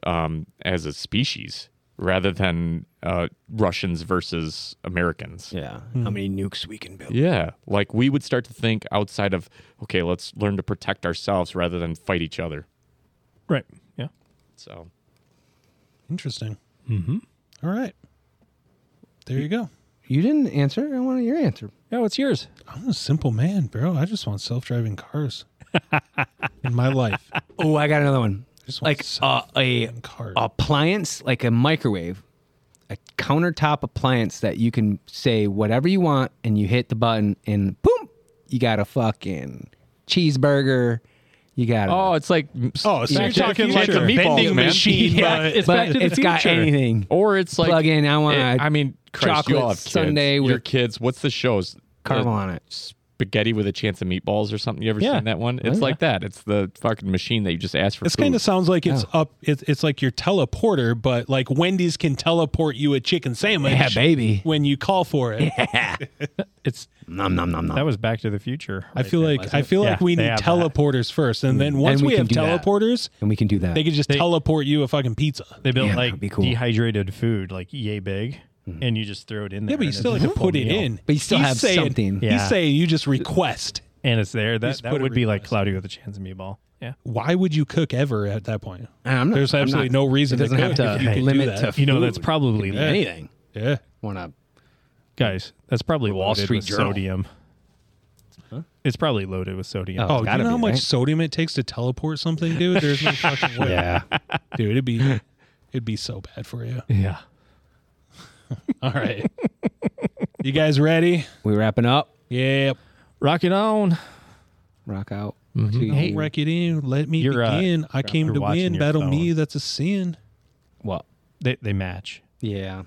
um, as a species rather than uh, Russians versus Americans. Yeah. How many nukes we can build? Yeah, like we would start to think outside of, okay, let's learn to protect ourselves rather than fight each other. right? Yeah. So. Interesting. Mm-hmm. All right. There you go. You didn't answer. I wanted your answer. Yeah. What's yours? I'm a simple man, bro. I just want self-driving cars in my life. I Oh, I got another one. just Like want uh, a self-driving car. appliance, like a microwave, a countertop appliance that you can say whatever you want, and you hit the button, and boom, you got a fucking cheeseburger. You got a, Oh, it's like Oh, so Yeah, you're Jack talking the like a Future. vending Meatballs, man. machine, Yeah, but it's back but to the it's got future. anything. Or it's like Plug in, I want it- I mean, Christ, you all chocolate have kids. sundae Your with- kids. What's the shows? Caramel Uh, on it. Spaghetti with a chance of meatballs or something. You ever Yeah. seen that Oh, one? It's like that. It's the fucking machine that you just ask for. This kind food. of sounds like it's up. It's, it's like your teleporter, but like Wendy's can teleport you a chicken sandwich. Yeah, baby. When you call for it, It's Nom nom nom nom. that was Back to the Future. I feel like I feel like Yeah, we they need have that. teleporters first, and then once Mm. we we, can have do that. teleporters, and we can do that. they could just teleport you a fucking pizza. They built Yeah, that'd like be cool. dehydrated food, like yay big, and you just throw it in Hmm. Yeah, there. but you and still it's have to a put it meal. in. But you still have saying, something. Yeah. He's saying you just request. and it's there. That, just that put a would be like request. cloudy with a chance of meatball. Yeah. Why would you cook ever at that point? I'm not- There's I'm absolutely not- no reason it doesn't to have cook to if you can do limit that. to Oh, You know, that's Food. probably Be anything. Yeah. Oh, Want to guys. That's probably Wall loaded Street with Journal. sodium. It's probably loaded with sodium. Oh, It's you gotta know how be, much right? sodium it takes to teleport something, dude? There's no fucking way. yeah, Dude, it'd be it'd be so bad for you. yeah. All right. You guys ready? We wrapping up. Yep. Rock it on. Rock out. Don't wreck it in. Let me You're, uh, begin. I came you're to watching win. your Battle phone. me. That's a sin. What? They they match. Yeah.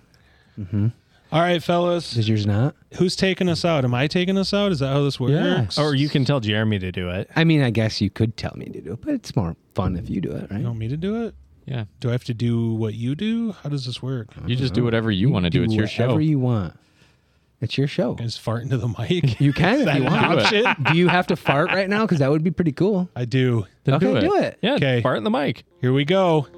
All right, fellas. Does yours not? Who's taking us out? Am I taking us out? Is that how this works? Or you can tell Jeremy to do it. I mean, I guess you could tell me to do it, but it's more fun if you do it, right? You want me to do it? Yeah. Do I have to do what you do? How does this work? You just do whatever you want to do. It's your show. Whatever you want. It's your show. Just fart into the mic. You can if you do want. it. Do you have to fart right now? Because that would be pretty cool. I do. Then Okay, do it. Yeah, Okay. fart in the mic. Here we go.